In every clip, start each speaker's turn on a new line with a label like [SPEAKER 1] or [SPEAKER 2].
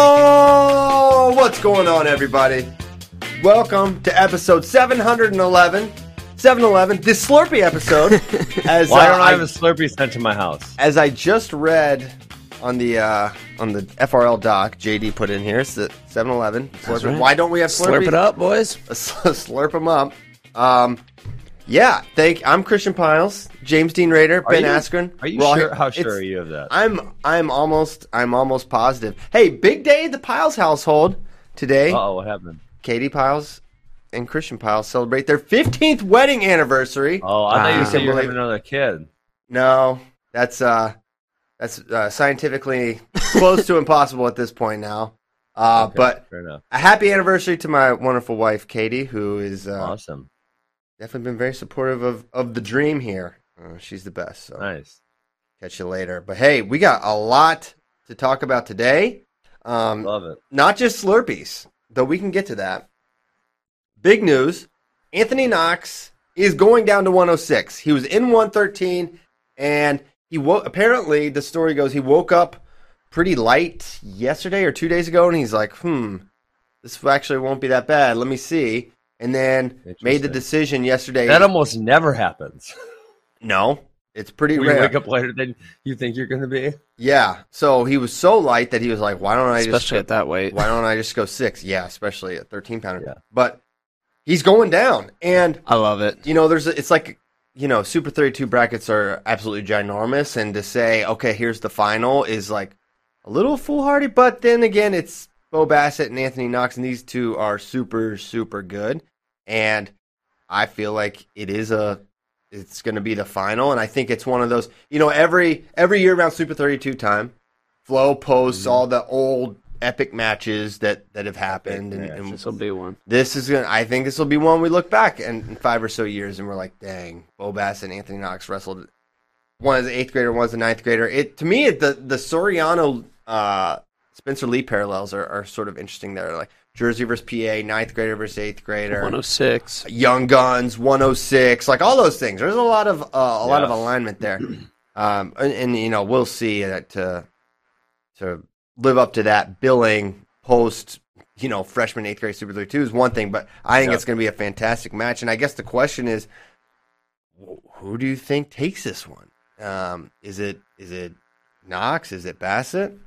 [SPEAKER 1] Oh, what's going on, everybody? Welcome to episode 711. 711, this Slurpee episode. as,
[SPEAKER 2] Why
[SPEAKER 1] uh,
[SPEAKER 2] don't I
[SPEAKER 1] I-
[SPEAKER 2] have a Slurpee sent to my house?
[SPEAKER 1] as I just read on the uh, on the FRL doc, JD put in here, it's the 711. Slurpee.
[SPEAKER 2] right.
[SPEAKER 1] Why don't we have Slurpee?
[SPEAKER 2] Slurp it up, boys.
[SPEAKER 1] Slurp them up. Um, yeah, thank. I'm Christian Piles, James Dean Raider, Ben
[SPEAKER 2] you-
[SPEAKER 1] Askren.
[SPEAKER 2] Are you
[SPEAKER 1] We're all
[SPEAKER 2] sure?
[SPEAKER 1] here-
[SPEAKER 2] How sure
[SPEAKER 1] it's-
[SPEAKER 2] are you of that?
[SPEAKER 1] I'm I'm almost I'm almost positive. Hey, big day at the Piles household today.
[SPEAKER 2] Uh oh, what happened?
[SPEAKER 1] Katie Piles and Christian Piles celebrate their 15th wedding anniversary.
[SPEAKER 2] Oh, I thought
[SPEAKER 1] Ah.
[SPEAKER 2] you said you were
[SPEAKER 1] Can't believe-
[SPEAKER 2] having another kid.
[SPEAKER 1] No, that's uh, that's uh, scientifically close to impossible at this point now. Uh,
[SPEAKER 2] Okay,
[SPEAKER 1] But
[SPEAKER 2] fair enough.
[SPEAKER 1] a happy anniversary to my wonderful wife Katie, who is uh,
[SPEAKER 2] Awesome.
[SPEAKER 1] definitely been very supportive of of the dream here. Uh, she's the best. So
[SPEAKER 2] Nice.
[SPEAKER 1] catch you later. But hey, we got a lot to talk about today. Um,
[SPEAKER 2] Love it.
[SPEAKER 1] not just Slurpees, though we can get to that. Big news Anthony Knox is going down to 106. He was in 113, and he wo- apparently, the story goes, he woke up pretty light yesterday or two days ago, and he's like, hmm, this actually won't be that bad. Let me see. And then made the
[SPEAKER 2] Interesting.
[SPEAKER 1] decision yesterday.
[SPEAKER 2] That almost never happens.
[SPEAKER 1] no, it's pretty
[SPEAKER 2] We
[SPEAKER 1] rare.
[SPEAKER 2] wake up later than you think you're going to be.
[SPEAKER 1] Yeah. So he was so light that he was like, why don't I just
[SPEAKER 3] especially at that weight.
[SPEAKER 1] why don't I just go six? Yeah, especially a 13 pounder.
[SPEAKER 2] Yeah.
[SPEAKER 1] But he's going down. And,
[SPEAKER 3] I love it.
[SPEAKER 1] you know, there's, a, it's like, you know, Super 32 brackets are absolutely ginormous. And to say, okay, here's the final is like a little foolhardy. But then again, it's Bo Bassett and Anthony Knox. And these two are super, super good. And I feel like it is a, it's going to be the final. And I think it's one of those, you know, every, every year around Super 32 time, Flo posts all the old epic matches that that have happened, and, and
[SPEAKER 3] This will be one.
[SPEAKER 1] this is gonna. I think this will be one we look back and in five or so years, and we're like, dang, Bo Bass and Anthony Knox wrestled. One is an eighth grader, one's a ninth grader. It to me, it, the the Soriano uh, Spencer Lee parallels are, are sort of interesting. There, like Jersey versus PA, ninth grader versus eighth grader,
[SPEAKER 3] 106.
[SPEAKER 1] Young Guns, 106, like all those things. There's a lot of uh, a lot of
[SPEAKER 2] Yeah.
[SPEAKER 1] alignment there, um, and, and you know we'll see that to to live up to that billing post you know freshman eighth grade Super League two is one thing, but I think
[SPEAKER 2] Yeah.
[SPEAKER 1] it's going to be a fantastic match. And I guess the question is, wh- who do you think takes this one? Um, is it is it Knox? Is it Bassett?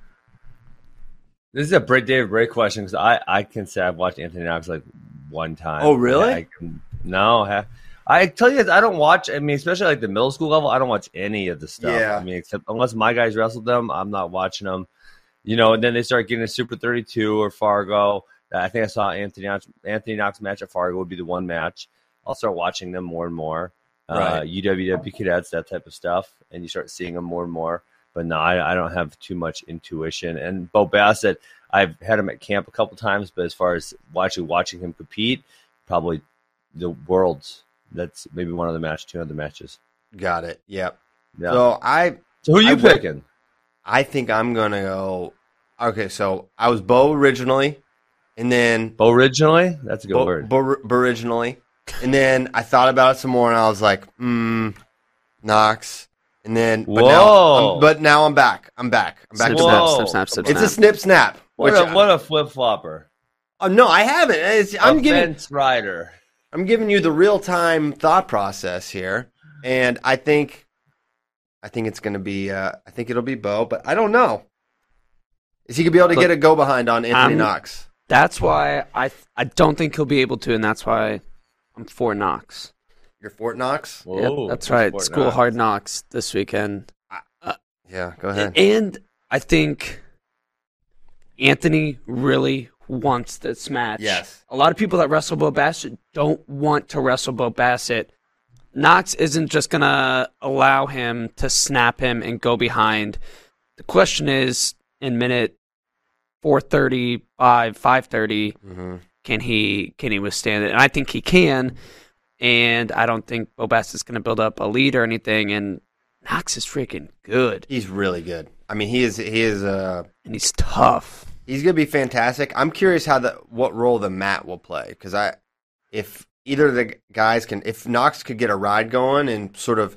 [SPEAKER 2] This is a break, David Bray question because I, I can say I've watched Anthony Knox like one time.
[SPEAKER 1] Oh, really?
[SPEAKER 2] I can- no, I, I tell you, this, I don't watch. I mean, especially like the middle school level, I don't watch any of the stuff.
[SPEAKER 1] Yeah.
[SPEAKER 2] I mean, except unless my guys wrestled them, I'm not watching them. You know, and then they start getting a Super 32 or Fargo. Uh, I think I saw Anthony Knox, Anthony Knox match at Fargo would be the one match. I'll start watching them more and more. Uh,
[SPEAKER 1] Right.
[SPEAKER 2] UWW cadets, that type of stuff, and you start seeing them more and more. But no, I, I don't have too much intuition. And Bo Bassett, I've had him at camp a couple times, but as far as watching watching him compete, probably the world's. That's maybe one of the match, two of the matches.
[SPEAKER 1] Got it. Yep.
[SPEAKER 2] Yeah. So,
[SPEAKER 1] So I
[SPEAKER 2] who are you
[SPEAKER 1] I would-
[SPEAKER 2] picking?
[SPEAKER 1] I think I'm gonna go. Okay, so I was Bo originally, and then
[SPEAKER 2] Bo originally? That's a good
[SPEAKER 1] Bo,
[SPEAKER 2] word.
[SPEAKER 1] Bo, Bo originally, and then I thought about it some more, and I was like, hmm, Knox, and then but now,
[SPEAKER 2] Whoa.
[SPEAKER 1] I'm, but now I'm back. I'm back. I'm back
[SPEAKER 3] Snip,
[SPEAKER 1] to
[SPEAKER 2] Whoa.
[SPEAKER 1] that.
[SPEAKER 3] snap, snip, snap, snip,
[SPEAKER 1] It's a
[SPEAKER 3] snap.
[SPEAKER 1] snip snap.
[SPEAKER 2] what
[SPEAKER 1] which
[SPEAKER 2] a
[SPEAKER 1] I-
[SPEAKER 2] what a flip flopper.
[SPEAKER 1] oh, no, I haven't. It's- I'm giving
[SPEAKER 2] Fence rider.
[SPEAKER 1] I'm giving you the real time thought process here, and I think I think it's going to be. Uh, I think it'll be Bo, but I don't know. Is he going to be able to get a go behind on Anthony
[SPEAKER 3] I'm-
[SPEAKER 1] Knox?
[SPEAKER 3] That's why I I don't think he'll be able to, and that's why I'm for Knox.
[SPEAKER 1] Your Fort Knox?
[SPEAKER 3] Yep,
[SPEAKER 2] Whoa,
[SPEAKER 3] that's right.
[SPEAKER 2] Fort
[SPEAKER 3] School
[SPEAKER 2] Knox.
[SPEAKER 3] hard knocks this weekend,
[SPEAKER 1] Yeah, go ahead.
[SPEAKER 3] and I think Anthony really wants this match.
[SPEAKER 1] Yes.
[SPEAKER 3] a lot of people that wrestle Bo Bassett don't want to wrestle Bo Bassett. Knox isn't just gonna allow him to snap him and go behind. The question is, in minute four thirty five, five thirty.
[SPEAKER 1] hmm
[SPEAKER 3] can he can he withstand it? And I think he can. And I don't think Bobas is going to build up a lead or anything. And Knox is freaking good,
[SPEAKER 1] He's really good. I mean, he is. He is. Uh,
[SPEAKER 3] and he's tough.
[SPEAKER 1] he's going to be fantastic. I'm curious how the what role the mat will play because I, if either of the guys can, if Knox could get a ride going and sort of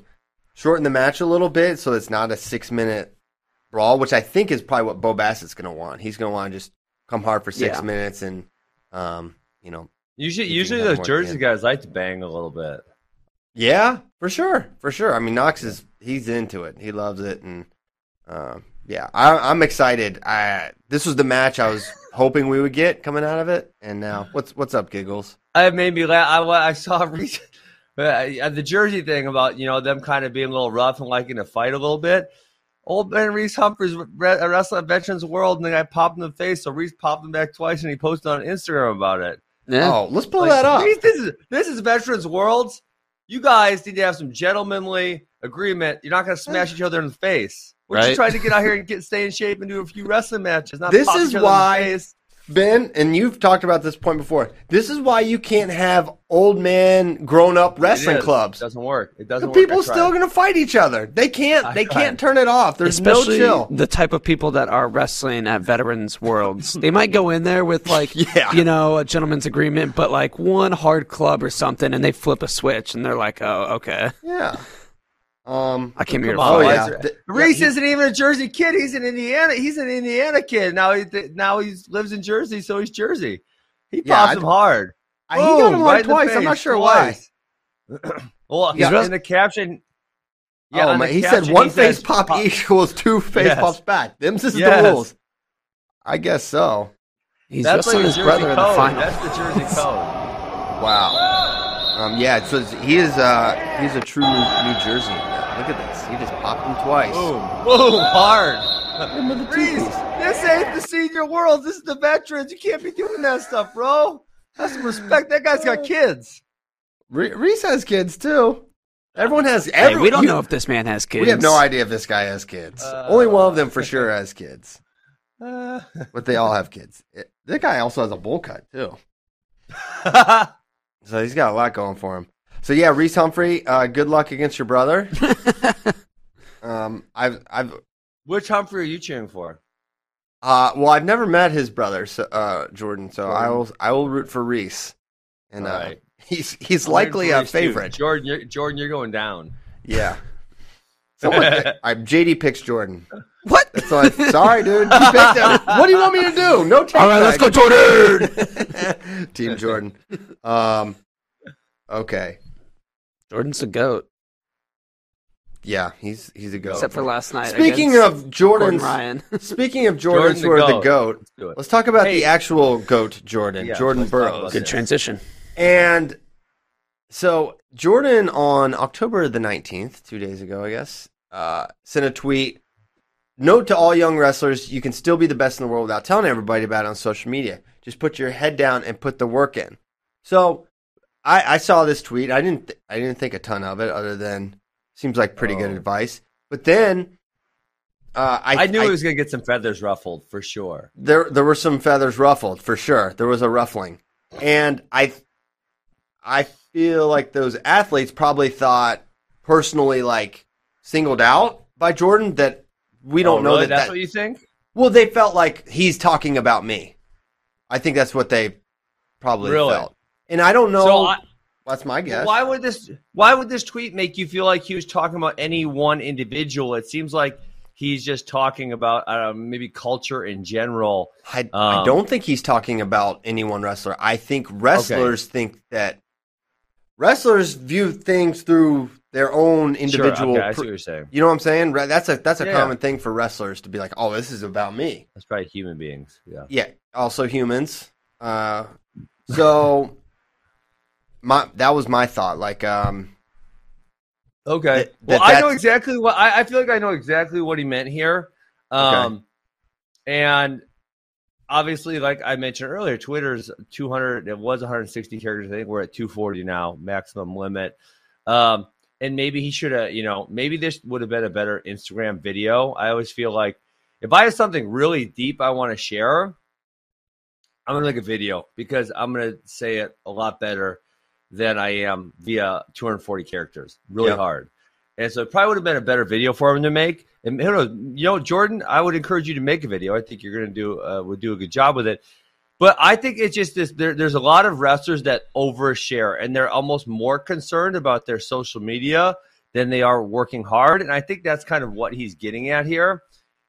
[SPEAKER 1] shorten the match a little bit so it's not a six minute brawl, which I think is probably what Bo Bassett's going to want. He's going to want to just come hard for six
[SPEAKER 3] Yeah.
[SPEAKER 1] minutes and, um, you know,
[SPEAKER 2] Usually,
[SPEAKER 1] If you
[SPEAKER 2] usually
[SPEAKER 1] have
[SPEAKER 2] those
[SPEAKER 1] more
[SPEAKER 2] Jersey
[SPEAKER 1] kids.
[SPEAKER 2] guys like to bang a little bit.
[SPEAKER 1] Yeah, for sure, for sure. I mean, Knox is he's into it. He loves it, and um yeah, I, I'm excited. I this was the match I was hoping we would get coming out of it, and now what's what's up, giggles?
[SPEAKER 2] It made me laugh. I, wa- I saw a recent, uh, the Jersey thing about you know them kind of being a little rough and liking to fight a little bit. Old man Reese Humphries re- a wrestling Veterans World, and the guy popped him in the face. So Reese popped him back twice, and he posted on Instagram about it.
[SPEAKER 3] Yeah.
[SPEAKER 1] Oh, let's pull
[SPEAKER 2] Like,
[SPEAKER 1] that up.
[SPEAKER 2] Reese, this is this is Veterans Worlds. You guys need to have some gentlemanly agreement. You're not going to smash each other in the face. We're
[SPEAKER 3] Right.
[SPEAKER 2] just trying to get out here and get stay in shape and do a few wrestling matches. Not
[SPEAKER 1] This
[SPEAKER 2] pop
[SPEAKER 1] is
[SPEAKER 2] each other in the
[SPEAKER 1] why-
[SPEAKER 2] face.
[SPEAKER 1] Ben, and you've talked about this point before. This is why you can't have old man grown up wrestling
[SPEAKER 2] It is.
[SPEAKER 1] clubs.
[SPEAKER 2] It doesn't work. It doesn't.
[SPEAKER 1] The
[SPEAKER 2] work.
[SPEAKER 1] people
[SPEAKER 2] I tried.
[SPEAKER 1] still gonna fight each other. They can't.
[SPEAKER 2] I
[SPEAKER 1] They
[SPEAKER 2] tried.
[SPEAKER 1] can't turn it off. There's no
[SPEAKER 3] Especially
[SPEAKER 1] chill.
[SPEAKER 3] the type of people that are wrestling at veterans worlds. they might go in there with like
[SPEAKER 1] Yeah.
[SPEAKER 3] you know, a gentleman's agreement, but like one hard club or something and they flip a switch and they're like, "Oh, okay.
[SPEAKER 1] Yeah. Um.
[SPEAKER 3] I came here to
[SPEAKER 2] Come on,
[SPEAKER 1] Oh
[SPEAKER 3] fight."
[SPEAKER 1] yeah.
[SPEAKER 2] Lizer.
[SPEAKER 1] Th-
[SPEAKER 2] Reese
[SPEAKER 1] yeah, he-
[SPEAKER 2] isn't even a Jersey kid. He's an Indiana. He's an Indiana kid. Now he now he lives in Jersey, so he's Jersey. He
[SPEAKER 1] Yeah,
[SPEAKER 2] pops
[SPEAKER 1] I-
[SPEAKER 2] him hard.
[SPEAKER 1] he got him like
[SPEAKER 2] Boom, Oh, right in the
[SPEAKER 1] twice. I'm
[SPEAKER 2] face,
[SPEAKER 1] not sure why.
[SPEAKER 2] twice. well,
[SPEAKER 3] He's
[SPEAKER 2] yeah,
[SPEAKER 3] rest-
[SPEAKER 2] in the caption.
[SPEAKER 1] oh, man.
[SPEAKER 2] on the
[SPEAKER 1] He
[SPEAKER 2] caption,
[SPEAKER 1] said one face
[SPEAKER 2] says,
[SPEAKER 1] pop, equals two face
[SPEAKER 2] Yes.
[SPEAKER 1] pops back. Them's is
[SPEAKER 2] Yes.
[SPEAKER 1] the rules. I guess so.
[SPEAKER 3] He's
[SPEAKER 2] That's like
[SPEAKER 3] wrestling
[SPEAKER 2] a
[SPEAKER 3] his
[SPEAKER 2] Jersey
[SPEAKER 3] brother in the
[SPEAKER 2] code.
[SPEAKER 3] final.
[SPEAKER 2] That's the Jersey code.
[SPEAKER 1] Wow. Um, yeah, so it's- he is uh, he's a true New, New Jersey. man. Look at this. He just popped him twice.
[SPEAKER 2] Boom, boom, hard.
[SPEAKER 1] Him with the
[SPEAKER 2] Reese,
[SPEAKER 1] two-piece.
[SPEAKER 2] this ain't the senior world. This is the veterans. You can't be doing that stuff, bro. Have some respect. That guy's got kids.
[SPEAKER 1] Re- Reese has kids too. Everyone has. Every,
[SPEAKER 3] hey, we don't
[SPEAKER 1] you-
[SPEAKER 3] know if this man has kids.
[SPEAKER 1] We have no idea if this guy has kids.
[SPEAKER 2] Uh.
[SPEAKER 1] Only one of them for sure has kids,
[SPEAKER 2] Uh,
[SPEAKER 1] but they all have kids. It, that guy also has a bowl cut too. So he's got a lot going for him. So yeah, Reese Humphrey, uh, good luck against your brother. um, I've I've
[SPEAKER 2] Which Humphrey are you cheering for?
[SPEAKER 1] uh, well, I've never met his brother, so, uh, Jordan. So I
[SPEAKER 2] Jordan.
[SPEAKER 1] will I will root for Reese, and uh,
[SPEAKER 2] All right.
[SPEAKER 1] he's he's likely a
[SPEAKER 2] Warriors, too.
[SPEAKER 1] favorite.
[SPEAKER 2] Jordan, you're, Jordan, you're going down.
[SPEAKER 1] Yeah. Someone, I, JD picks Jordan.
[SPEAKER 3] What?
[SPEAKER 1] That's all I, sorry, dude. You picked him. What do you want me to do? No take.
[SPEAKER 3] All right, let's go
[SPEAKER 1] back.
[SPEAKER 3] Jordan.
[SPEAKER 1] Team Jordan. Um, okay.
[SPEAKER 3] Jordan's a goat.
[SPEAKER 1] Yeah, he's he's a go.
[SPEAKER 3] except for last night.
[SPEAKER 1] Speaking
[SPEAKER 3] against
[SPEAKER 1] of Jordan's,
[SPEAKER 3] Gordon Ryan,
[SPEAKER 1] speaking of Jordans
[SPEAKER 2] Jordan
[SPEAKER 1] who are the
[SPEAKER 2] the
[SPEAKER 1] goat,
[SPEAKER 2] Let's do it.
[SPEAKER 1] let's talk about
[SPEAKER 2] Hey.
[SPEAKER 1] the actual goat, Jordan,
[SPEAKER 2] Yeah,
[SPEAKER 1] Jordan
[SPEAKER 2] let's talk about
[SPEAKER 1] Burroughs.
[SPEAKER 2] that.
[SPEAKER 3] good transition.
[SPEAKER 1] And so Jordan on October the 19th, two days ago, I guess, uh, sent a tweet. Note to all young wrestlers, you can still be the best in the world without telling everybody about it on social media. Just put your head down and put the work in. So I, I saw this tweet. I didn't th- I didn't think a ton of it other than seems like pretty good
[SPEAKER 2] Oh.
[SPEAKER 1] advice. But then uh, I,
[SPEAKER 2] I, knew
[SPEAKER 1] I-
[SPEAKER 2] he was going to get some feathers ruffled for sure.
[SPEAKER 1] there there were some feathers ruffled for sure. There was a ruffling, and I I feel like those athletes probably thought personally like singled out by Jordan that we don't
[SPEAKER 2] Oh,
[SPEAKER 1] know
[SPEAKER 2] really?
[SPEAKER 1] that,
[SPEAKER 2] That's
[SPEAKER 1] that
[SPEAKER 2] what you think.
[SPEAKER 1] well they felt like he's talking about me. I think that's what they probably
[SPEAKER 2] Really?
[SPEAKER 1] felt, and I don't know.
[SPEAKER 2] So I,
[SPEAKER 1] that's my guess.
[SPEAKER 2] why would this? Why would this tweet make you feel like he was talking about any one individual? It seems like he's just talking about uh, maybe culture in general.
[SPEAKER 1] I, I
[SPEAKER 2] Um,
[SPEAKER 1] don't think he's talking about any one wrestler. I think wrestlers think that wrestlers view things through their own
[SPEAKER 2] Sure, okay,
[SPEAKER 1] individual.
[SPEAKER 2] I see
[SPEAKER 1] pr-
[SPEAKER 2] what you're saying.
[SPEAKER 1] you know what I'm saying? Right, That's a that's a
[SPEAKER 2] Yeah.
[SPEAKER 1] common thing for wrestlers to be like, oh, this is about me.
[SPEAKER 2] That's probably human beings. Yeah.
[SPEAKER 1] Yeah, also humans. Uh, so my that was my thought. Like, um,
[SPEAKER 2] Okay.
[SPEAKER 1] That-
[SPEAKER 2] well,
[SPEAKER 1] that-
[SPEAKER 2] I know
[SPEAKER 1] that's-
[SPEAKER 2] exactly what I, I feel like I know exactly what he meant here. Um, and obviously, like I mentioned earlier, Twitter's 200. It was 160 characters. I think we're at 240 now, maximum limit. Um, and maybe he should have, you know, maybe this would have been a better Instagram video. I always feel like if I have something really deep I want to share, I'm gonna make a video because I'm gonna say it a lot better than I am via 240 characters. Really
[SPEAKER 1] Yeah.
[SPEAKER 2] hard. And so it probably would have been a better video for him to make. And who knows, you know, Jordan, I would encourage you to make a video. I think you're gonna do uh, would do a good job with it. But I think it's just this. There, there's a lot of wrestlers that overshare, and they're almost more concerned about their social media than they are working hard. And I think that's kind of what he's getting at here.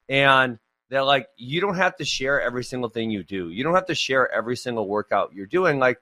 [SPEAKER 2] And that, like, you don't have to share every single thing you do. You don't have to share every single workout you're doing. Like,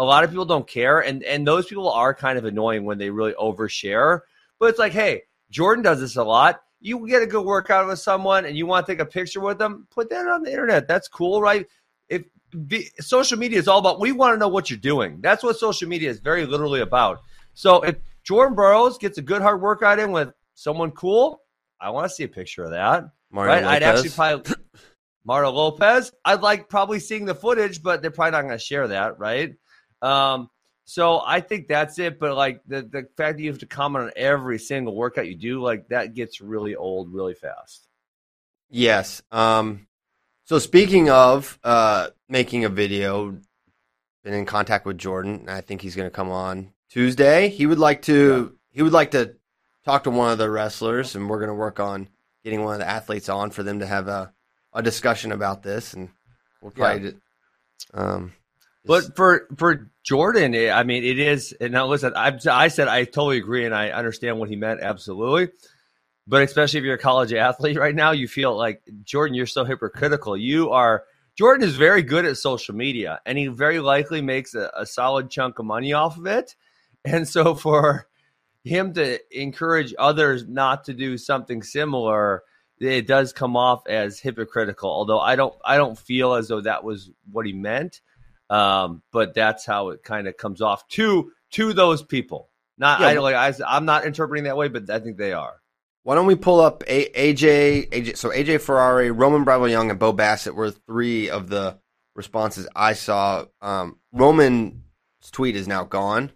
[SPEAKER 2] a lot of people don't care, and and those people are kind of annoying when they really overshare. But it's like, hey, Jordan does this a lot. You get a good workout with someone, and you want to take a picture with them. Put that on the internet. That's cool, right? if the, social media is all about we want to know what you're doing that's what social media is very literally about so if jordan burroughs gets a good hard workout in with someone cool i want to see a picture of that
[SPEAKER 1] Mario
[SPEAKER 2] right i'd actually
[SPEAKER 1] Lopez.
[SPEAKER 2] probably mario lopez i'd like probably seeing the footage but they're probably not going to share that right um, so i think that's it but like the, the fact that you have to comment on every single workout you do like that gets really old really fast
[SPEAKER 1] Yes. Um, so speaking of uh, making a video, been in contact with Jordan, and I think he's going to come on Tuesday. He would like to. He would like to talk to one of the wrestlers, and we're going to work on getting one of the athletes on for them to have a, a discussion about this, and we'll probably. ju- Um, just-
[SPEAKER 2] But for for Jordan, it, I mean, it is. And now listen, I I said I totally agree, and I understand what he meant absolutely. But especially if you're a college athlete right now, you feel like Jordan, you're so hypocritical. You are Jordan is very good at social media, and he very likely makes a, a solid chunk of money off of it. And so for him to encourage others not to do something similar it does come off as hypocritical although i don't i don't feel as though that was what he meant um, but that's how it kind of comes off to to those people. Not
[SPEAKER 1] Yeah.
[SPEAKER 2] I, like I, I'm not interpreting that way, but I think they are.
[SPEAKER 1] Why don't we pull up a- AJ, AJ? So AJ Ferrari, Roman Bravo Young, and Bo Bassett were three of the responses I saw. Um, Roman's tweet is now gone,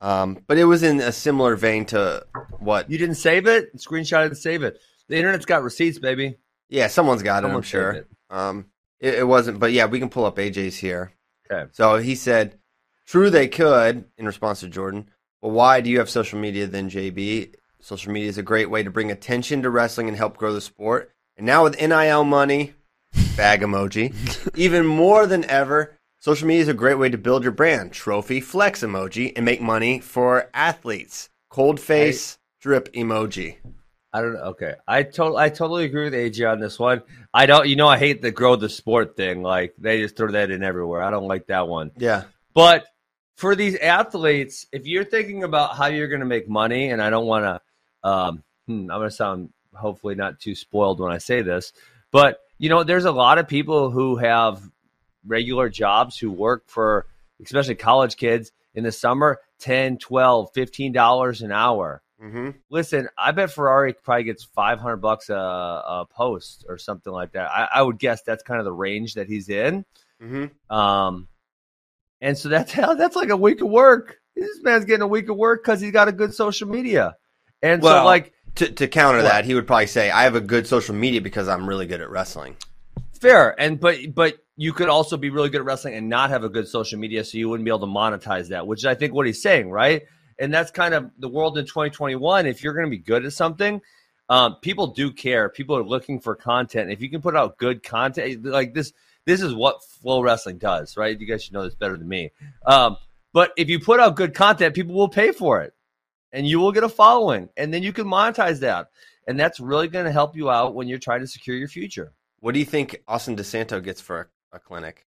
[SPEAKER 1] um, but it was in a similar vein to what?
[SPEAKER 2] You didn't save it, screenshot it, and save it. The internet's got receipts, baby.
[SPEAKER 1] Yeah, someone's got it. I'm
[SPEAKER 2] Someone saved
[SPEAKER 1] sure.
[SPEAKER 2] it.
[SPEAKER 1] Um, it, it wasn't, but yeah, we can pull up AJ's here.
[SPEAKER 2] Okay.
[SPEAKER 1] So he said, "True, they could." In response to Jordan, but why do you have social media then, JB? Social media is a great way to bring attention to wrestling and help grow the sport. And now with NIL money, bag emoji, even more than ever, social media is a great way to build your brand. Trophy flex emoji and make money for athletes. Cold face drip emoji.
[SPEAKER 2] I don't know. Okay, I totally, I totally agree with AJ on this one. I don't, you know, I hate the grow the sport thing. Like they just throw that in everywhere. I don't like that one.
[SPEAKER 1] Yeah.
[SPEAKER 2] But for these athletes, if you're thinking about how you're going to make money, and I don't want to, um, hmm, I'm going to sound hopefully not too spoiled when I say this, but you know, there's a lot of people who have regular jobs who work for, especially college kids in the summer, 10, 12, 15 dollars an hour.
[SPEAKER 1] Mm-hmm.
[SPEAKER 2] Listen, I bet Ferrari probably gets 500 bucks a, a post or something like that. I, I would guess that's kind of the range that he's in.
[SPEAKER 1] Mm-hmm.
[SPEAKER 2] Um, and so that's how that's like a week of work. This man's getting a week of work because he's got a good social media. And so,
[SPEAKER 1] Well-
[SPEAKER 2] like,
[SPEAKER 1] To, to counter
[SPEAKER 2] What?
[SPEAKER 1] that, he would probably say, "I have a good social media because I'm really good at wrestling."
[SPEAKER 2] fair. And but but you could also be really good at wrestling and not have a good social media, so you wouldn't be able to monetize that, which is I think what he's saying, right? And that's kind of the world in 2021. If you're going to be good at something, um, people do care. People are looking for content. If you can put out good content, eh, like this, this is what flow wrestling does, right? You guys should know this better than me. Um, but if you put out good content, people will pay for it, and you will get a following, and then you can monetize that, and that's really going to help you out when you're trying to secure your future.
[SPEAKER 1] What do you think Austin DeSanto gets for a, a clinic?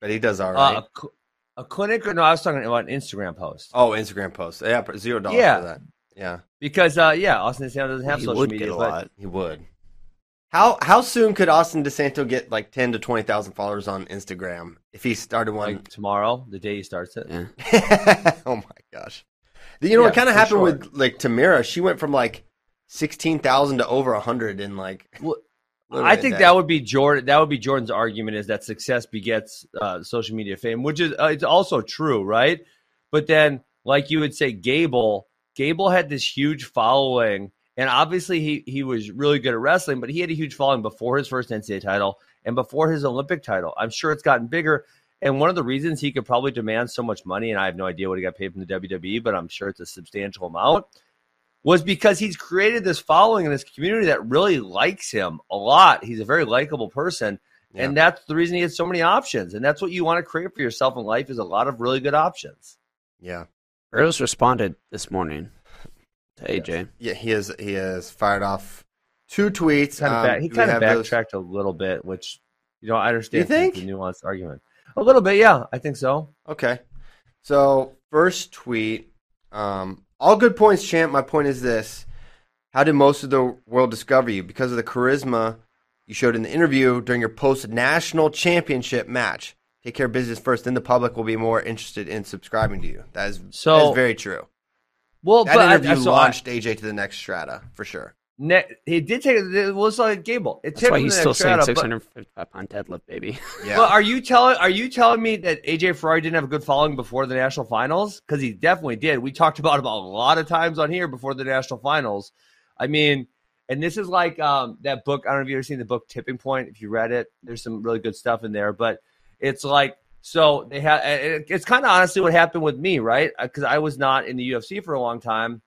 [SPEAKER 1] But he does all
[SPEAKER 2] Uh,
[SPEAKER 1] right.
[SPEAKER 2] a cl- A clinic? Or, no, I was talking about an Instagram post.
[SPEAKER 1] Oh, Instagram post. Yeah, pr- zero dollars
[SPEAKER 2] Yeah.
[SPEAKER 1] for that. Yeah,
[SPEAKER 2] Because, uh, yeah, Austin Sandler doesn't have
[SPEAKER 4] he
[SPEAKER 2] social
[SPEAKER 4] would
[SPEAKER 2] media.
[SPEAKER 4] get a
[SPEAKER 2] but
[SPEAKER 4] lot.
[SPEAKER 1] he would. How how soon could Austin DeSanto get like ten to twenty thousand followers on Instagram if he started one?
[SPEAKER 2] Like tomorrow, the day he starts it.
[SPEAKER 3] Yeah.
[SPEAKER 1] oh my gosh! You know what
[SPEAKER 2] Yeah,
[SPEAKER 1] kind of
[SPEAKER 2] for
[SPEAKER 1] happened with
[SPEAKER 2] sure.
[SPEAKER 1] like Tamira? She went from like sixteen thousand to over hundred in like.
[SPEAKER 2] Well,
[SPEAKER 1] literally
[SPEAKER 2] I
[SPEAKER 1] a
[SPEAKER 2] think
[SPEAKER 1] day.
[SPEAKER 2] that would be Jordan. That would be Jordan's argument is that success begets uh, social media fame, which is uh, it's also true, right? But then, like you would say, Gable, Gable had this huge following, and obviously he he was really good at wrestling, but he had a huge following before his first NCAA title and before his Olympic title. I'm sure it's gotten bigger. And one of the reasons he could probably demand so much money, and I have no idea what he got paid from the WWE, but I'm sure it's a substantial amount was because he's created this following in this community that really likes him a lot. He's a very likable person. And that's the reason he has so many options. And that's what you want to create for yourself in life is a lot of really good options.
[SPEAKER 1] Yeah,
[SPEAKER 3] Burroughs responded this morning to AJ.
[SPEAKER 1] yeah. He is he has fired off two tweets.
[SPEAKER 2] Kind of
[SPEAKER 1] Um,
[SPEAKER 2] back, he
[SPEAKER 1] do we
[SPEAKER 2] kind of
[SPEAKER 1] have those?
[SPEAKER 2] backtracked a little bit, which you know I understand
[SPEAKER 1] You think?
[SPEAKER 2] the nuanced argument. A little bit, yeah, I think so.
[SPEAKER 1] Okay. So first tweet. Um, all good points, champ. My point is this: How did most of the world discover you because of the charisma you showed in the interview during your post national championship match? Take care of business first, then the public will be more interested in subscribing to you. That is
[SPEAKER 2] So-
[SPEAKER 1] that is very true.
[SPEAKER 2] Well,
[SPEAKER 1] That
[SPEAKER 2] but I-
[SPEAKER 1] interview
[SPEAKER 2] I, so I-
[SPEAKER 1] launched AJ to the next strata for sure.
[SPEAKER 2] ne- he did take it was like Gable. It
[SPEAKER 3] That's
[SPEAKER 2] tipped
[SPEAKER 3] why
[SPEAKER 2] him
[SPEAKER 3] he's
[SPEAKER 2] the
[SPEAKER 3] still
[SPEAKER 2] next
[SPEAKER 3] saying
[SPEAKER 2] round, but-
[SPEAKER 3] 655 pound deadlift, baby.
[SPEAKER 1] Yeah.
[SPEAKER 2] Well, are you telling are you telling me that AJ Ferrari didn't have a good following before the national finals? Because he definitely did. We talked about him a lot of times on here before the national finals. I mean, and this is like um, that book. I don't know if you've ever seen the book Tipping Point. If you read it, there's some really good stuff in there. But it's like so they had. It's kind of honestly what happened with me, right? Because I was not in the UFC for a long time,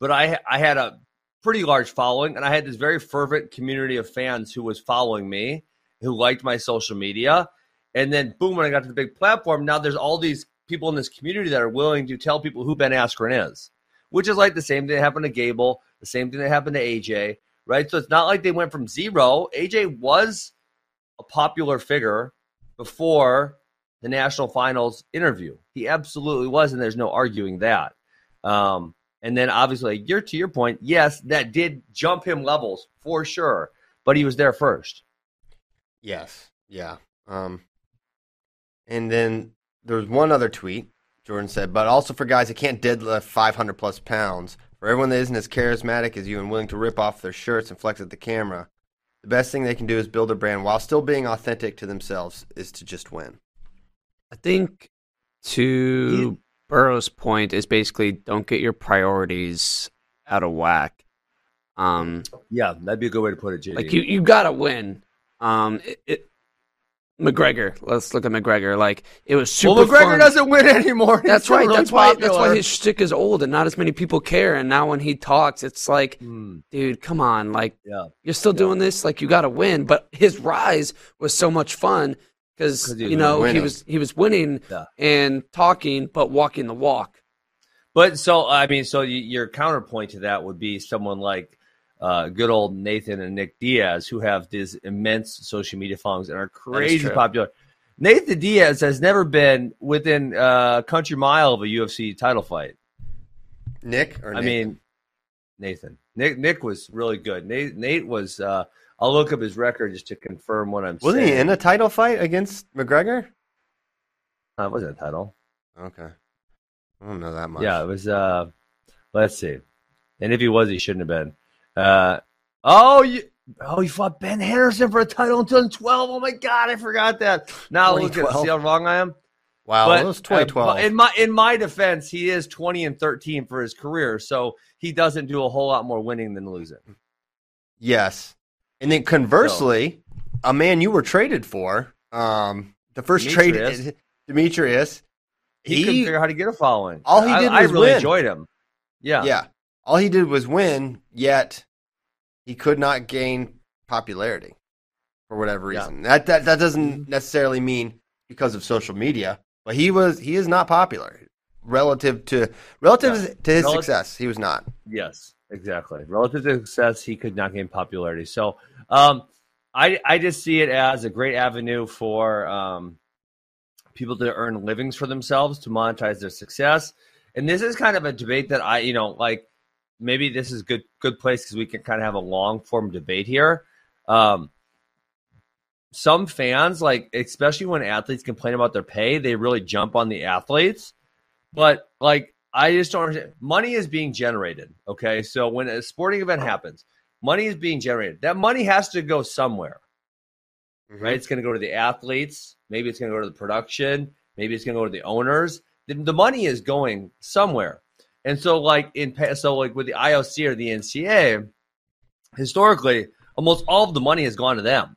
[SPEAKER 2] but I I had a pretty large following, and I had this very fervent community of fans who was following me, who liked my social media, and then boom, when I got to the big platform, now there's all these people in this community that are willing to tell people who Ben Askren is, which is like the same thing that happened to Gable, the same thing that happened to AJ, right? So it's not like they went from zero. AJ was a popular figure before the national finals interview. He absolutely was, and there's no arguing that. Um, and then obviously, like, you're to your point, yes, that did jump him levels for sure, but he was there first.
[SPEAKER 1] Yes. Yeah. Um, and then there's one other tweet. Jordan said, but also for guys that can't deadlift 500 plus pounds, for everyone that isn't as charismatic as you and willing to rip off their shirts and flex at the camera, the best thing they can do is build a brand while still being authentic to themselves is to just win.
[SPEAKER 3] I think to Burrow's point is basically don't get your priorities out of whack. Um,
[SPEAKER 2] Yeah, that'd be a good way to put it, JD.
[SPEAKER 3] like you, you gotta win. Um, it, it, McGregor. Let's look at McGregor. Like it was super.
[SPEAKER 2] well, McGregor
[SPEAKER 3] fun.
[SPEAKER 2] doesn't win anymore. He's
[SPEAKER 3] That's
[SPEAKER 2] still
[SPEAKER 3] right.
[SPEAKER 2] really
[SPEAKER 3] that's why. That's
[SPEAKER 2] popular.
[SPEAKER 3] why his shtick is old, and not as many people care. And now when he talks, it's like,
[SPEAKER 2] Hmm,
[SPEAKER 3] dude, come on, like
[SPEAKER 2] yeah,
[SPEAKER 3] you're still doing this like you got to win but his rise was so much fun
[SPEAKER 2] 'Cause
[SPEAKER 3] because
[SPEAKER 2] he
[SPEAKER 3] you
[SPEAKER 2] was
[SPEAKER 3] know he
[SPEAKER 1] winning.
[SPEAKER 3] was he was winning
[SPEAKER 2] Yeah.
[SPEAKER 3] and talking but walking the walk
[SPEAKER 2] but so I mean, so y- your counterpoint to that would be someone like uh, good old Nathan and Nick Diaz, who have these immense social media followings and are crazy
[SPEAKER 1] true.
[SPEAKER 2] popular. Nathan Diaz has never been within a country mile of a UFC title fight.
[SPEAKER 1] Nick or
[SPEAKER 2] I mean, Nathan. Nick Nick was really good. Nate Nate was. Uh, I'll look up his record just to confirm what I'm
[SPEAKER 1] wasn't
[SPEAKER 2] saying.
[SPEAKER 1] he in a title fight against McGregor?
[SPEAKER 2] Uh, it wasn't a title.
[SPEAKER 1] Okay. I don't know that much.
[SPEAKER 2] Yeah, it was. Uh, let's see. And if he was, he shouldn't have been. Uh, oh, you. Oh, he fought Ben Henderson for a title in 2012. Oh my God, I forgot that. Now look at
[SPEAKER 1] 2012.
[SPEAKER 2] see how wrong I am.
[SPEAKER 1] Wow.
[SPEAKER 2] But,
[SPEAKER 1] Oh, it was
[SPEAKER 2] uh,
[SPEAKER 1] 2012.
[SPEAKER 2] but in my in my defense, he is 20 and 13 for his career, so he doesn't do a whole lot more winning than losing.
[SPEAKER 1] Yes. And then conversely, a man you were traded for, um, the first trade, uh,
[SPEAKER 2] Demetrius.
[SPEAKER 1] Demetrius.
[SPEAKER 2] He,
[SPEAKER 1] He-
[SPEAKER 2] couldn't figure out how to get a following.
[SPEAKER 1] all he
[SPEAKER 2] I-
[SPEAKER 1] did
[SPEAKER 2] I,
[SPEAKER 1] was
[SPEAKER 2] really
[SPEAKER 1] win.
[SPEAKER 2] enjoyed him. Yeah.
[SPEAKER 1] Yeah. All he did was win, yet he could not gain popularity for whatever
[SPEAKER 2] Yeah. Mm-hmm.
[SPEAKER 1] reason. That, that that doesn't necessarily mean because of social media, but he was he is not popular relative to relative
[SPEAKER 2] Yeah.
[SPEAKER 1] to his
[SPEAKER 2] Relati-
[SPEAKER 1] success. He was not.
[SPEAKER 2] Yes, exactly. Relative to success, he could not gain popularity. So, um, I I just see it as a great avenue for um, people to earn livings for themselves to monetize their success. And this is kind of a debate that I, you know, like maybe this is good good place because we can kind of have a long form debate here. Um, some fans, like especially when athletes complain about their pay, they really jump on the athletes. But like, I just don't understand. Money is being generated. Okay, so when a sporting event happens, money is being generated. That money has to go somewhere, right? It's going to go to the athletes. Maybe it's going to go to the production. Maybe it's going to go to the owners. The, the money is going somewhere. And so, like in pa- so like with the IOC or the NCA, historically, almost all of the money has gone to them.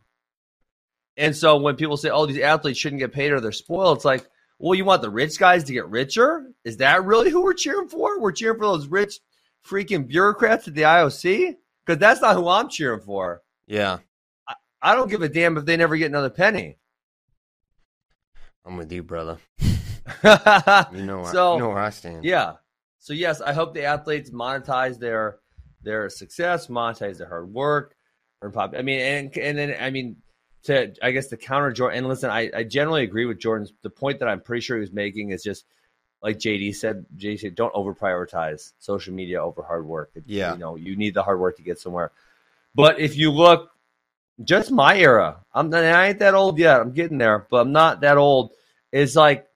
[SPEAKER 2] And so when people say, "Oh, these athletes shouldn't get paid or they're spoiled," it's like, "Well, you want the rich guys to get richer? Is that really who we're cheering for? We're cheering for those rich freaking bureaucrats at the IOC because that's not who I'm cheering for.
[SPEAKER 1] Yeah,
[SPEAKER 2] I don't give a damn if they never get another penny."
[SPEAKER 1] I'm with you, brother. You know, where,
[SPEAKER 2] So-
[SPEAKER 1] you know where I stand.
[SPEAKER 2] Yeah. So yes, I hope the athletes monetize their their success, monetize their hard work, earn pop. I mean, and and then I mean, to I guess the counter Jordan. And listen, I, I generally agree with Jordan's. The point that I'm pretty sure he was making is just like JD said. JD said, don't over prioritize social media over hard work. It-
[SPEAKER 1] Yeah.
[SPEAKER 2] You know, you need the hard work to get somewhere. But if you look, just my era. I'm not, I ain't that old yet. I'm getting there, but I'm not that old. It's like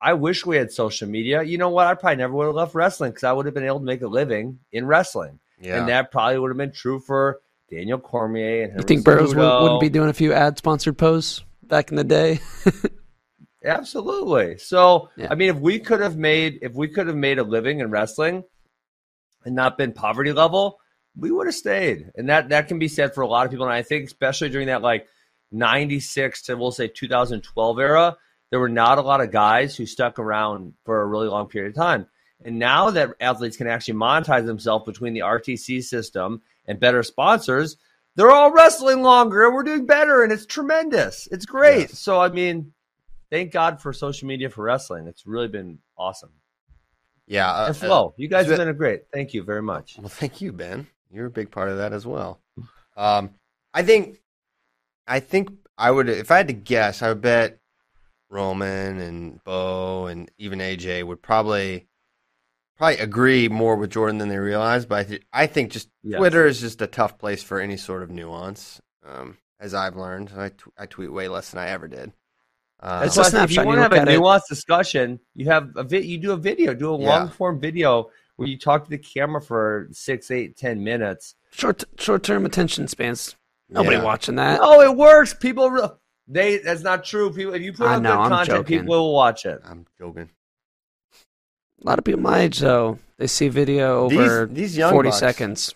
[SPEAKER 2] I wish we had social media. You know what? I probably never would have left wrestling because I would have been able to make a living in wrestling,
[SPEAKER 1] yeah.
[SPEAKER 2] and that probably would have been true for Daniel Cormier and
[SPEAKER 3] You
[SPEAKER 2] Henry
[SPEAKER 3] think Burroughs would,
[SPEAKER 2] Cejudo.
[SPEAKER 3] wouldn't be doing a few ad sponsored posts back in the day?
[SPEAKER 2] Absolutely. So
[SPEAKER 3] Yeah.
[SPEAKER 2] I mean, if we could have made if we could have made a living in wrestling and not been poverty level, we would have stayed. And that that can be said for a lot of people. And I think especially during that like ninety six to we'll say two thousand twelve era, there were not a lot of guys who stuck around for a really long period of time. And now that athletes can actually monetize themselves between the RTC system and better sponsors, they're all wrestling longer and we're doing better and it's tremendous. It's great. So I mean thank God for social media for wrestling. It's really been awesome.
[SPEAKER 1] yeah. uh,
[SPEAKER 2] and Flo,
[SPEAKER 1] uh,
[SPEAKER 2] you guys
[SPEAKER 1] Zvi-
[SPEAKER 2] have been a great. Thank you very much.
[SPEAKER 1] Well, thank you, Ben. You're a big part of that as well. Um, I think, I think I would, if I had to guess, I would bet Roman and Bo and even AJ would probably, probably agree more with Jordan than they realize. But I, th- I think just
[SPEAKER 2] Yes.
[SPEAKER 1] Twitter is just a tough place for any sort of nuance. Um, as I've learned, I, tw- I tweet way less than I ever did. Uh,
[SPEAKER 3] It's a
[SPEAKER 2] Plus, If
[SPEAKER 3] snapshot,
[SPEAKER 2] you
[SPEAKER 3] you
[SPEAKER 2] want to have
[SPEAKER 3] look
[SPEAKER 2] a
[SPEAKER 3] at it.
[SPEAKER 2] nuanced discussion, you have a vi- you do a video, do a
[SPEAKER 1] Yeah.
[SPEAKER 2] long form video where you talk to the camera for six, eight, ten minutes.
[SPEAKER 3] Short short term attention spans. Nobody
[SPEAKER 1] Yeah.
[SPEAKER 3] watching that.
[SPEAKER 2] Oh, it works. People, re- they that's not true. People, if you put
[SPEAKER 3] I
[SPEAKER 2] out
[SPEAKER 3] know,
[SPEAKER 2] good
[SPEAKER 3] I'm
[SPEAKER 2] content,
[SPEAKER 3] joking.
[SPEAKER 2] people will watch it.
[SPEAKER 1] I'm joking.
[SPEAKER 3] A lot of people my age though, they see video
[SPEAKER 1] These-
[SPEAKER 3] over
[SPEAKER 1] these young
[SPEAKER 3] forty
[SPEAKER 1] bucks.
[SPEAKER 3] seconds.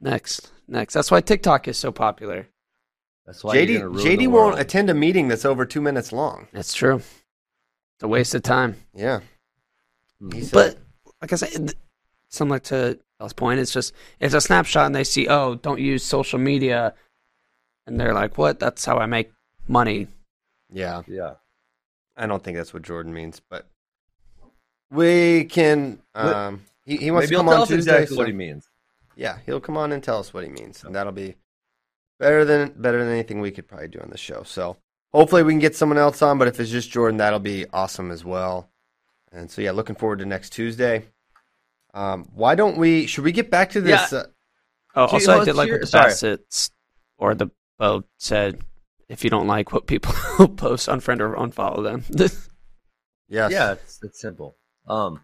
[SPEAKER 3] Next, next. That's why TikTok is so popular.
[SPEAKER 2] That's why you're
[SPEAKER 1] JD,
[SPEAKER 2] gonna ruin the
[SPEAKER 1] JD won't
[SPEAKER 2] world.
[SPEAKER 1] attend a meeting that's over two minutes long.
[SPEAKER 3] That's true. It's a waste of time.
[SPEAKER 1] Yeah.
[SPEAKER 2] Mm.
[SPEAKER 1] He said-
[SPEAKER 3] But like I said, th- similar to Al's point, it's just it's a snapshot, and they see, oh, don't use social media, and they're like, what? That's how I make money.
[SPEAKER 1] yeah.
[SPEAKER 2] yeah.
[SPEAKER 1] I don't think that's what Jordan means, but we can. Um, he, he wants to
[SPEAKER 2] Maybe he'll
[SPEAKER 1] come
[SPEAKER 2] tell
[SPEAKER 1] on
[SPEAKER 2] us
[SPEAKER 1] Tuesday.
[SPEAKER 2] exactly
[SPEAKER 1] so-
[SPEAKER 2] what he means.
[SPEAKER 1] Yeah, he'll come on and tell us what he means, and that'll be better than better than anything we could probably do on the show. So hopefully we can get someone else on, but if it's just Jordan, that'll be awesome as well. And so yeah, looking forward to next Tuesday. Um, why don't we? Should we get back to this?
[SPEAKER 2] Yeah.
[SPEAKER 1] Uh,
[SPEAKER 3] Oh,
[SPEAKER 2] Gee,
[SPEAKER 3] also,
[SPEAKER 2] well,
[SPEAKER 3] I did like what
[SPEAKER 2] here-
[SPEAKER 3] the
[SPEAKER 2] sorry.
[SPEAKER 3] Bassets or the boat said. If you don't like what people post, unfriend or unfollow them.
[SPEAKER 1] yes.
[SPEAKER 2] Yeah, it's, it's simple. Um,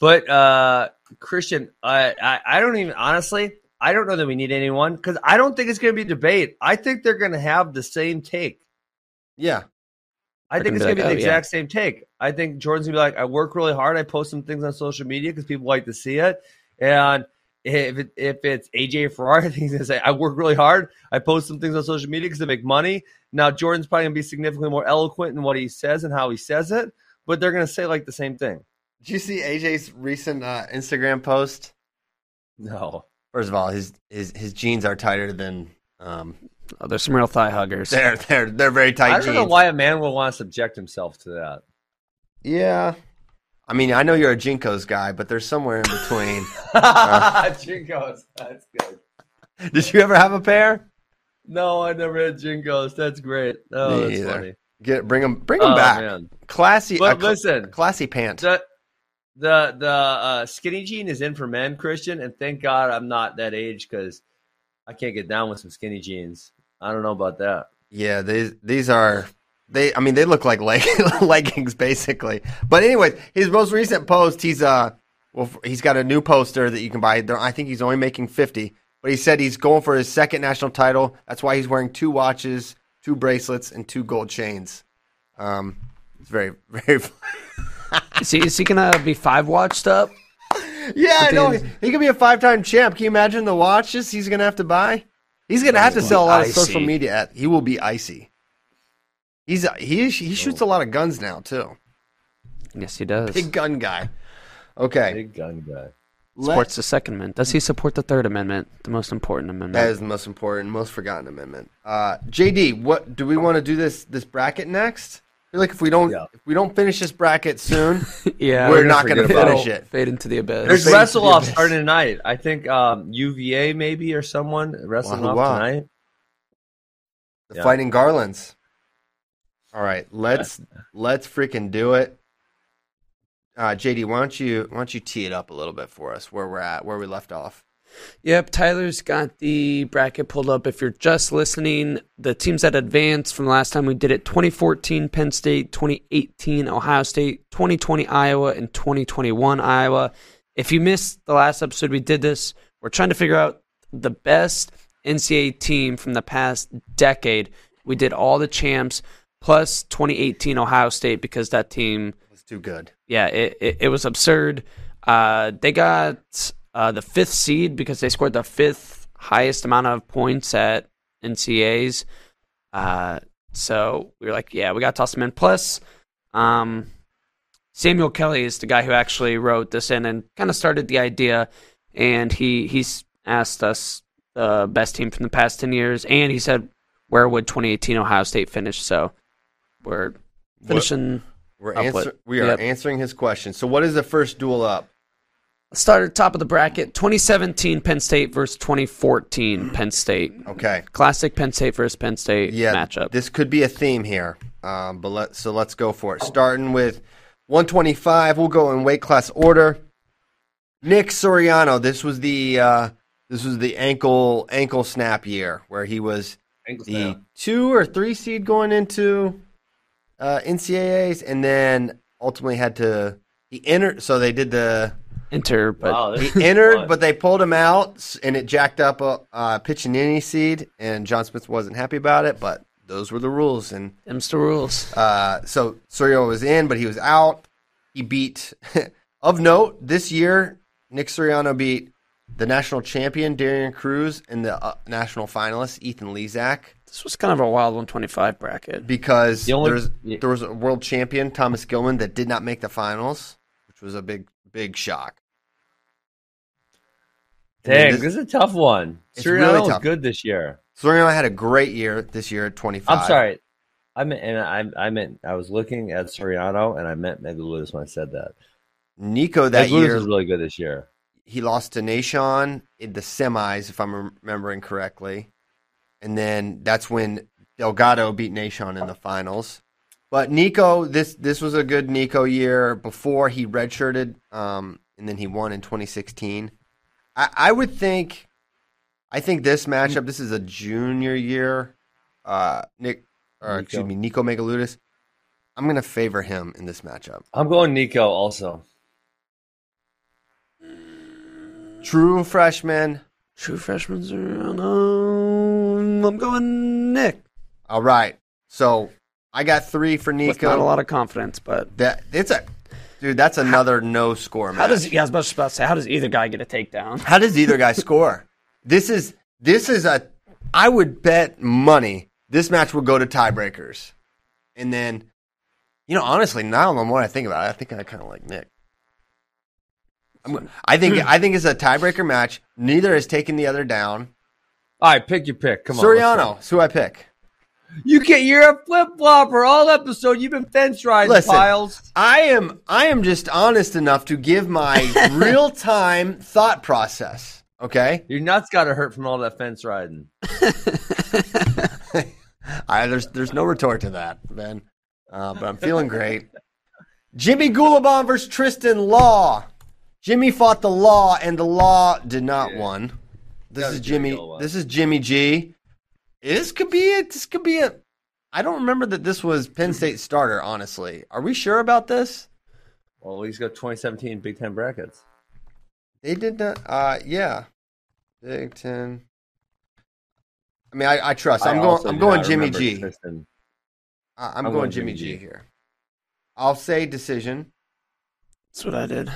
[SPEAKER 2] but uh, Christian, I, I I don't even honestly, I don't know that we need anyone because I don't think it's going to be a debate. I think they're going to have the same take.
[SPEAKER 1] Yeah.
[SPEAKER 2] I
[SPEAKER 3] They're
[SPEAKER 2] think it's
[SPEAKER 3] gonna
[SPEAKER 2] going
[SPEAKER 3] be
[SPEAKER 2] to be the
[SPEAKER 3] like, "Oh, yeah."
[SPEAKER 2] exact same take. I think Jordan's going to be like, I work really hard. I post some things on social media because people like to see it. And if it, if it's AJ Ferrari, I think he's going to say, I work really hard. I post some things on social media because I make money. Now Jordan's probably going to be significantly more eloquent in what he says and how he says it, but they're going to say like the same thing.
[SPEAKER 1] Did you see AJ's recent uh, Instagram post?
[SPEAKER 2] No.
[SPEAKER 1] First of all, his his his jeans are tighter than um,
[SPEAKER 3] oh, there's some real thigh huggers.
[SPEAKER 1] They're they're they're very tight.
[SPEAKER 2] I don't know
[SPEAKER 1] jeans.
[SPEAKER 2] why a man would want to subject himself to that.
[SPEAKER 1] Yeah. I mean, I know you're a Jinkos guy, but there's somewhere in between.
[SPEAKER 2] Jinkos, that's good.
[SPEAKER 1] Did you ever have a pair?
[SPEAKER 2] No, I never had Jinkos. That's great. Oh,
[SPEAKER 1] Me
[SPEAKER 2] that's
[SPEAKER 1] either.
[SPEAKER 2] funny.
[SPEAKER 1] Get bring him bring him
[SPEAKER 2] Oh,
[SPEAKER 1] back.
[SPEAKER 2] man.
[SPEAKER 1] Classy.
[SPEAKER 2] But
[SPEAKER 1] a cl-
[SPEAKER 2] listen.
[SPEAKER 1] classy pant.
[SPEAKER 2] The the the uh, skinny jean is in for men, Christian, and thank God I'm not that age because I can't get down with some skinny jeans. I don't know about that.
[SPEAKER 1] Yeah, these these are they. I mean, they look like leg, leggings basically. But anyways, his most recent post, he's uh, well, he's got a new poster that you can buy. There- I think he's only making fifty, but he said he's going for his second national title. That's why he's wearing two watches, two bracelets, and two gold chains. Um, it's very very.
[SPEAKER 3] Is he, is he gonna be five watched up?
[SPEAKER 1] yeah, I know.
[SPEAKER 3] is-
[SPEAKER 1] He could be a five time champ. Can you imagine the watches he's gonna have to buy? He's gonna have to sell a lot of social
[SPEAKER 3] icy.
[SPEAKER 1] media. Ad. He will be icy. He's a, he he shoots a lot of guns now too.
[SPEAKER 3] Yes, he does.
[SPEAKER 1] Big gun guy. Okay,
[SPEAKER 2] Big gun guy.
[SPEAKER 3] Supports the Second Amendment. Does he support the Third Amendment, the most important amendment?
[SPEAKER 1] that is the most important, most forgotten amendment. Uh, JD, what do we want to do this this bracket next? I feel like if we don't
[SPEAKER 2] Yeah.
[SPEAKER 1] if we don't finish this bracket soon,
[SPEAKER 3] yeah,
[SPEAKER 1] we're
[SPEAKER 3] we're
[SPEAKER 1] not going
[SPEAKER 2] gonna
[SPEAKER 1] to
[SPEAKER 2] forget
[SPEAKER 1] finish
[SPEAKER 3] it'll
[SPEAKER 1] it.
[SPEAKER 3] Fade into the abyss.
[SPEAKER 2] There's
[SPEAKER 1] Fade into
[SPEAKER 2] wrestle
[SPEAKER 1] the
[SPEAKER 2] off
[SPEAKER 1] abyss.
[SPEAKER 2] starting tonight. I think um, UVA maybe or someone wrestling
[SPEAKER 1] Wahoo
[SPEAKER 2] off
[SPEAKER 1] wah.
[SPEAKER 2] tonight.
[SPEAKER 1] The
[SPEAKER 2] Yeah.
[SPEAKER 1] fighting garlands. All right, let's let's freaking do it. Uh, JD, why don't you why don't you tee it up a little bit for us where we're at, where we left off?
[SPEAKER 3] Yep, Tyler's got the bracket pulled up. If you're just listening, the teams that advanced from last time we did it 2014 Penn State, 2018 Ohio State, 2020 Iowa, and 2021 Iowa. If you missed the last episode we did this, we're trying to figure out the best NCAA team from the past decade. We did all the champs plus 2018 Ohio State because that team
[SPEAKER 1] It's too good.
[SPEAKER 3] yeah, it, it, it was absurd. Uh, they got uh, the fifth seed because they scored the fifth highest amount of points at NCAs. Uh, so we were like, yeah, we got to toss them in. Plus, um, Samuel Kelly is the guy who actually wrote this in and kind of started the idea. And he he's asked us the best team from the past 10 years. And he said, where would 2018 Ohio State finish? So we're finishing.
[SPEAKER 1] We're
[SPEAKER 3] Up
[SPEAKER 1] answer,
[SPEAKER 3] what?
[SPEAKER 1] we are
[SPEAKER 3] Yep.
[SPEAKER 1] answering his question. So, what is the first duel up?
[SPEAKER 3] Started top of the bracket 2017 Penn State versus 2014 Penn State.
[SPEAKER 1] Okay,
[SPEAKER 3] Classic Penn State versus Penn State
[SPEAKER 1] yeah,
[SPEAKER 3] matchup.
[SPEAKER 1] This could be a theme here, um, but let so let's go for it. Starting with 125, we'll go in weight class order. Nick Soriano. This was the uh, this was the ankle ankle snap year where he was
[SPEAKER 2] Ankle
[SPEAKER 1] the two or three seed going into uh, NCAA's, and then ultimately had to he entered. So they did the
[SPEAKER 3] Enter, but
[SPEAKER 1] he entered, but they pulled him out, s- and it jacked up a uh, Piccinini seed, and John Smith wasn't happy about it, but those were the rules, and
[SPEAKER 3] them's the rules.
[SPEAKER 1] uh, so Sorio was in, but he was out. He beat, of note, this year, Nick Soriano beat the national champion, Darian Cruz, and the uh, national finalist, Ethan Lezak,
[SPEAKER 3] This was kind of a wild 125 bracket.
[SPEAKER 1] because
[SPEAKER 2] The only-
[SPEAKER 1] there, was, there was a world champion, Thomas Gilman, that did not make the finals, which was a big, big shock.
[SPEAKER 2] Dang,
[SPEAKER 1] This-
[SPEAKER 2] this, is a tough one.
[SPEAKER 1] It's
[SPEAKER 2] Suriano
[SPEAKER 1] really
[SPEAKER 2] was
[SPEAKER 1] tough.
[SPEAKER 2] good this year.
[SPEAKER 1] Soriano had a great year this year at 25.
[SPEAKER 2] I'm sorry. I meant, and I, I meant, I was looking at Soriano, and I meant Meg Lewis when I said that.
[SPEAKER 1] Nico that
[SPEAKER 2] Meg Lewis
[SPEAKER 1] year,
[SPEAKER 2] was really good this year.
[SPEAKER 1] he lost to Nashon in the semis, if I'm remembering correctly. And then that's when Delgado beat Nashon in the finals. But Nico, this this was a good Nico year before he redshirted, um, and then he won in 2016. I, I would think, I think this matchup, this is a junior year. Uh, Nick, or
[SPEAKER 2] Nico.
[SPEAKER 1] excuse me, Nico Megalutis. I'm going to favor him in this matchup.
[SPEAKER 2] I'm going Nico also.
[SPEAKER 1] True freshman,
[SPEAKER 3] True freshman Soriano. I'm going Nick.
[SPEAKER 1] All right. So I got three for
[SPEAKER 3] With not a
[SPEAKER 1] Nico.
[SPEAKER 3] lot of confidence, but
[SPEAKER 1] That it's a dude. That's another no score match.
[SPEAKER 3] how does yeah, I was about to say, how does either guy get a takedown?
[SPEAKER 1] How does either guy score? This is this is a. I would bet money this match will go to tiebreakers, and then, you know, honestly, now the more I think about it, I think I kind of like Nick. I'm, I think I think it's a tiebreaker match. Neither has taken the other down.
[SPEAKER 2] All right, pick your pick. Come on, let's go.
[SPEAKER 1] Soriano, is who I pick.
[SPEAKER 2] You get you're a flip flopper all episode. You've been fence riding
[SPEAKER 1] Listen,
[SPEAKER 2] piles.
[SPEAKER 1] I am I am just honest enough to give my real time thought process. Okay.
[SPEAKER 2] Your nuts got to hurt from all that fence riding.
[SPEAKER 1] I, there's there's no retort to that, Ben. Uh, but I'm feeling great. Jimmy Gulabon versus Tristan Law. Jimmy fought the law, and the law did not win. This
[SPEAKER 2] That
[SPEAKER 1] is
[SPEAKER 2] was Jimmy
[SPEAKER 1] Jimmy.
[SPEAKER 2] Gulabon.
[SPEAKER 1] This is Jimmy G. This could be it. This could be it. I don't remember that this was Penn State starter. Honestly, are we sure about this?
[SPEAKER 2] Well, he's got 2017 Big Ten brackets.
[SPEAKER 1] They did not. Uh, yeah, Big Ten. I mean, I, I trust. I'm
[SPEAKER 2] I
[SPEAKER 1] going.
[SPEAKER 2] also
[SPEAKER 1] I'm
[SPEAKER 2] do
[SPEAKER 1] going
[SPEAKER 2] not
[SPEAKER 1] Jimmy
[SPEAKER 2] remember
[SPEAKER 1] G.
[SPEAKER 2] Tristan.
[SPEAKER 1] I- I'm
[SPEAKER 2] I'm
[SPEAKER 1] going
[SPEAKER 2] going
[SPEAKER 1] Jimmy
[SPEAKER 2] Jimmy
[SPEAKER 1] G
[SPEAKER 2] G.
[SPEAKER 1] here. I'll say decision.
[SPEAKER 3] That's what I did.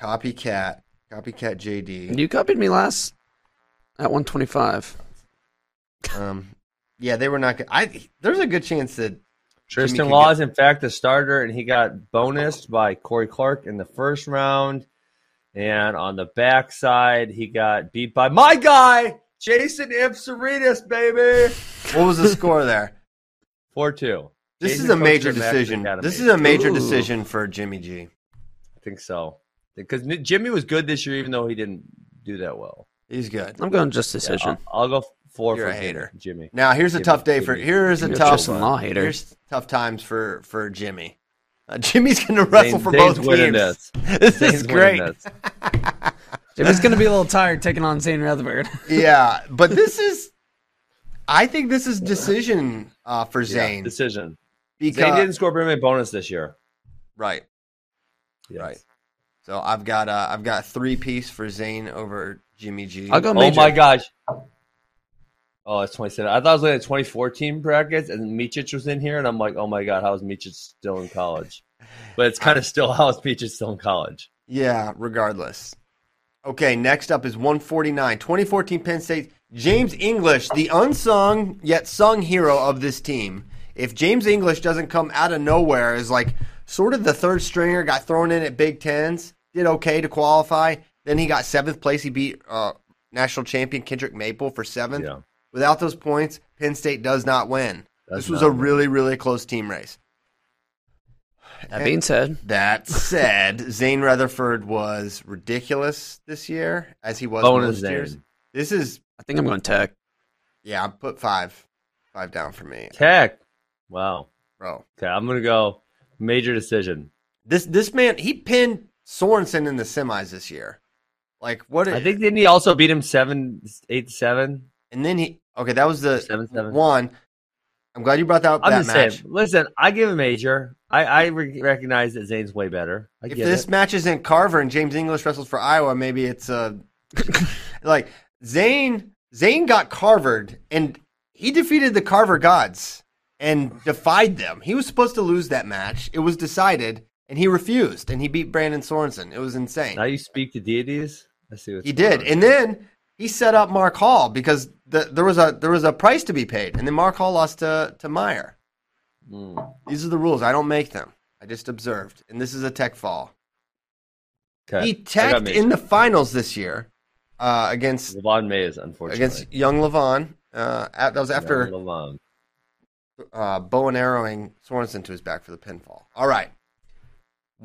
[SPEAKER 1] Copycat. Copycat JD.
[SPEAKER 3] You copied me last at 125.
[SPEAKER 1] Um, yeah, they were not good. I there's a good chance that
[SPEAKER 2] Tristan
[SPEAKER 1] could
[SPEAKER 2] Law
[SPEAKER 1] get-
[SPEAKER 2] is, in fact, the starter, and he got bonused by Corey Clark in the first round. And on the backside, he got beat by my guy, Jason Ipsaritas, baby.
[SPEAKER 1] what was the score there?
[SPEAKER 2] 4 2.
[SPEAKER 1] This is a major decision. This is a major decision for Jimmy G.
[SPEAKER 2] I think so. Because Jimmy was good this year, even though he didn't do that well.
[SPEAKER 1] He's good.
[SPEAKER 3] I'm going just
[SPEAKER 2] Yeah,
[SPEAKER 3] decision.
[SPEAKER 2] I'll, I'll go f- 4
[SPEAKER 1] You're
[SPEAKER 2] for
[SPEAKER 1] a hater.
[SPEAKER 2] Jimmy.
[SPEAKER 1] Now here's a
[SPEAKER 2] Jimmy-
[SPEAKER 1] tough day for
[SPEAKER 2] Jimmy-
[SPEAKER 1] here's a
[SPEAKER 3] You're
[SPEAKER 1] tough
[SPEAKER 3] just a law hater.
[SPEAKER 1] Here's tough times for for Jimmy. Uh, Jimmy's going to wrestle
[SPEAKER 2] Zane's-
[SPEAKER 1] for
[SPEAKER 2] Zane's
[SPEAKER 1] both
[SPEAKER 2] winning
[SPEAKER 1] teams.
[SPEAKER 2] this.
[SPEAKER 1] This is
[SPEAKER 2] Zane's winning
[SPEAKER 1] great.
[SPEAKER 2] this.
[SPEAKER 3] Jimmy's going to be a little tired taking on Zane Rutherford.
[SPEAKER 1] Yeah, but this is. I think this is decision uh, for
[SPEAKER 2] Yeah,
[SPEAKER 1] Zane
[SPEAKER 2] decision.
[SPEAKER 1] because
[SPEAKER 2] Zane didn't score very many bonus this year.
[SPEAKER 1] right. Right. So I've got uh, I've got three piece for Zane over Jimmy G.
[SPEAKER 3] I'll go
[SPEAKER 2] Oh
[SPEAKER 3] major.
[SPEAKER 2] my gosh. Oh, it's 27. I thought I was looking at 2014 brackets and Michich was in here, and I'm like, oh my God, how is Michich still in college? But it's kind of still how is Michich still in college?
[SPEAKER 1] Yeah, regardless. Okay, next up is 149, 2014 Penn State. James English, the unsung yet sung hero of this team. If James English doesn't come out of nowhere, is like sort of the third stringer, got thrown in at Big Tens, did okay to qualify. Then he got seventh place. He beat uh, national champion Kendrick Maple for seventh.
[SPEAKER 2] Yeah.
[SPEAKER 1] Without those points, Penn State does not win.
[SPEAKER 2] Does
[SPEAKER 1] this was
[SPEAKER 2] not
[SPEAKER 1] a
[SPEAKER 2] win.
[SPEAKER 1] really, really close team race.
[SPEAKER 3] That being said,
[SPEAKER 1] That said, Zane Rutherford was ridiculous this year, as he was
[SPEAKER 2] Bonus
[SPEAKER 1] most
[SPEAKER 2] Zane.
[SPEAKER 1] years. This is,
[SPEAKER 3] I think I'm going tech.
[SPEAKER 1] yeah, I put five, five down for me,
[SPEAKER 2] Tech. Wow.
[SPEAKER 1] bro.
[SPEAKER 2] Okay, I'm going to go major decision.
[SPEAKER 1] This this man, he pinned Sorensen in the semis this year. Like what?
[SPEAKER 2] I think didn't he also beat him seven, eight, seven?
[SPEAKER 1] and then he okay, that was the
[SPEAKER 2] Seven, seven.
[SPEAKER 1] one. I'm glad you brought that up.
[SPEAKER 2] I'm
[SPEAKER 1] that
[SPEAKER 2] just
[SPEAKER 1] match.
[SPEAKER 2] saying. Listen, I give a major. I, I re- recognize that Zane's way better. I
[SPEAKER 1] if
[SPEAKER 2] get
[SPEAKER 1] this
[SPEAKER 2] it.
[SPEAKER 1] match isn't Carver and James English wrestles for Iowa, maybe it's uh like Zane Zane got Carvered and he defeated the Carver gods and defied them. He was supposed to lose that match. It was decided and he refused and he beat Brandon Sorensen. It was insane.
[SPEAKER 2] Now you speak to deities. I see what
[SPEAKER 1] He did. And then he set up Mark Hall because the, there was a there was a price to be paid and then Mark Hall lost to to Meyer.
[SPEAKER 2] Hmm.
[SPEAKER 1] These are the rules. I don't make them. I just observed. And this is a tech fall.
[SPEAKER 2] okay.
[SPEAKER 1] He teched in the finals this year uh, against
[SPEAKER 2] Levon Mays, unfortunately.
[SPEAKER 1] against young Levon. Uh, at, that was after
[SPEAKER 2] Yeah, Levon.
[SPEAKER 1] uh, bow and arrowing Sorensen to his back for the pinfall. All right.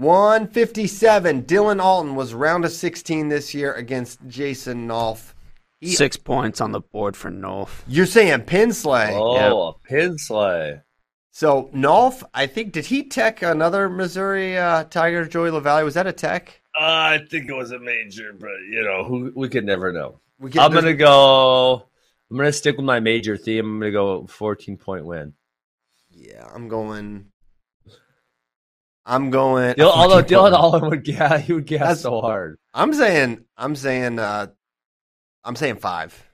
[SPEAKER 1] 157. Dylan Alton was round of 16 this year against Jason Nolf. He-
[SPEAKER 3] Six points on the board for North.
[SPEAKER 1] You're saying pin slay.
[SPEAKER 2] Oh, a pin slay.
[SPEAKER 1] So Nolf, I think, did he tech another Missouri uh, Tiger, Joey LaValle? Was that a tech?
[SPEAKER 2] Uh, I think it was a major, but you know, who, we could never know.
[SPEAKER 1] We get-
[SPEAKER 2] I'm gonna go. I'm gonna stick with my major theme. I'm gonna go 14 point win.
[SPEAKER 1] Yeah, I'm going. I'm going.
[SPEAKER 2] Dil- although
[SPEAKER 1] 14 point
[SPEAKER 2] Dylan
[SPEAKER 1] win.
[SPEAKER 2] Allen would gas, he would gas
[SPEAKER 1] That's-
[SPEAKER 2] so hard.
[SPEAKER 1] I'm saying I'm saying uh I'm saying five.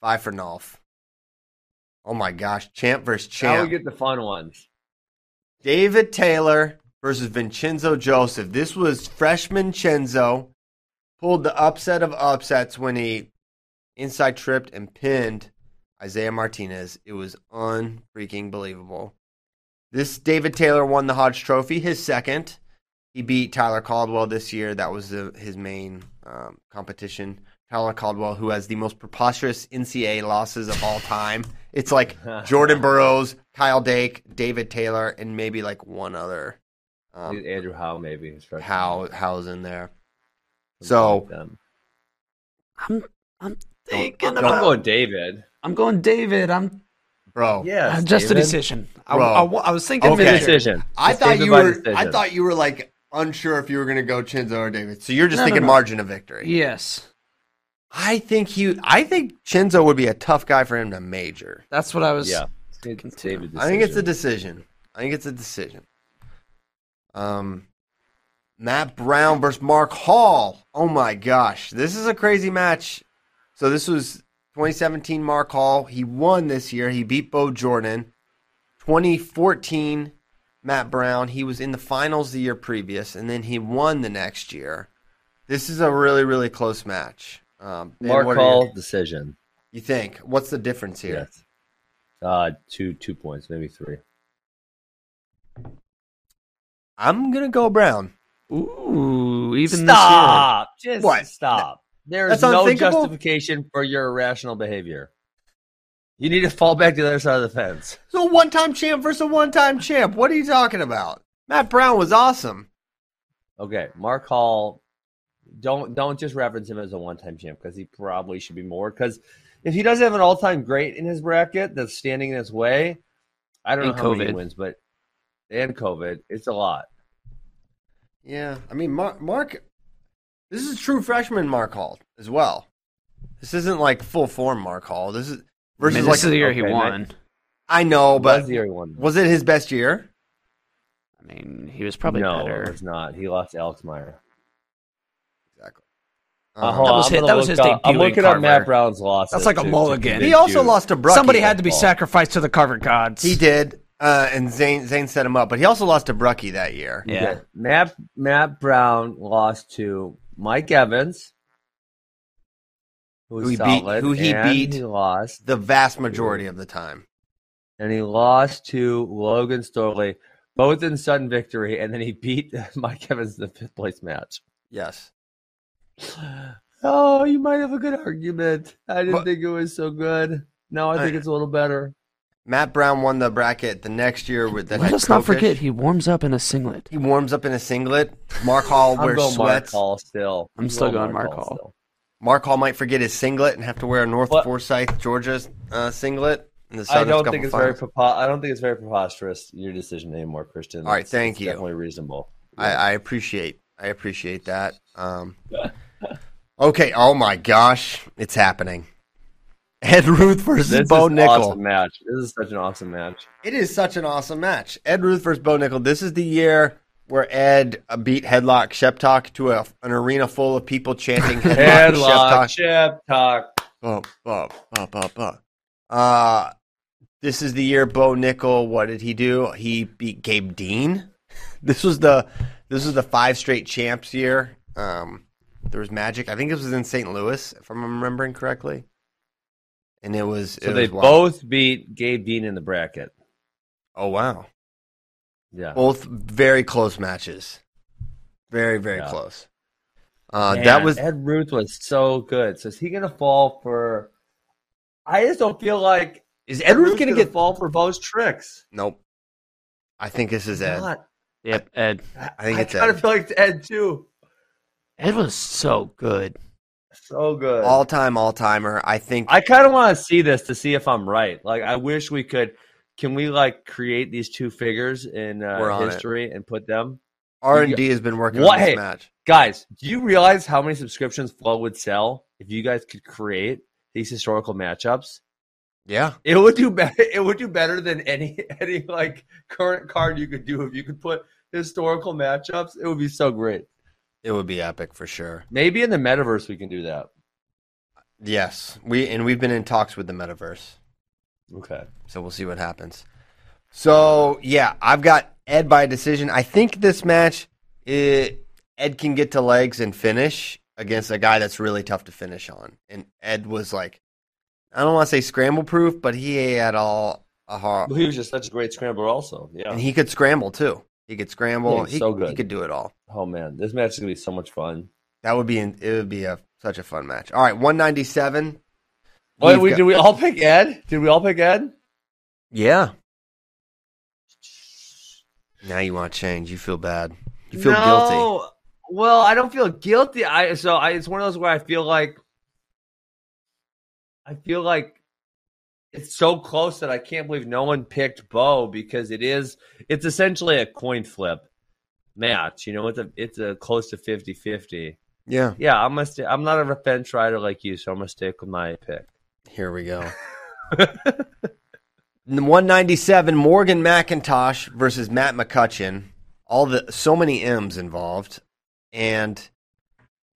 [SPEAKER 1] Five for Nolf. Oh my gosh, champ versus
[SPEAKER 2] Now
[SPEAKER 1] champ.
[SPEAKER 2] we get the fun ones.
[SPEAKER 1] David Taylor versus Vincenzo Joseph. This was freshman Chenzo. Pulled the upset of upsets when he inside tripped and pinned Isaiah Martinez. It was unfreaking believable. This David Taylor won the Hodge Trophy, his second. He beat Tyler Caldwell this year. That was the, his main um, competition. Tyler Caldwell, who has the most preposterous NCAA losses of all time. It's like Jordan Burroughs, Kyle Dake, David Taylor, and maybe like one other. Um,
[SPEAKER 2] Andrew Howe, maybe. his freshman.
[SPEAKER 1] How How's in there?
[SPEAKER 2] Something
[SPEAKER 1] So
[SPEAKER 2] like that.
[SPEAKER 3] I'm I'm thinking
[SPEAKER 2] I'm
[SPEAKER 3] about.
[SPEAKER 2] going David.
[SPEAKER 3] I'm going David. I'm uh,
[SPEAKER 4] bro.
[SPEAKER 2] Yeah,
[SPEAKER 3] just a
[SPEAKER 2] David.
[SPEAKER 3] decision. I,
[SPEAKER 4] Bro.
[SPEAKER 3] I, I was thinking
[SPEAKER 4] Okay.
[SPEAKER 3] Mitchell.
[SPEAKER 2] Decision.
[SPEAKER 4] I
[SPEAKER 2] Just
[SPEAKER 4] thought
[SPEAKER 2] David
[SPEAKER 4] you
[SPEAKER 2] by
[SPEAKER 4] were. I
[SPEAKER 2] decision.
[SPEAKER 4] thought you were like unsure if you were going to go Chinzo or David.
[SPEAKER 1] So you're just
[SPEAKER 3] No, no,
[SPEAKER 1] thinking
[SPEAKER 3] no.
[SPEAKER 1] margin of victory.
[SPEAKER 3] Yes,
[SPEAKER 1] I think he. I think Chinzo would be a tough guy for him to major.
[SPEAKER 3] that's what I was.
[SPEAKER 2] Yeah, It's David.
[SPEAKER 1] I think it's a
[SPEAKER 2] decision.
[SPEAKER 1] decision. I think it's a decision. Um, Matt Brown versus Mark Hall. Oh my gosh, this is a crazy match. So this was 2017 Mark Hall. He won this year. He beat Bo Jordan. 2014 Matt Brown. He was in the finals the year previous, and then he won the next year. This is a really really close match. Um, and
[SPEAKER 2] Mark
[SPEAKER 1] what are your-
[SPEAKER 2] Hall decision.
[SPEAKER 1] You think? What's the difference here?
[SPEAKER 2] Yes. Uh, two two points, maybe three.
[SPEAKER 1] I'm gonna go Brown.
[SPEAKER 3] Ooh, even
[SPEAKER 2] stop. Just
[SPEAKER 1] What?
[SPEAKER 2] stop. There is
[SPEAKER 1] That's
[SPEAKER 2] no
[SPEAKER 1] unthinkable?
[SPEAKER 2] justification for your irrational behavior. You need to fall back to the other side of the fence.
[SPEAKER 1] So a one-time champ versus a one-time champ. What are you talking about? Matt Brown was awesome.
[SPEAKER 2] Okay, Mark Hall. Don't don't just reference him as a one time champ because he probably should be more. Because if he doesn't have an all time great in his bracket that's standing in his way, I don't
[SPEAKER 3] And
[SPEAKER 2] know how many
[SPEAKER 3] COVID.
[SPEAKER 2] wins, but and COVID, it's a lot.
[SPEAKER 1] Yeah, I mean, Mark. Mark this is true freshman Mark Hall as well. This isn't like full form Mark Hall. This is
[SPEAKER 3] this year. I
[SPEAKER 1] versus
[SPEAKER 3] mean,
[SPEAKER 1] like
[SPEAKER 3] this is the year he
[SPEAKER 2] okay,
[SPEAKER 3] won.
[SPEAKER 1] I know, but
[SPEAKER 2] Was the year he won.
[SPEAKER 1] was it his best year?
[SPEAKER 3] I mean, he was probably
[SPEAKER 2] no,
[SPEAKER 3] better.
[SPEAKER 2] it's not. He lost to Alex Meyer.
[SPEAKER 1] Exactly.
[SPEAKER 2] Uh,
[SPEAKER 1] Um,
[SPEAKER 2] hold
[SPEAKER 3] That
[SPEAKER 2] on,
[SPEAKER 3] was
[SPEAKER 2] I'm
[SPEAKER 3] his-
[SPEAKER 2] gonna
[SPEAKER 3] that was
[SPEAKER 2] look
[SPEAKER 3] his
[SPEAKER 2] up- I'm
[SPEAKER 3] debut in
[SPEAKER 2] looking up
[SPEAKER 3] Carver.
[SPEAKER 2] Matt Brown's loss.
[SPEAKER 3] Uh-huh. That's like a mulligan.
[SPEAKER 1] he also lost to Brucky.
[SPEAKER 3] Somebody had to be
[SPEAKER 2] Ball.
[SPEAKER 3] sacrificed to the Carver gods.
[SPEAKER 1] He did, uh, and Zane Zane set him up, but he also lost to Brucky that year.
[SPEAKER 3] Yeah.
[SPEAKER 2] Matt Matt Brown lost to Mike Evans, who,
[SPEAKER 1] Who he beat-
[SPEAKER 2] solid,
[SPEAKER 1] who he
[SPEAKER 2] and
[SPEAKER 1] beat.
[SPEAKER 2] He lost,
[SPEAKER 1] The vast majority of the time.
[SPEAKER 2] and he lost to Logan Storley, both in sudden victory, and then he beat Mike Evans in the fifth place match.
[SPEAKER 1] Yes.
[SPEAKER 2] Oh, you might have a good argument. I didn't
[SPEAKER 1] But-
[SPEAKER 2] think it was so good. No, I think
[SPEAKER 1] I-
[SPEAKER 2] it's a little better.
[SPEAKER 1] Matt Brown won the bracket the next year with the
[SPEAKER 3] Let us not forget he warms up in a singlet.
[SPEAKER 1] He warms up in a singlet. Mark Hall
[SPEAKER 2] I'm
[SPEAKER 1] wears
[SPEAKER 2] going Mark
[SPEAKER 1] sweats. Mark Hall.
[SPEAKER 2] Hall still.
[SPEAKER 3] I'm still going Mark Hall.
[SPEAKER 2] still.
[SPEAKER 1] might forget his singlet and have to wear a North
[SPEAKER 2] What?
[SPEAKER 1] Forsyth, Georgia uh, singlet in the
[SPEAKER 2] I
[SPEAKER 1] Southern
[SPEAKER 2] don't
[SPEAKER 1] Scuffle
[SPEAKER 2] think it's very
[SPEAKER 1] Finals.
[SPEAKER 2] prepo- I don't think it's very preposterous your decision anymore, Christian.
[SPEAKER 1] All right,
[SPEAKER 2] It's-
[SPEAKER 1] thank
[SPEAKER 2] it's
[SPEAKER 1] you.
[SPEAKER 2] Definitely reasonable.
[SPEAKER 1] I, I appreciate. I appreciate that. Um, okay. Oh my gosh, it's happening. Ed Ruth versus
[SPEAKER 2] This
[SPEAKER 1] Bo
[SPEAKER 2] is
[SPEAKER 1] Nickel.
[SPEAKER 2] awesome match. This is such an awesome match.
[SPEAKER 1] It is such an awesome match. Ed Ruth versus Bo Nickel. This is the year where Ed uh, beat Headlock Sheptok to a, an arena full of people chanting Headlock,
[SPEAKER 2] Headlock,
[SPEAKER 1] Sheptok.
[SPEAKER 2] chip talk.
[SPEAKER 1] Bump, bump, bump, bump, bump. Uh, this is the year Bo Nickel. What did he do? He beat Gabe Dean. This was the this was the five straight champs year. Um, there was magic. I think this was in St. Louis, if I'm remembering correctly. And it was
[SPEAKER 2] So
[SPEAKER 1] it
[SPEAKER 2] they
[SPEAKER 1] was wild.
[SPEAKER 2] both beat Gabe Dean in the bracket.
[SPEAKER 1] Oh wow,
[SPEAKER 2] Yeah.
[SPEAKER 1] both very close matches. Very very
[SPEAKER 2] Yeah.
[SPEAKER 1] close. Uh,
[SPEAKER 2] Man,
[SPEAKER 1] that was
[SPEAKER 2] Ed Ruth was so good. So is he gonna fall for I just don't feel like
[SPEAKER 1] is Ed Ruth gonna get?
[SPEAKER 2] fall for Bo's tricks.
[SPEAKER 1] Nope. I think this is Ed.
[SPEAKER 2] God,
[SPEAKER 3] Yep, Ed.
[SPEAKER 1] I think it's
[SPEAKER 2] kinda
[SPEAKER 1] Ed.
[SPEAKER 2] feel like it's Ed too.
[SPEAKER 3] Ed was so good.
[SPEAKER 2] So good.
[SPEAKER 1] All time all timer. I think
[SPEAKER 2] I kind of want to see this to see if I'm right. Like, I wish we could. Can we like create these two figures in
[SPEAKER 1] We're
[SPEAKER 2] uh,
[SPEAKER 1] on it.
[SPEAKER 2] history and put them?
[SPEAKER 1] R and D has been working
[SPEAKER 2] What?
[SPEAKER 1] on this
[SPEAKER 2] Hey.
[SPEAKER 1] match.
[SPEAKER 2] Guys, do you realize how many subscriptions Flow would sell if you guys could create these historical matchups?
[SPEAKER 1] Yeah,
[SPEAKER 2] It would do better. It would do better than any any like current card you could do if you could put historical matchups. It would be so great.
[SPEAKER 1] it would be epic for sure.
[SPEAKER 2] Maybe in the metaverse we can do that.
[SPEAKER 1] Yes, we and we've been in talks with the metaverse,
[SPEAKER 2] Okay.
[SPEAKER 1] so we'll see what happens. So yeah, I've got Ed by decision. I think this match, it, Ed can get to legs and finish against a guy that's really tough to finish on. And Ed was like, I don't want to say scramble proof, but he had all a hard,
[SPEAKER 2] Well, he was just such a great scrambler, also. Yeah.
[SPEAKER 1] and he could scramble too. He could scramble.
[SPEAKER 2] Yeah, he's
[SPEAKER 1] he,
[SPEAKER 2] so good.
[SPEAKER 1] he could do it all.
[SPEAKER 2] oh man, this match is gonna be so much fun.
[SPEAKER 1] That would be an, it would be a such a fun match. All right, 197.
[SPEAKER 2] Wait,
[SPEAKER 1] We've
[SPEAKER 2] we,
[SPEAKER 1] got-
[SPEAKER 2] did we all pick Ed? Did we all pick Ed?
[SPEAKER 1] Yeah. Now you want change. You feel bad. You feel guilty.
[SPEAKER 2] No. Well, I don't feel guilty. I so I, it's one of those where I feel like I feel like it's so close that I can't believe no one picked Bo because it is it's essentially a coin flip match. You know, it's a it's a close to 50-50.
[SPEAKER 1] Yeah.
[SPEAKER 2] Yeah, I'm gonna st- I'm not a revenge rider like you, so I'm gonna stick with my pick.
[SPEAKER 1] Here we go. 197 Morgan McIntosh versus Matt McCutcheon. All the so many M's involved, and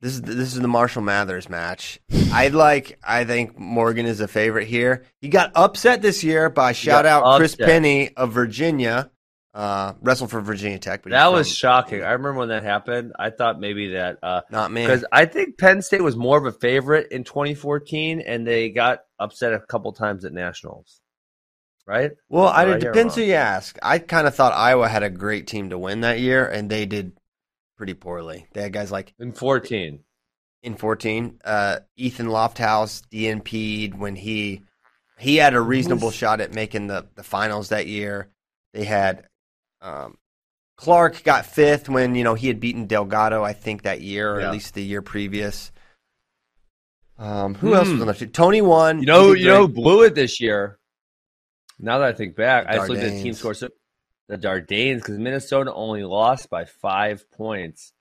[SPEAKER 1] this is this is the Marshall Mathers match. I like. I think Morgan is a favorite here. He got upset this year by shout out Chris
[SPEAKER 2] upset.
[SPEAKER 1] Penny of Virginia. Uh, wrestled for Virginia Tech, but he's
[SPEAKER 2] That
[SPEAKER 1] from-
[SPEAKER 2] was shocking. I remember when that happened. I thought maybe that uh
[SPEAKER 1] not me.
[SPEAKER 2] because I think Penn State was more of a favorite in 2014, and they got upset a couple times at nationals, right?
[SPEAKER 1] Well, I,
[SPEAKER 2] Right
[SPEAKER 1] it
[SPEAKER 2] here,
[SPEAKER 1] depends who
[SPEAKER 2] wrong.
[SPEAKER 1] you ask. I kind of thought Iowa had a great team to win that year, and they did pretty poorly. They had guys like
[SPEAKER 2] In 14,
[SPEAKER 1] in 14, uh, Ethan Lofthouse DNP'd when he he had a reasonable shot at making the, the finals that year. They had um, Clark got fifth when you know he had beaten Delgado, I think that year or
[SPEAKER 2] Yeah.
[SPEAKER 1] at least the year previous. Um, who else was on the team? Tony won.
[SPEAKER 2] Hmm. you know,
[SPEAKER 1] Ethan
[SPEAKER 2] you know,
[SPEAKER 1] Drake-
[SPEAKER 2] who blew it this year. Now that I think back, I just looked at the team
[SPEAKER 1] Dardanes.
[SPEAKER 2] score. So the Dardanes, because Minnesota only lost by five points,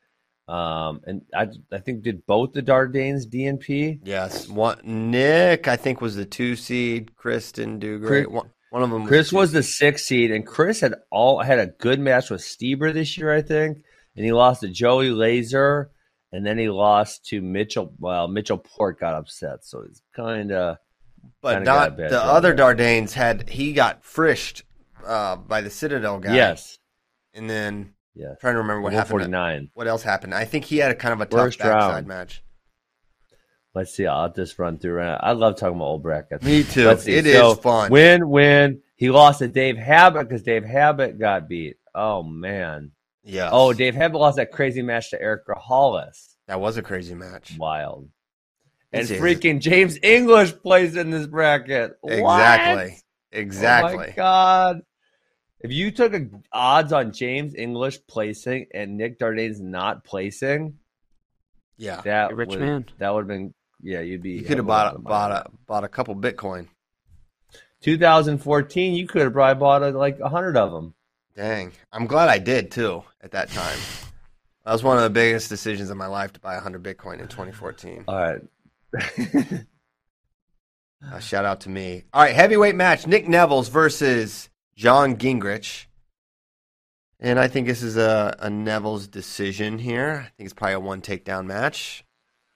[SPEAKER 2] um, and I, I think did both the Dardanes DNP.
[SPEAKER 1] Yes, one, Nick I think was the two seed. Chris didn't do great.
[SPEAKER 2] Chris-
[SPEAKER 1] one, one of them. Was
[SPEAKER 2] Chris
[SPEAKER 1] the two
[SPEAKER 2] was
[SPEAKER 1] seed.
[SPEAKER 2] the sixth seed, and Chris had all had a good match with Stieber this year, I think, and he lost to Joey Laser, and then he lost to Mitchell. Well, Mitchell Port got upset, so it's kind of
[SPEAKER 1] but
[SPEAKER 2] kinda got
[SPEAKER 1] not
[SPEAKER 2] a bad
[SPEAKER 1] the
[SPEAKER 2] draw
[SPEAKER 1] other
[SPEAKER 2] there.
[SPEAKER 1] Dardanes had he got frished uh, by the Citadel guy.
[SPEAKER 2] yes,
[SPEAKER 1] and then
[SPEAKER 2] yes.
[SPEAKER 1] trying to remember what
[SPEAKER 2] One
[SPEAKER 1] happened.
[SPEAKER 2] forty nine.
[SPEAKER 1] What else happened? I think he had a kind of a tough
[SPEAKER 2] First
[SPEAKER 1] backside
[SPEAKER 2] round.
[SPEAKER 1] match.
[SPEAKER 2] Let's see. I'll just run through. and I love talking about old brackets.
[SPEAKER 1] Me too.
[SPEAKER 2] Let's see.
[SPEAKER 1] It is fun.
[SPEAKER 2] Win win. He lost to Dave Habit because Dave Habit got beat. Oh man.
[SPEAKER 1] Yeah.
[SPEAKER 2] Oh, Dave Habit lost that crazy match to Eric Grahalis.
[SPEAKER 1] that was a crazy match.
[SPEAKER 2] Wild. And
[SPEAKER 1] This is-
[SPEAKER 2] freaking James English plays in this bracket. What?
[SPEAKER 1] Exactly.
[SPEAKER 2] Oh my
[SPEAKER 1] Exactly.
[SPEAKER 2] god. If you took a, odds on James English placing and Nick Dardane's not placing,
[SPEAKER 1] yeah.
[SPEAKER 2] that
[SPEAKER 3] You're a rich
[SPEAKER 2] would,
[SPEAKER 3] man.
[SPEAKER 2] That would have been yeah, you'd be
[SPEAKER 1] You could have bought a, bought a bought a couple Bitcoin.
[SPEAKER 2] 2014, you could have probably bought uh, like 100 of them.
[SPEAKER 1] Dang. I'm glad I did too at that time. That was one of the biggest decisions of my life to buy 100 Bitcoin in 2014.
[SPEAKER 2] All right.
[SPEAKER 1] A Uh, shout out to me. All right, heavyweight match: Nick Neville's versus John Gingrich. And I think this is a, a Neville's decision here. I think it's probably a one takedown match.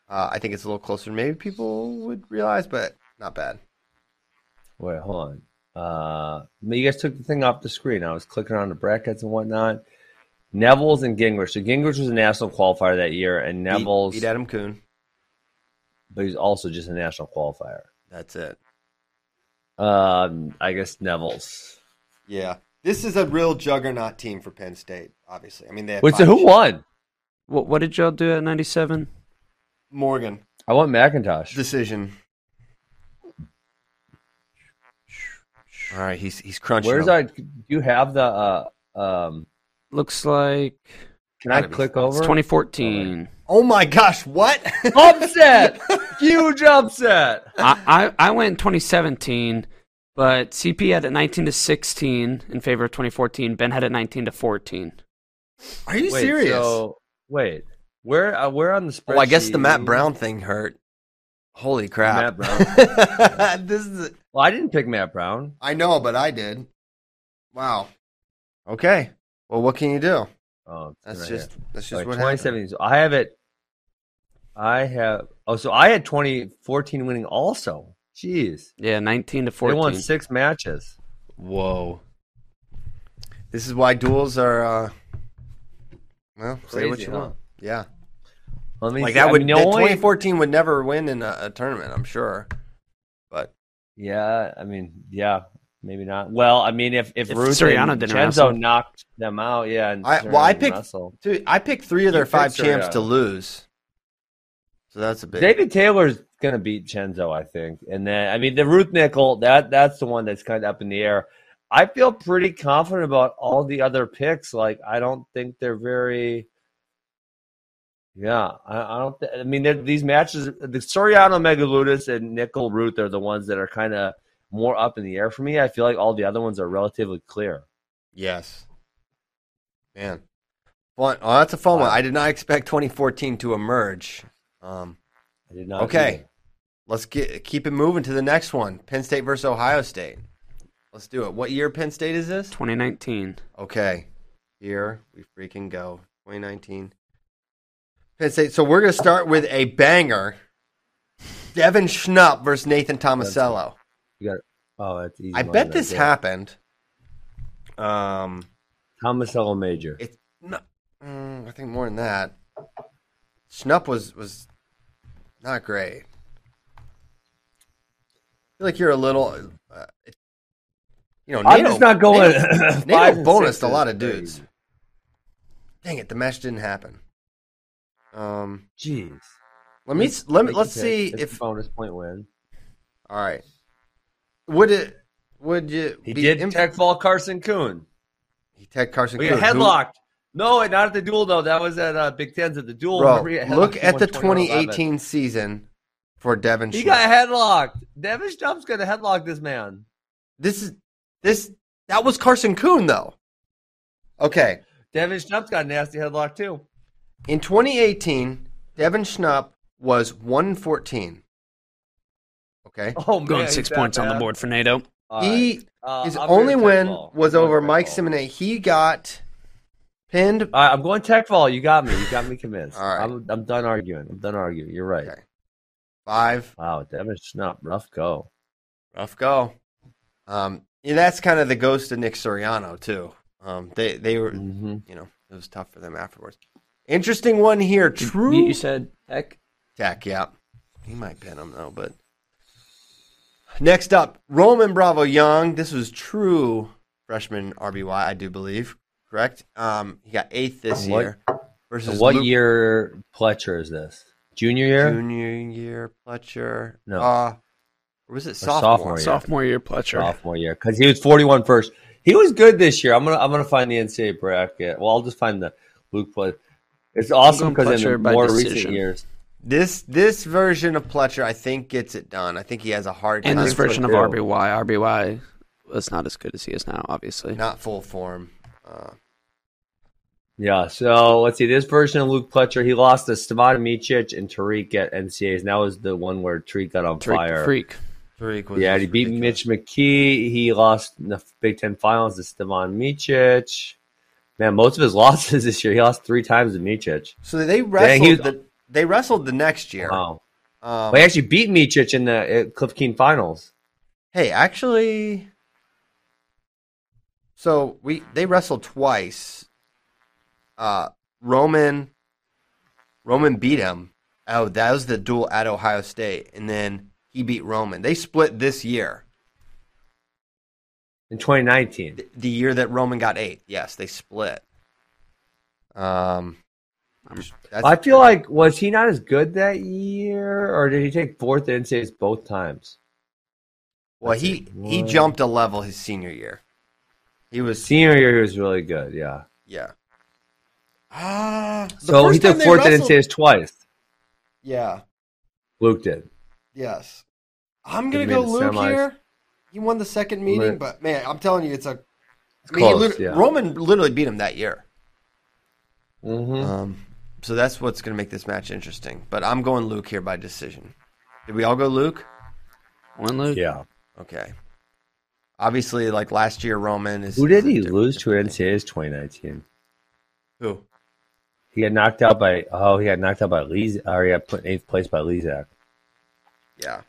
[SPEAKER 1] Uh, I think it's a little closer than maybe people would realize, but not bad.
[SPEAKER 2] Wait, hold on. Uh, you guys took the thing off the screen. I was clicking on the brackets and whatnot. Neville's and Gingrich. So Gingrich was a national qualifier that year, and
[SPEAKER 1] Beat-
[SPEAKER 2] Neville's,
[SPEAKER 1] beat, Adam Kuhn.
[SPEAKER 2] but he's also just a national qualifier.
[SPEAKER 1] That's it.
[SPEAKER 2] Um, I guess Neville's.
[SPEAKER 1] Yeah, this is a real juggernaut team for Penn State. Obviously, I mean they. Have
[SPEAKER 2] Wait, so
[SPEAKER 1] five-
[SPEAKER 2] who won?
[SPEAKER 3] What, what did y'all do at 97?
[SPEAKER 1] Morgan
[SPEAKER 2] I want Macintosh.
[SPEAKER 1] decision. All right, he's he's crunching.
[SPEAKER 2] Where's
[SPEAKER 1] them.
[SPEAKER 2] our? Do you have the? Uh, um,
[SPEAKER 3] Looks like
[SPEAKER 2] can I
[SPEAKER 1] Gotta be-
[SPEAKER 2] click
[SPEAKER 3] it's
[SPEAKER 2] over?
[SPEAKER 3] 2014.
[SPEAKER 1] Oh my gosh, what?
[SPEAKER 2] upset, huge upset.
[SPEAKER 3] I, I, I went in 2017, but CP had it 19 to 16 in favor of 2014. Ben had it 19 to 14.
[SPEAKER 1] Are you
[SPEAKER 2] Wait,
[SPEAKER 1] serious?
[SPEAKER 2] so- wait, where uh, where on the spreadsheet?
[SPEAKER 1] Oh, I guess the Matt Brown thing hurt. Holy crap!
[SPEAKER 2] Matt Brown.
[SPEAKER 1] this is.
[SPEAKER 2] Well, I didn't pick Matt Brown.
[SPEAKER 4] I know, but I did. Wow.
[SPEAKER 1] Okay. Well, what can you do?
[SPEAKER 2] Oh, it's
[SPEAKER 1] That's
[SPEAKER 2] right
[SPEAKER 1] just
[SPEAKER 2] here.
[SPEAKER 1] that's just
[SPEAKER 2] Okay,
[SPEAKER 1] what happened.
[SPEAKER 2] 2017. So I have it. I have. Oh, so I had 2014 winning also. Jeez,
[SPEAKER 3] Yeah, 19 to
[SPEAKER 2] they won
[SPEAKER 3] 14.
[SPEAKER 2] six matches.
[SPEAKER 1] Whoa. This is why duels are. uh Well, say what you
[SPEAKER 2] Crazy, huh?
[SPEAKER 1] want. Yeah,
[SPEAKER 2] Let me
[SPEAKER 1] like
[SPEAKER 2] see.
[SPEAKER 1] that
[SPEAKER 2] I
[SPEAKER 1] would.
[SPEAKER 2] mean,
[SPEAKER 1] that
[SPEAKER 2] no one-
[SPEAKER 1] 2014 would never win in a, a tournament, I'm sure. But
[SPEAKER 2] Yeah, I mean, yeah, maybe not. Well, I mean, if if,
[SPEAKER 3] If
[SPEAKER 2] Ruth
[SPEAKER 3] Soriano
[SPEAKER 2] and
[SPEAKER 3] didn't
[SPEAKER 2] Vincenzo
[SPEAKER 3] wrestle.
[SPEAKER 2] knocked them out, yeah. And
[SPEAKER 1] I well, I
[SPEAKER 2] Soriano
[SPEAKER 1] picked.
[SPEAKER 2] wrestled.
[SPEAKER 1] Dude, I picked three of
[SPEAKER 2] You
[SPEAKER 1] their five
[SPEAKER 2] picked her,
[SPEAKER 1] champs
[SPEAKER 2] yeah.
[SPEAKER 1] to lose. So that's a big.
[SPEAKER 2] David Taylor's gonna beat Chenzo, I think. And then I mean the Ruth Nickel, that that's the one that's kind of up in the air. I feel pretty confident about all the other picks. Like I don't think they're very Yeah, I, I don't. Th- I mean, they're- these matches, the Soriano, Megalutis, and Nickel Root are the ones that are kind of more up in the air for me. I feel like all the other ones are relatively clear.
[SPEAKER 1] Yes. Man. Fun. Oh, that's a fun
[SPEAKER 2] Wow.
[SPEAKER 1] one. I did not expect 2014 to emerge. Um,
[SPEAKER 2] I did not.
[SPEAKER 1] Okay.
[SPEAKER 2] either.
[SPEAKER 1] let's get keep it moving to the next one. Penn State versus Ohio State. Let's do it. What year Penn State is this?
[SPEAKER 3] 2019.
[SPEAKER 1] Okay. Here we freaking go. 2019. Penn State. So we're going to start with a banger. Devin Schnupp versus Nathan Tomasello.
[SPEAKER 2] You got. Oh, that's easy.
[SPEAKER 1] I
[SPEAKER 2] money
[SPEAKER 1] bet
[SPEAKER 2] right
[SPEAKER 1] this
[SPEAKER 2] there.
[SPEAKER 1] happened. Um,
[SPEAKER 2] Thomas L. Major.
[SPEAKER 1] it's not, mm, I think more than that. Schnupp was was not great. I feel like you're a little, uh, you know,
[SPEAKER 2] I'm
[SPEAKER 1] NATO,
[SPEAKER 2] just not going.
[SPEAKER 1] NATO,
[SPEAKER 2] five
[SPEAKER 1] NATO
[SPEAKER 2] and
[SPEAKER 1] bonused
[SPEAKER 2] six
[SPEAKER 1] a
[SPEAKER 2] is
[SPEAKER 1] lot of
[SPEAKER 2] crazy.
[SPEAKER 1] dudes. Dang it, the match didn't happen. Um,
[SPEAKER 2] Jeez.
[SPEAKER 1] let me
[SPEAKER 2] Make-
[SPEAKER 1] let me
[SPEAKER 2] make
[SPEAKER 1] let's
[SPEAKER 2] your pick.
[SPEAKER 1] see
[SPEAKER 2] It's
[SPEAKER 1] if
[SPEAKER 2] a bonus point win.
[SPEAKER 1] all right. Would it? Would you?
[SPEAKER 2] He
[SPEAKER 1] be
[SPEAKER 2] did Oh,
[SPEAKER 1] imp-
[SPEAKER 2] tech fall Carson Coon.
[SPEAKER 1] He tech Carson.
[SPEAKER 2] We
[SPEAKER 1] Coon,
[SPEAKER 2] got
[SPEAKER 1] who-
[SPEAKER 2] headlocked. No, not at the duel though. That was at uh, Big Ten's at the duel.
[SPEAKER 1] Bro,
[SPEAKER 2] Remember, he got
[SPEAKER 1] look
[SPEAKER 2] headlocked
[SPEAKER 1] at the
[SPEAKER 2] 21-11.
[SPEAKER 1] 2018 season for Devin.
[SPEAKER 2] He
[SPEAKER 1] Schnupp.
[SPEAKER 2] got headlocked. Devin Stump's gonna headlock this man.
[SPEAKER 1] This is this that was Carson Coon though. Okay.
[SPEAKER 2] Devin Stump's got a nasty headlock too.
[SPEAKER 1] In 2018, Devin Schnupp was 114. Okay.
[SPEAKER 2] Oh man,
[SPEAKER 3] Going
[SPEAKER 2] he's
[SPEAKER 3] six
[SPEAKER 2] that
[SPEAKER 3] points on the
[SPEAKER 2] bad.
[SPEAKER 3] board for NATO.
[SPEAKER 2] All right.
[SPEAKER 1] he
[SPEAKER 2] Uh,
[SPEAKER 1] his
[SPEAKER 2] I'm gonna
[SPEAKER 1] only
[SPEAKER 2] tech
[SPEAKER 1] win
[SPEAKER 2] fall.
[SPEAKER 1] was
[SPEAKER 2] I'm going
[SPEAKER 1] over
[SPEAKER 2] tech
[SPEAKER 1] Mike
[SPEAKER 2] fall.
[SPEAKER 1] Simonet. He got pinned.
[SPEAKER 2] All right, I'm going tech fall. You got me. You got me convinced.
[SPEAKER 1] All right.
[SPEAKER 2] I'm, I'm done arguing. I'm done arguing. You're right.
[SPEAKER 1] Okay. Five.
[SPEAKER 2] Wow, Devin Stump, rough go.
[SPEAKER 1] Rough go. Um yeah, that's kind of the ghost of Nick Soriano too. Um they they were
[SPEAKER 2] Mm-hmm.
[SPEAKER 1] you know, it was tough for them afterwards. Interesting one here. True
[SPEAKER 3] You, you said heck.
[SPEAKER 1] Tech, yeah. He might pin him though, but next up, Roman Bravo Young. This was true freshman RBY, I do believe. Correct? Um he got eighth this
[SPEAKER 2] What-
[SPEAKER 1] year. Versus
[SPEAKER 2] What
[SPEAKER 1] Luke-
[SPEAKER 2] year Pletcher is this? Junior year?
[SPEAKER 1] Junior year, Fletcher.
[SPEAKER 2] No.
[SPEAKER 1] Uh, or was it
[SPEAKER 2] sophomore
[SPEAKER 1] sophomore?
[SPEAKER 2] year.
[SPEAKER 3] Sophomore year Pletcher.
[SPEAKER 2] Oh, Sophomore year because he was 41 first. He was good this year. I'm gonna I'm gonna find the NCAA bracket. Well, I'll just find the Luke play. It's awesome
[SPEAKER 3] going
[SPEAKER 2] because in the
[SPEAKER 3] Pletcher by
[SPEAKER 2] more recent
[SPEAKER 3] decision.
[SPEAKER 2] years,
[SPEAKER 1] This this version of Pletcher, I think, gets it done. I think he has a hard
[SPEAKER 3] And
[SPEAKER 1] time.
[SPEAKER 3] this
[SPEAKER 2] That's for
[SPEAKER 3] version of
[SPEAKER 2] true.
[SPEAKER 3] RBY. RBY was not as good as he is now, obviously.
[SPEAKER 1] not full form. Uh,
[SPEAKER 2] yeah. So let's see this version of Luke Pletcher. He lost to Stamata Micic and Tariq at NCAAs. And that was the one where Tariq got on
[SPEAKER 3] Tariq the
[SPEAKER 2] fire.
[SPEAKER 3] Freak.
[SPEAKER 1] Tariq was
[SPEAKER 2] Yeah, he
[SPEAKER 1] just
[SPEAKER 2] beat
[SPEAKER 1] ridiculous.
[SPEAKER 2] Mitch McKee. He lost in the Big Ten Finals to Stevan Micic. Man, most of his losses this year, he lost three times to Micic.
[SPEAKER 1] So they wrestled.
[SPEAKER 2] Dang, he was-
[SPEAKER 1] the, they wrestled the next year.
[SPEAKER 2] Wow.
[SPEAKER 1] Um,
[SPEAKER 2] Well, he actually beat Micic in the uh, Cliff Keen Finals.
[SPEAKER 1] Hey, actually, so we they wrestled twice. Uh, Roman, Roman beat him. Oh, that was the duel at Ohio State, and then he beat Roman. They split this year,
[SPEAKER 2] in 2019.
[SPEAKER 1] Th- the year that Roman got eight. Yes, they split. Um, that's-
[SPEAKER 2] I feel like was he not as good that year, or did he take fourth at NCAA's both times?
[SPEAKER 1] well, he he jumped a level his senior year. He was
[SPEAKER 2] Senior year, he was really good. Yeah.
[SPEAKER 1] yeah. Ah, the
[SPEAKER 2] So he
[SPEAKER 1] first time
[SPEAKER 2] took
[SPEAKER 1] they
[SPEAKER 2] fourth at
[SPEAKER 1] wrestled-
[SPEAKER 2] NCAA's twice.
[SPEAKER 1] Yeah.
[SPEAKER 2] Luke did.
[SPEAKER 1] Yes. I'm
[SPEAKER 2] He
[SPEAKER 1] gonna
[SPEAKER 2] made
[SPEAKER 1] go
[SPEAKER 2] the
[SPEAKER 1] Luke
[SPEAKER 2] semis.
[SPEAKER 1] here. He won the second meeting,
[SPEAKER 2] Right.
[SPEAKER 1] but man, I'm telling you, it's a. I
[SPEAKER 2] close,
[SPEAKER 1] lit-
[SPEAKER 2] yeah.
[SPEAKER 1] Roman literally beat him that year.
[SPEAKER 2] Mm-hmm.
[SPEAKER 1] Um, so that's what's gonna make this match interesting. But I'm going Luke here by decision. Did we all go Luke?
[SPEAKER 3] One Luke.
[SPEAKER 2] Yeah.
[SPEAKER 1] Okay. Obviously, like last year, Roman is.
[SPEAKER 2] Who did
[SPEAKER 1] is a
[SPEAKER 2] he
[SPEAKER 1] different-
[SPEAKER 2] lose to at NCAA's 2019?
[SPEAKER 1] Who?
[SPEAKER 2] He got knocked out by oh he got knocked out by Lees or he got put in eighth place by Lezak.
[SPEAKER 1] Yeah.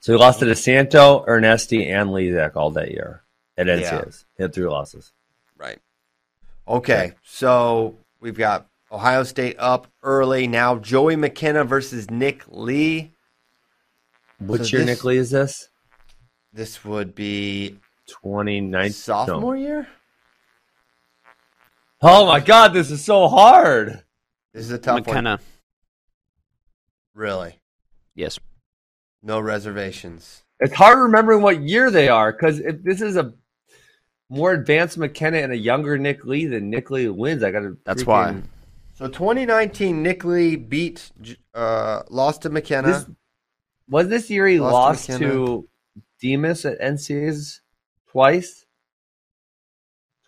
[SPEAKER 2] So he lost to DeSanto, Ernesti, and Lezak all that year at
[SPEAKER 1] Yeah.
[SPEAKER 2] NCAA's. He had three losses.
[SPEAKER 1] Right. Okay, so we've got Ohio State up early now. Joey McKenna versus Nick Lee.
[SPEAKER 2] Which
[SPEAKER 1] So
[SPEAKER 2] year,
[SPEAKER 1] this-
[SPEAKER 2] Nick Lee, is this?
[SPEAKER 1] This would be
[SPEAKER 2] 2019.
[SPEAKER 1] sophomore year.
[SPEAKER 2] Oh my god, this is so hard.
[SPEAKER 1] This is a tough one.
[SPEAKER 3] McKenna.
[SPEAKER 1] Really,
[SPEAKER 3] Yes.
[SPEAKER 1] no reservations.
[SPEAKER 2] It's hard remembering what year they are because if this is a more advanced McKenna and a younger Nick Lee, then Nick Lee wins. I got to.
[SPEAKER 3] That's why.
[SPEAKER 1] So 2019, Nick Lee beat, J- uh, lost to McKenna.
[SPEAKER 2] This- Was this year he
[SPEAKER 1] Lost
[SPEAKER 2] lost,
[SPEAKER 1] to McKenna.
[SPEAKER 2] to Demas at NCA's twice?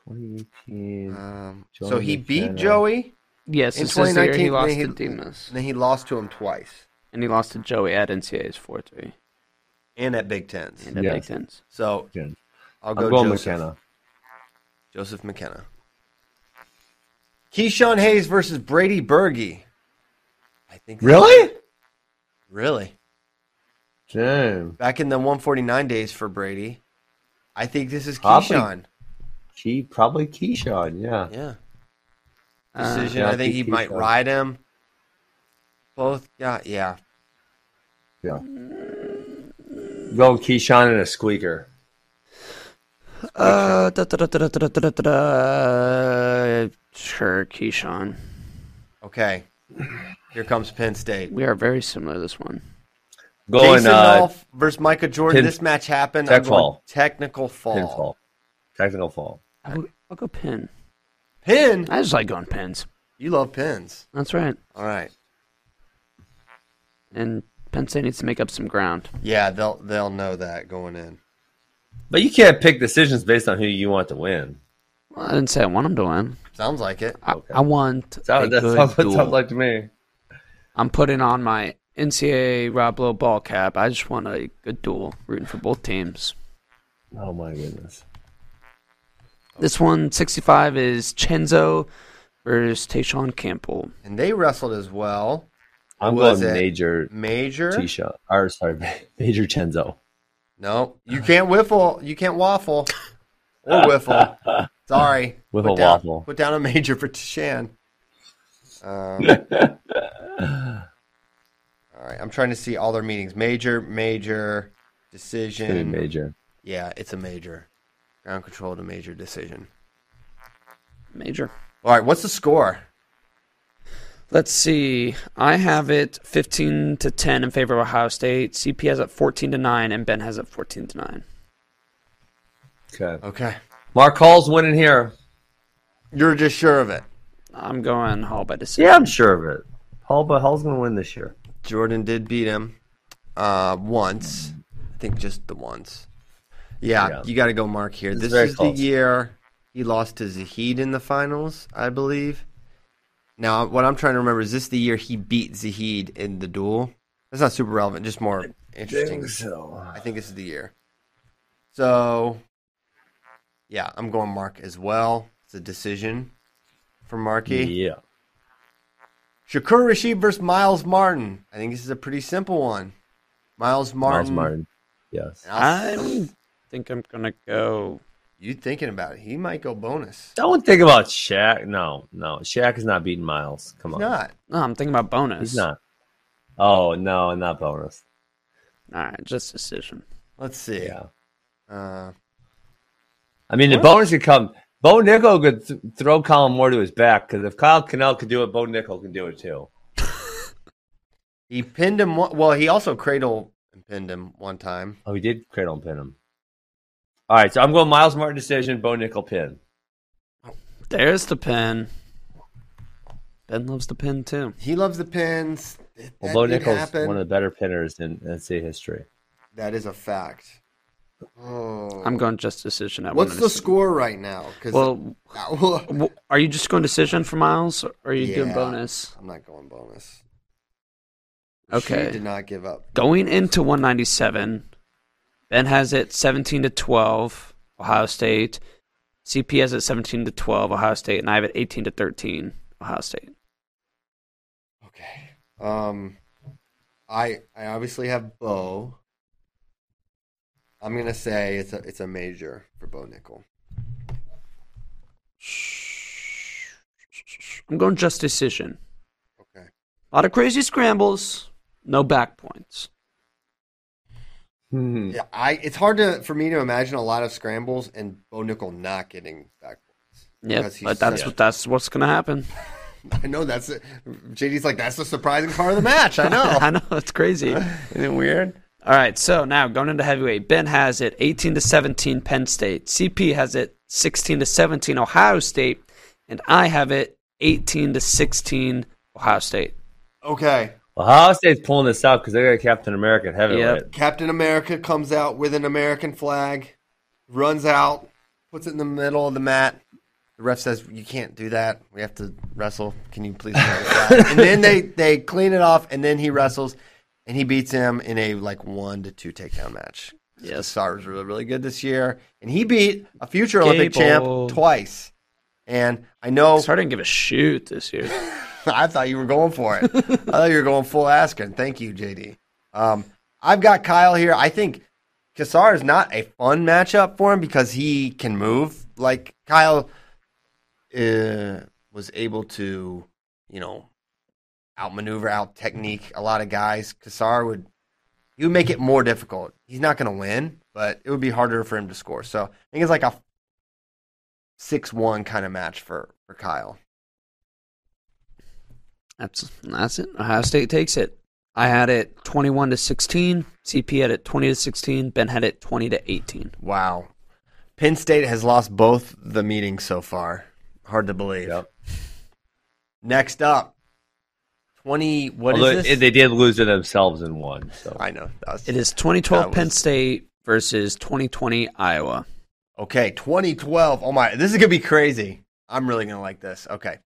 [SPEAKER 2] 2018.
[SPEAKER 1] um,
[SPEAKER 2] Joey
[SPEAKER 1] so he beat
[SPEAKER 2] McKenna.
[SPEAKER 1] Joey,
[SPEAKER 3] Yes,
[SPEAKER 1] In
[SPEAKER 3] in this year
[SPEAKER 1] 2019,
[SPEAKER 3] he lost
[SPEAKER 1] they-
[SPEAKER 3] to Demas,
[SPEAKER 1] and then he lost to him twice,
[SPEAKER 3] and he lost to Joey at NCAA's four three
[SPEAKER 1] and at Big Tens.
[SPEAKER 3] and at
[SPEAKER 2] Yes.
[SPEAKER 3] Big Ten's.
[SPEAKER 1] So
[SPEAKER 2] I'm
[SPEAKER 1] I'll go
[SPEAKER 2] going
[SPEAKER 1] Joseph.
[SPEAKER 2] McKenna.
[SPEAKER 1] Joseph McKenna. Keyshawn Hayes versus Brady Berge. I think
[SPEAKER 2] Really?
[SPEAKER 1] really
[SPEAKER 2] Damn.
[SPEAKER 1] back in the 149 days for Brady. I think this is
[SPEAKER 2] Probably.
[SPEAKER 1] Keyshawn.
[SPEAKER 2] Key, probably Keyshawn, yeah.
[SPEAKER 1] Yeah,
[SPEAKER 3] Uh,
[SPEAKER 1] decision.
[SPEAKER 2] yeah,
[SPEAKER 1] I think he
[SPEAKER 2] Keyshawn.
[SPEAKER 1] might ride him. Both got yeah.
[SPEAKER 2] Yeah. Go Keyshawn and a squeaker.
[SPEAKER 3] Uh, da, da, da, da, da, da, da, da, da. Sure, Keyshawn.
[SPEAKER 1] Okay, here comes Penn State.
[SPEAKER 3] We are very similar this one.
[SPEAKER 2] Going
[SPEAKER 1] Jason
[SPEAKER 2] uh,
[SPEAKER 1] Nolf versus Micah Jordan.
[SPEAKER 2] pin-
[SPEAKER 1] this match happened.
[SPEAKER 2] tech
[SPEAKER 1] I'm going
[SPEAKER 2] fall.
[SPEAKER 1] Technical fall.
[SPEAKER 2] pinfall. Technical fall.
[SPEAKER 3] I'll, I'll go pin.
[SPEAKER 1] Pin.
[SPEAKER 3] I just like going pins.
[SPEAKER 1] You love pins.
[SPEAKER 3] That's right.
[SPEAKER 1] All right.
[SPEAKER 3] And Penn State needs to make up some ground.
[SPEAKER 1] Yeah, they'll they'll know that going in.
[SPEAKER 2] But you can't pick decisions based on who you want to win.
[SPEAKER 3] Well, I didn't say I want them to win.
[SPEAKER 1] Sounds like it.
[SPEAKER 3] I,
[SPEAKER 2] Okay.
[SPEAKER 3] I want
[SPEAKER 2] So
[SPEAKER 3] a
[SPEAKER 2] that
[SPEAKER 3] good
[SPEAKER 2] sounds, that
[SPEAKER 3] duel.
[SPEAKER 2] sounds like to me.
[SPEAKER 3] I'm putting on my NCAA Rob Lowe ball cap. I just want a good duel, rooting for both teams.
[SPEAKER 2] Oh my goodness.
[SPEAKER 3] This one, 65, is Chenzo versus Tayshawn Campbell.
[SPEAKER 1] And they wrestled as well.
[SPEAKER 2] I'm
[SPEAKER 1] Who was
[SPEAKER 2] going
[SPEAKER 1] it?
[SPEAKER 2] major
[SPEAKER 1] Major.
[SPEAKER 2] Tisha. Or sorry, major Chenzo.
[SPEAKER 1] No, you can't whiffle. You can't waffle or whiffle. Sorry.
[SPEAKER 2] Whiffle
[SPEAKER 1] put down,
[SPEAKER 2] waffle.
[SPEAKER 1] Put down a major for Tishan. Um, all right. I'm trying to see all their meetings. Major, major,
[SPEAKER 2] Pretty
[SPEAKER 1] decision.
[SPEAKER 2] major.
[SPEAKER 1] Yeah, it's a major. Ground control to major decision.
[SPEAKER 3] Major.
[SPEAKER 1] All right. What's the score?
[SPEAKER 3] Let's see. I have it 15 to 10 in favor of Ohio State. CP has it 14 to 9, and Ben has it 14 to 9.
[SPEAKER 2] Okay.
[SPEAKER 1] Okay.
[SPEAKER 2] Mark Hall's winning here.
[SPEAKER 1] You're just sure of it.
[SPEAKER 3] I'm going Hall by decision.
[SPEAKER 2] Yeah, I'm sure of it. Hall, but Hall's going to win this year.
[SPEAKER 1] Jordan did beat him uh, once. I think just the once. Yeah,
[SPEAKER 2] Yeah.
[SPEAKER 1] you got to go mark here. this
[SPEAKER 2] very
[SPEAKER 1] is
[SPEAKER 2] close.
[SPEAKER 1] the year he lost to Zahid in the finals, I believe. Now, what I'm trying to remember is this the year he beat Zahid in the duel? That's not super relevant, just more interesting.
[SPEAKER 2] so.
[SPEAKER 1] I think this is the year. So, yeah, I'm going Mark as well. It's a decision for Marky.
[SPEAKER 2] Yeah.
[SPEAKER 1] Shakur Rashid versus Miles Martin. I think this is a pretty simple one. Miles Martin.
[SPEAKER 2] Miles Martin. Yes.
[SPEAKER 3] I don't think I'm going to go.
[SPEAKER 1] You thinking about it? He might go bonus.
[SPEAKER 2] Don't think about Shaq. No, no. Shaq is not beating Miles. Come
[SPEAKER 1] He's
[SPEAKER 2] on.
[SPEAKER 1] not.
[SPEAKER 3] No, I'm thinking about bonus.
[SPEAKER 2] He's not. Oh, no, not bonus.
[SPEAKER 3] All right, just decision.
[SPEAKER 1] Let's see.
[SPEAKER 2] Yeah.
[SPEAKER 1] Uh,
[SPEAKER 2] I mean, the bonus could come. Bo Nickel could th- throw Colin Moore to his back because if Kyle Cannell could do it, Bo Nickel can do it too.
[SPEAKER 1] he pinned him. One, well, he also cradle and pinned him one time.
[SPEAKER 2] Oh, he did cradle and pin him. All right, so I'm going Miles Martin decision, Bo Nickel pin.
[SPEAKER 3] There's the pin. Ben loves the pin too.
[SPEAKER 1] He loves the pins. That
[SPEAKER 2] Well, Bo
[SPEAKER 1] did
[SPEAKER 2] Nickel's
[SPEAKER 1] happen.
[SPEAKER 2] one of the better pinners in NCAA history.
[SPEAKER 1] that is a fact. Oh.
[SPEAKER 3] I'm going just decision. At
[SPEAKER 1] What's
[SPEAKER 3] one
[SPEAKER 1] the
[SPEAKER 3] decision.
[SPEAKER 1] score right now? 'Cause-
[SPEAKER 3] Well, w- are you just going decision for Miles, or are you doing
[SPEAKER 1] Yeah.
[SPEAKER 3] bonus?
[SPEAKER 1] I'm not going bonus.
[SPEAKER 3] Okay.
[SPEAKER 1] She did not give up.
[SPEAKER 3] Going into 197, Ben has it 17 to 12. Ohio State. CP has it 17 to 12. Ohio State, and I have it 18 to 13. Ohio State.
[SPEAKER 1] Okay. Um, I I obviously have Bo. I'm gonna say it's a it's a major for Bo Nickel.
[SPEAKER 3] I'm going just decision.
[SPEAKER 1] Okay.
[SPEAKER 3] A lot of crazy scrambles, no back points. Mm.
[SPEAKER 1] Yeah, I it's hard to for me to imagine a lot of scrambles and Bo Nickel not getting back.
[SPEAKER 3] Yeah,
[SPEAKER 1] Because he's
[SPEAKER 3] but that's
[SPEAKER 1] such-
[SPEAKER 3] what that's what's gonna happen.
[SPEAKER 1] I know that's it. JD's like that's the surprising part of the match. I know.
[SPEAKER 3] I know it's crazy. All
[SPEAKER 1] Isn't it weird?
[SPEAKER 3] right, so now going into heavyweight, Ben has it 18 to 17 Penn State. CP has it 16 to 17 Ohio State, and I have it 18 to 16 Ohio State.
[SPEAKER 1] Okay.
[SPEAKER 2] Ohio State's pulling this out because they got Captain America at heavyweight.
[SPEAKER 1] Captain America comes out with an American flag, runs out, puts it in the middle of the mat. The ref says, "You can't do that. We have to wrestle. Can you please?" not do that?" and then they they clean it off, and then he wrestles, and he beats him in a like one to two takedown match. Yeah, Star was really really good this year, and he beat a future Olympic
[SPEAKER 3] Gable.
[SPEAKER 1] champ twice. And I know
[SPEAKER 3] Star didn't give a shoot this year.
[SPEAKER 1] I thought you were going for it. I thought you were going full Askin. Thank you, JD. Um, I've got Kyle here. I think Kassar is not a fun matchup for him because he can move. Like Kyle uh, was able to, you know, outmaneuver, out technique a lot of guys. Kassar would you would make it more difficult. He's not going to win, but it would be harder for him to score. So I think it's like a six-one kind of match for for Kyle.
[SPEAKER 3] That's that's it. Ohio State takes it. I had it 21 to 16. CP had it 20 to 16. Ben had it 20 to 18.
[SPEAKER 1] Wow. Penn State has lost both the meetings so far. Hard to believe.
[SPEAKER 2] Yep.
[SPEAKER 1] Next up, 20. What is
[SPEAKER 2] Although
[SPEAKER 1] this?
[SPEAKER 2] they did lose to themselves in one. So
[SPEAKER 1] I know. That was-
[SPEAKER 3] It is 2012
[SPEAKER 1] That was-
[SPEAKER 3] Penn State versus 2020 Iowa.
[SPEAKER 1] Okay, 2012. Oh my, this is gonna be crazy. I'm really gonna like this. Okay,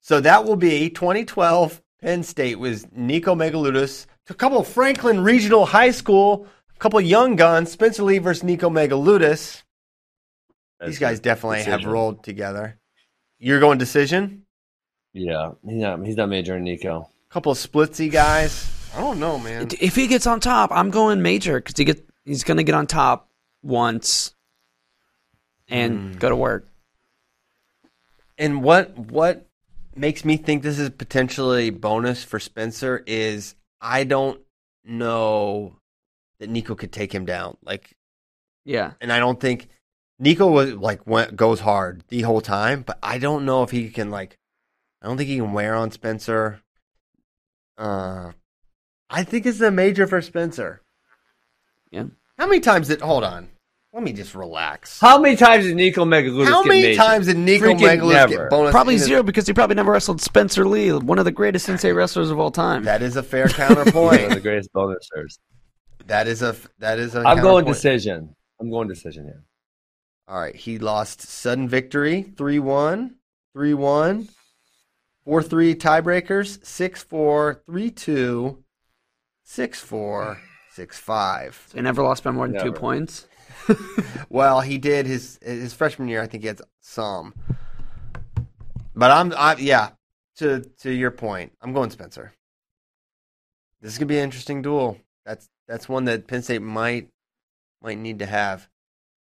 [SPEAKER 1] so that will be 2012. Penn State was Nico Megalutis, a couple of Franklin Regional High School, a couple of young guns, Spencer Lee versus Nico Megalutis. These guys definitely have
[SPEAKER 2] Decision.
[SPEAKER 1] rolled together. You're going decision.
[SPEAKER 2] Yeah, he's not. He's not majoring Nico.
[SPEAKER 1] couple of splitsy guys. I don't know, man.
[SPEAKER 3] If he gets on top, I'm going major because he get he's gonna get on top once and
[SPEAKER 1] Hmm.
[SPEAKER 3] go to work.
[SPEAKER 1] And what what makes me think this is potentially bonus for Spencer is I don't know that Nico could take him down. Like,
[SPEAKER 3] Yeah,
[SPEAKER 1] and I don't think Nico was like went goes hard the whole time, but I don't know if he can like. I don't think he can wear on Spencer. Uh, I think it's a major for Spencer.
[SPEAKER 3] yeah.
[SPEAKER 1] How many times did? Hold on, let me just relax.
[SPEAKER 2] How many times did Nico Megalutis
[SPEAKER 1] How
[SPEAKER 2] get
[SPEAKER 1] many
[SPEAKER 2] majored?
[SPEAKER 1] times did Nico
[SPEAKER 2] Freaking
[SPEAKER 1] Megalutis
[SPEAKER 2] never.
[SPEAKER 1] get bonus?
[SPEAKER 3] Probably
[SPEAKER 1] in his-
[SPEAKER 3] zero because he probably never wrestled Spencer Lee, one of the greatest sensei wrestlers of all time.
[SPEAKER 1] That is a fair
[SPEAKER 2] One of the
[SPEAKER 1] counterpoint.
[SPEAKER 2] greatest bonusers.
[SPEAKER 1] that is a f- that is a.
[SPEAKER 2] I'm going
[SPEAKER 1] counterpoint.
[SPEAKER 2] decision. I'm going decision here.
[SPEAKER 1] All right, he lost sudden victory 3-1, 3-1, 4-3 tiebreakers, 6-4, 3-2, 6-4, 6-5.
[SPEAKER 3] He never lost by more than two
[SPEAKER 2] Never.
[SPEAKER 3] points.
[SPEAKER 1] Well, he did his his freshman year. I think he had some, but I'm I yeah. To to your point, I'm going Spencer. This is gonna be an interesting duel. That's that's one that Penn State might might need to have.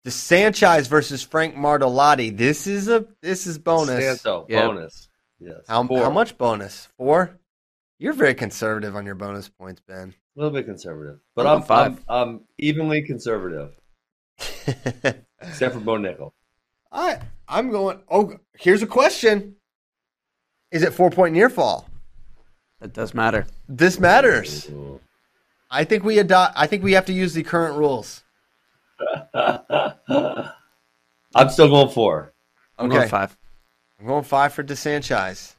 [SPEAKER 1] The Sanchez versus Frank Martolotti. This is a this is bonus.
[SPEAKER 2] Santo,
[SPEAKER 3] Yeah.
[SPEAKER 2] bonus. Yes.
[SPEAKER 1] How
[SPEAKER 2] Four.
[SPEAKER 1] how much bonus? Four. You're very conservative on your bonus points, Ben.
[SPEAKER 2] A little bit conservative, but
[SPEAKER 3] I'm
[SPEAKER 2] I'm,
[SPEAKER 3] five.
[SPEAKER 2] I'm I'm evenly conservative, except for Bo Nickel.
[SPEAKER 1] I I'm going. Oh, here's a question. Is it four point near fall?
[SPEAKER 3] That does matter.
[SPEAKER 1] This matters. I think we adopt. I think we have to use the current rules.
[SPEAKER 2] I'm still going four.
[SPEAKER 3] I'm
[SPEAKER 1] Okay.
[SPEAKER 3] going five.
[SPEAKER 1] I'm going five for DeSanchis.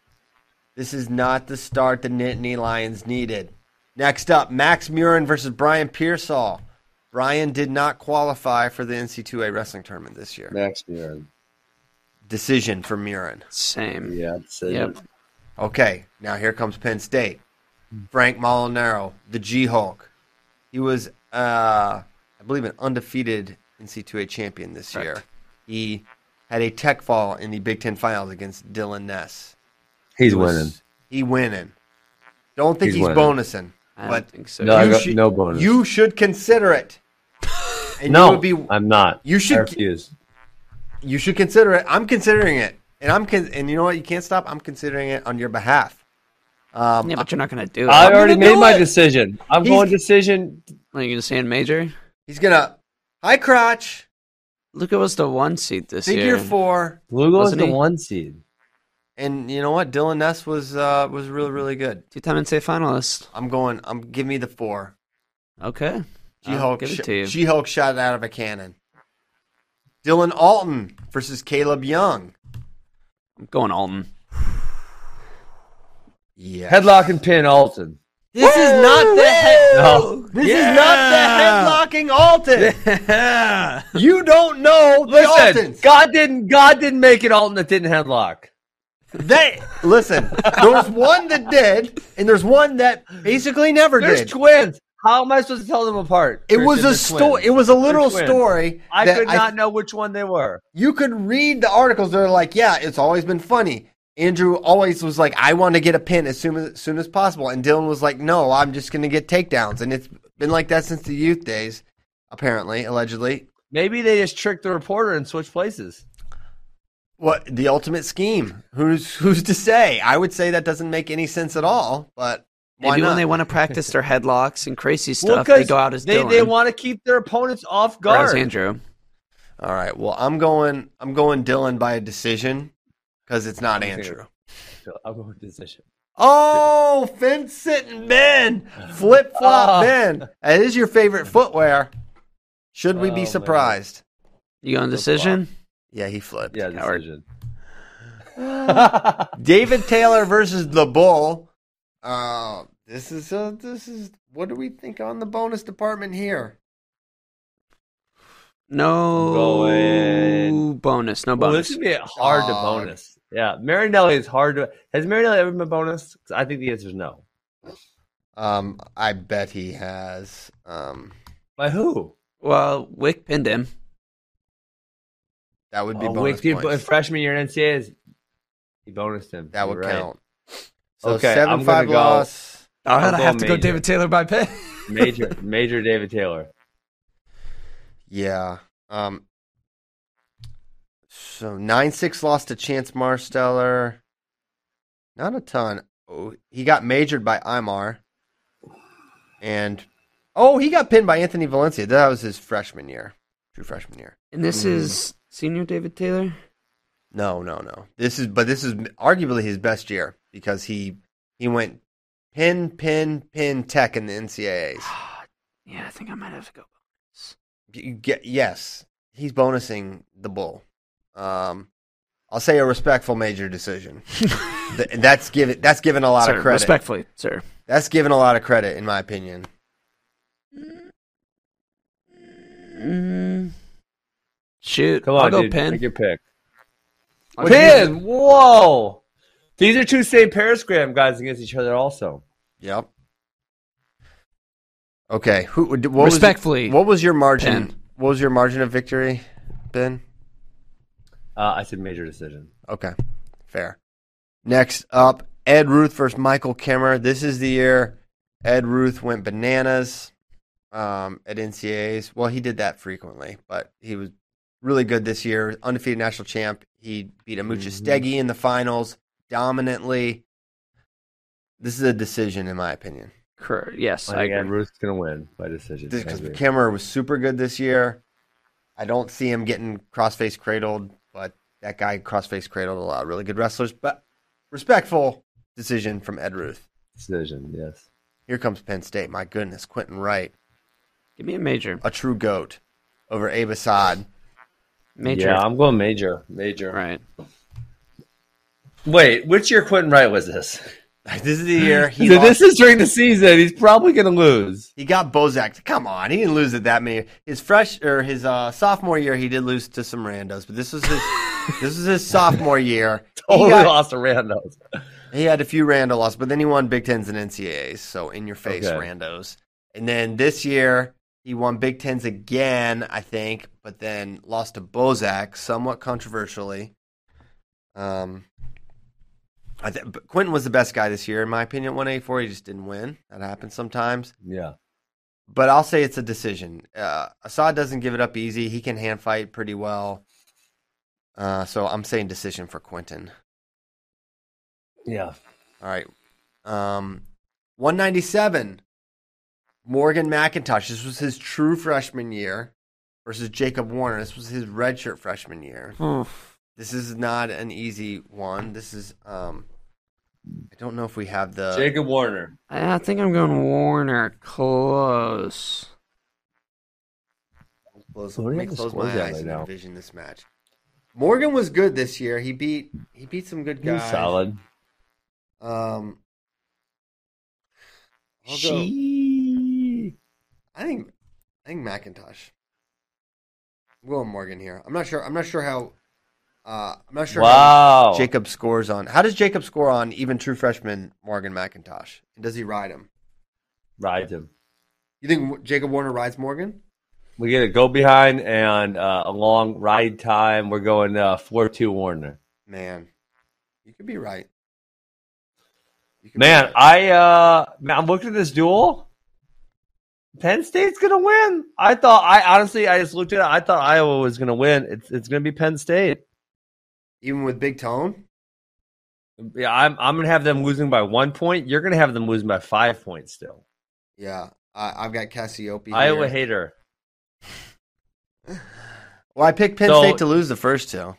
[SPEAKER 1] This is not the start the Nittany Lions needed. Next up, Max Murin versus Brian Pearsall. Brian did not qualify for the NC2A wrestling tournament this year.
[SPEAKER 2] Max Murin.
[SPEAKER 1] Decision for Murin.
[SPEAKER 3] Same.
[SPEAKER 2] Yeah, that's it.
[SPEAKER 3] Yep.
[SPEAKER 1] Okay, now here comes Penn State. Frank Molinaro, the G Hulk. He was, uh, I believe, an undefeated NC2A champion this year. He had a tech fall in the Big Ten Finals against Dylan Ness.
[SPEAKER 2] he's
[SPEAKER 1] He was-
[SPEAKER 2] winning.
[SPEAKER 1] He winning. Don't think
[SPEAKER 2] He's
[SPEAKER 1] he's,
[SPEAKER 2] winning.
[SPEAKER 1] bonusing.
[SPEAKER 3] I don't
[SPEAKER 1] but
[SPEAKER 3] think so.
[SPEAKER 2] No, I
[SPEAKER 1] you
[SPEAKER 2] got
[SPEAKER 1] should-
[SPEAKER 2] no bonus.
[SPEAKER 1] You should consider it. And you
[SPEAKER 2] No,
[SPEAKER 1] would be,
[SPEAKER 2] I'm not.
[SPEAKER 1] You should-
[SPEAKER 2] I refuse.
[SPEAKER 1] you should consider it. I'm considering it, and I'm con- and you know what? You can't stop. I'm considering it on your behalf. Um,
[SPEAKER 3] Yeah, but you're not gonna do it.
[SPEAKER 2] I already
[SPEAKER 1] gonna
[SPEAKER 2] made
[SPEAKER 1] do
[SPEAKER 2] my
[SPEAKER 1] it.
[SPEAKER 2] decision. I'm
[SPEAKER 1] He's-
[SPEAKER 2] going decision.
[SPEAKER 3] What, Are you gonna say in major?
[SPEAKER 1] He's gonna high crotch,
[SPEAKER 3] Luca was the one seat this
[SPEAKER 1] figure
[SPEAKER 3] year.
[SPEAKER 1] four,
[SPEAKER 2] Lugo is
[SPEAKER 3] Wasn't
[SPEAKER 2] the
[SPEAKER 3] he?
[SPEAKER 2] one seed.
[SPEAKER 1] and you know what? Dylan Ness was uh, was really really good.
[SPEAKER 3] Two-time NCAA finalist.
[SPEAKER 1] I'm going. I'm give me the four.
[SPEAKER 3] Okay.
[SPEAKER 1] She
[SPEAKER 3] I'll
[SPEAKER 1] Hulk.
[SPEAKER 3] give it to you.
[SPEAKER 1] She Hulk shot out of a cannon. Dylan Alton versus Caleb Young.
[SPEAKER 3] I'm going Alton.
[SPEAKER 4] Yeah.
[SPEAKER 2] Headlock and pin Alton.
[SPEAKER 1] This is not the head.
[SPEAKER 2] No.
[SPEAKER 1] This is not the headlocking Alton.
[SPEAKER 2] Yeah.
[SPEAKER 1] you don't know the
[SPEAKER 2] Listen,
[SPEAKER 1] Altons.
[SPEAKER 2] God didn't God didn't make it Alton that didn't headlock.
[SPEAKER 1] They listen. There was one that did, and there's one that basically never
[SPEAKER 2] There's
[SPEAKER 1] did.
[SPEAKER 2] twins. How am I supposed to tell them apart?
[SPEAKER 1] it
[SPEAKER 4] There's
[SPEAKER 1] was
[SPEAKER 4] the
[SPEAKER 1] a story. It was a literal
[SPEAKER 2] twins.
[SPEAKER 1] story.
[SPEAKER 2] I
[SPEAKER 1] that
[SPEAKER 2] could not know which one they were.
[SPEAKER 1] you could read the articles that are like, yeah, it's always been funny. Andrew always was like, I want to get a pin as soon as, as soon as possible, and Dylan was like, no, I'm just going to get takedowns, and it's been like that since the youth days, apparently, allegedly.
[SPEAKER 2] Maybe they just tricked the reporter and switched places.
[SPEAKER 1] What the ultimate scheme? Who's who's to say? I would say that doesn't make any sense at all. But why
[SPEAKER 3] Maybe
[SPEAKER 1] not?
[SPEAKER 3] when they want to practice their headlocks and crazy
[SPEAKER 2] Well,
[SPEAKER 3] stuff, they
[SPEAKER 2] 'cause
[SPEAKER 3] go out as
[SPEAKER 2] they,
[SPEAKER 3] Dylan
[SPEAKER 2] they want to keep their opponents off
[SPEAKER 3] or as
[SPEAKER 2] guard.
[SPEAKER 3] Andrew.
[SPEAKER 1] all right. Well, I'm going. I'm going Dylan by a decision because it's not Andrew.
[SPEAKER 2] I'll go with decision.
[SPEAKER 1] Oh, fence sitting Ben, flip flop
[SPEAKER 2] Ah.
[SPEAKER 1] Ben. That is your favorite footwear. Should we
[SPEAKER 2] Oh,
[SPEAKER 1] be
[SPEAKER 2] man.
[SPEAKER 1] surprised?
[SPEAKER 3] You going decision?
[SPEAKER 1] Yeah, he flipped.
[SPEAKER 2] Yeah,
[SPEAKER 3] Coward.
[SPEAKER 2] decision.
[SPEAKER 1] David Taylor versus the Bull. Uh, this is uh, this is what do we think on the bonus department here?
[SPEAKER 3] No
[SPEAKER 2] Going-
[SPEAKER 3] bonus. No
[SPEAKER 2] Well, this
[SPEAKER 3] bonus.
[SPEAKER 2] would be hard to
[SPEAKER 1] Dog.
[SPEAKER 2] bonus. Yeah, Marinelli is hard to. Has Marinelli ever been bonus? 'Cause I think the answer is no.
[SPEAKER 1] Um, I bet he has. Um,
[SPEAKER 2] By who?
[SPEAKER 3] well, Wick pinned him.
[SPEAKER 1] that would be
[SPEAKER 2] Oh,
[SPEAKER 1] bonus
[SPEAKER 2] Wick did,
[SPEAKER 1] points.
[SPEAKER 2] freshman year in NCAAs, he bonused him.
[SPEAKER 1] that
[SPEAKER 2] You're
[SPEAKER 1] would
[SPEAKER 2] right.
[SPEAKER 1] count. So
[SPEAKER 2] Okay, I'm
[SPEAKER 1] seven
[SPEAKER 2] gonna
[SPEAKER 1] five
[SPEAKER 2] go-
[SPEAKER 1] loss.
[SPEAKER 3] All right,
[SPEAKER 2] I'll
[SPEAKER 3] I
[SPEAKER 2] go
[SPEAKER 3] have to go
[SPEAKER 2] major.
[SPEAKER 3] David Taylor by pin.
[SPEAKER 2] Major, major David Taylor.
[SPEAKER 1] Yeah. Um. So nine six lost to Chance Marsteller. Not a ton. Oh, he got majored by Imar, and oh, he got pinned by Anthony Valencia. That was his freshman year, true freshman year.
[SPEAKER 3] And this
[SPEAKER 2] Hmm.
[SPEAKER 3] is senior David Taylor.
[SPEAKER 1] No, no, no. This is but this is arguably his best year because he he went pin pin pin tech in the NCAAs.
[SPEAKER 3] Yeah, I think I might have to go.
[SPEAKER 1] you get yes, he's bonusing the bull. Um, I'll say a respectful major decision. Th- that's given that's given a lot
[SPEAKER 3] sir,
[SPEAKER 1] of credit.
[SPEAKER 3] respectfully, sir.
[SPEAKER 1] That's given a lot of credit in my opinion.
[SPEAKER 3] Mm. Shoot,
[SPEAKER 2] Come on,
[SPEAKER 3] I'll go
[SPEAKER 2] dude,
[SPEAKER 3] pin.
[SPEAKER 2] Make your pick.
[SPEAKER 3] I'll
[SPEAKER 2] Pin. Whoa. These are two St. Paris Graham guys against each other. Also,
[SPEAKER 1] Yep. Okay. Who what was-
[SPEAKER 3] Respectfully,
[SPEAKER 1] what was your margin?
[SPEAKER 3] Ben.
[SPEAKER 1] What was your margin of victory, Ben?
[SPEAKER 2] uh, I said major decision.
[SPEAKER 1] Okay, fair. Next up, Ed Ruth versus Michael Kimmer. This is the year Ed Ruth went bananas um, at NCAAs. Well, he did that frequently, but he was really good this year. Undefeated national champ. He beat Amucha Steggy in the finals dominantly. This is a decision, in my opinion.
[SPEAKER 3] Cor- yes, I
[SPEAKER 2] I think Ed
[SPEAKER 3] agree.
[SPEAKER 2] Ruth's gonna win by decision. I
[SPEAKER 1] Because
[SPEAKER 2] agree.
[SPEAKER 1] Kimmer was super good this year. I don't see him getting crossface cradled, but that guy crossface cradled a lot of really good wrestlers. But respectful decision from Ed Ruth.
[SPEAKER 2] Decision. Yes.
[SPEAKER 1] Here comes Penn State. My goodness, Quentin Wright,
[SPEAKER 3] Give me a major.
[SPEAKER 1] a true goat over Abe Assad.
[SPEAKER 3] Major.
[SPEAKER 2] Yeah, I'm going major. Major.
[SPEAKER 3] All right.
[SPEAKER 2] Wait, which year Quentin Wright was this?
[SPEAKER 1] this is the year he
[SPEAKER 2] So
[SPEAKER 1] lost.
[SPEAKER 2] this is during the season. He's probably gonna lose.
[SPEAKER 1] he got Bozak. Come on, he didn't lose it that many. His fresh or his uh, sophomore year, he did lose to some randos, but this was his this was his sophomore year.
[SPEAKER 2] Totally
[SPEAKER 1] he got-
[SPEAKER 2] lost to randos.
[SPEAKER 1] He had a few Randall losses, but then he won Big Tens and NCAAs. So in your face,
[SPEAKER 2] Okay.
[SPEAKER 1] Randos. And then this year he won Big Tens again, I think, but then lost to Bozak somewhat controversially. Um, I th- but Quentin was the best guy this year, in my opinion. One eighty four, he just didn't win. That happens sometimes.
[SPEAKER 2] Yeah.
[SPEAKER 1] But I'll say it's a decision. Uh, Assad doesn't give it up easy. He can hand fight pretty well. Uh, so I'm saying decision for Quentin.
[SPEAKER 2] Yeah.
[SPEAKER 1] All right. Um, 197. Morgan McIntosh. This was his true freshman year versus Jacob Warner. This was his redshirt freshman year. This is not an easy one. This is um, I don't know if we have the
[SPEAKER 2] Jacob Warner.
[SPEAKER 3] I I think I'm going Warner. Close.
[SPEAKER 1] close,
[SPEAKER 2] What do you
[SPEAKER 1] let me
[SPEAKER 2] have to
[SPEAKER 1] close
[SPEAKER 2] score
[SPEAKER 1] my
[SPEAKER 2] that
[SPEAKER 1] eyes
[SPEAKER 2] right
[SPEAKER 1] and
[SPEAKER 2] now?
[SPEAKER 1] envision this match. Morgan was good this year. He beat he beat some good
[SPEAKER 2] He's
[SPEAKER 1] guys.
[SPEAKER 2] solid.
[SPEAKER 1] Um,
[SPEAKER 5] I'll go-
[SPEAKER 2] She.
[SPEAKER 1] I think I think Macintosh. I'm going Morgan here. I'm not sure. I'm not sure how. Uh, I'm not sure.
[SPEAKER 2] Wow.
[SPEAKER 1] How Jacob scores on. How does Jacob score on even true freshman Morgan Macintosh? And does he ride him?
[SPEAKER 2] Rides him.
[SPEAKER 1] You think Jacob Warner rides Morgan?
[SPEAKER 2] We get a go behind and uh, a long ride time. We're going uh, 4 2 Warner.
[SPEAKER 1] Man, you could be right. You could be
[SPEAKER 2] Man,
[SPEAKER 1] right.
[SPEAKER 2] I uh, man, I'm looking at this duel. Penn State's gonna win. I thought. I honestly, I just looked at it. I thought Iowa was gonna win. It's it's gonna be Penn State.
[SPEAKER 1] even with Big Tone,
[SPEAKER 2] Yeah, I'm I'm gonna have them losing by one point. You're gonna have them losing by five points still.
[SPEAKER 1] yeah, I, I've got Cassiope. here.
[SPEAKER 2] Iowa hater.
[SPEAKER 1] Well, I picked Penn
[SPEAKER 2] So-
[SPEAKER 1] State to lose the first two.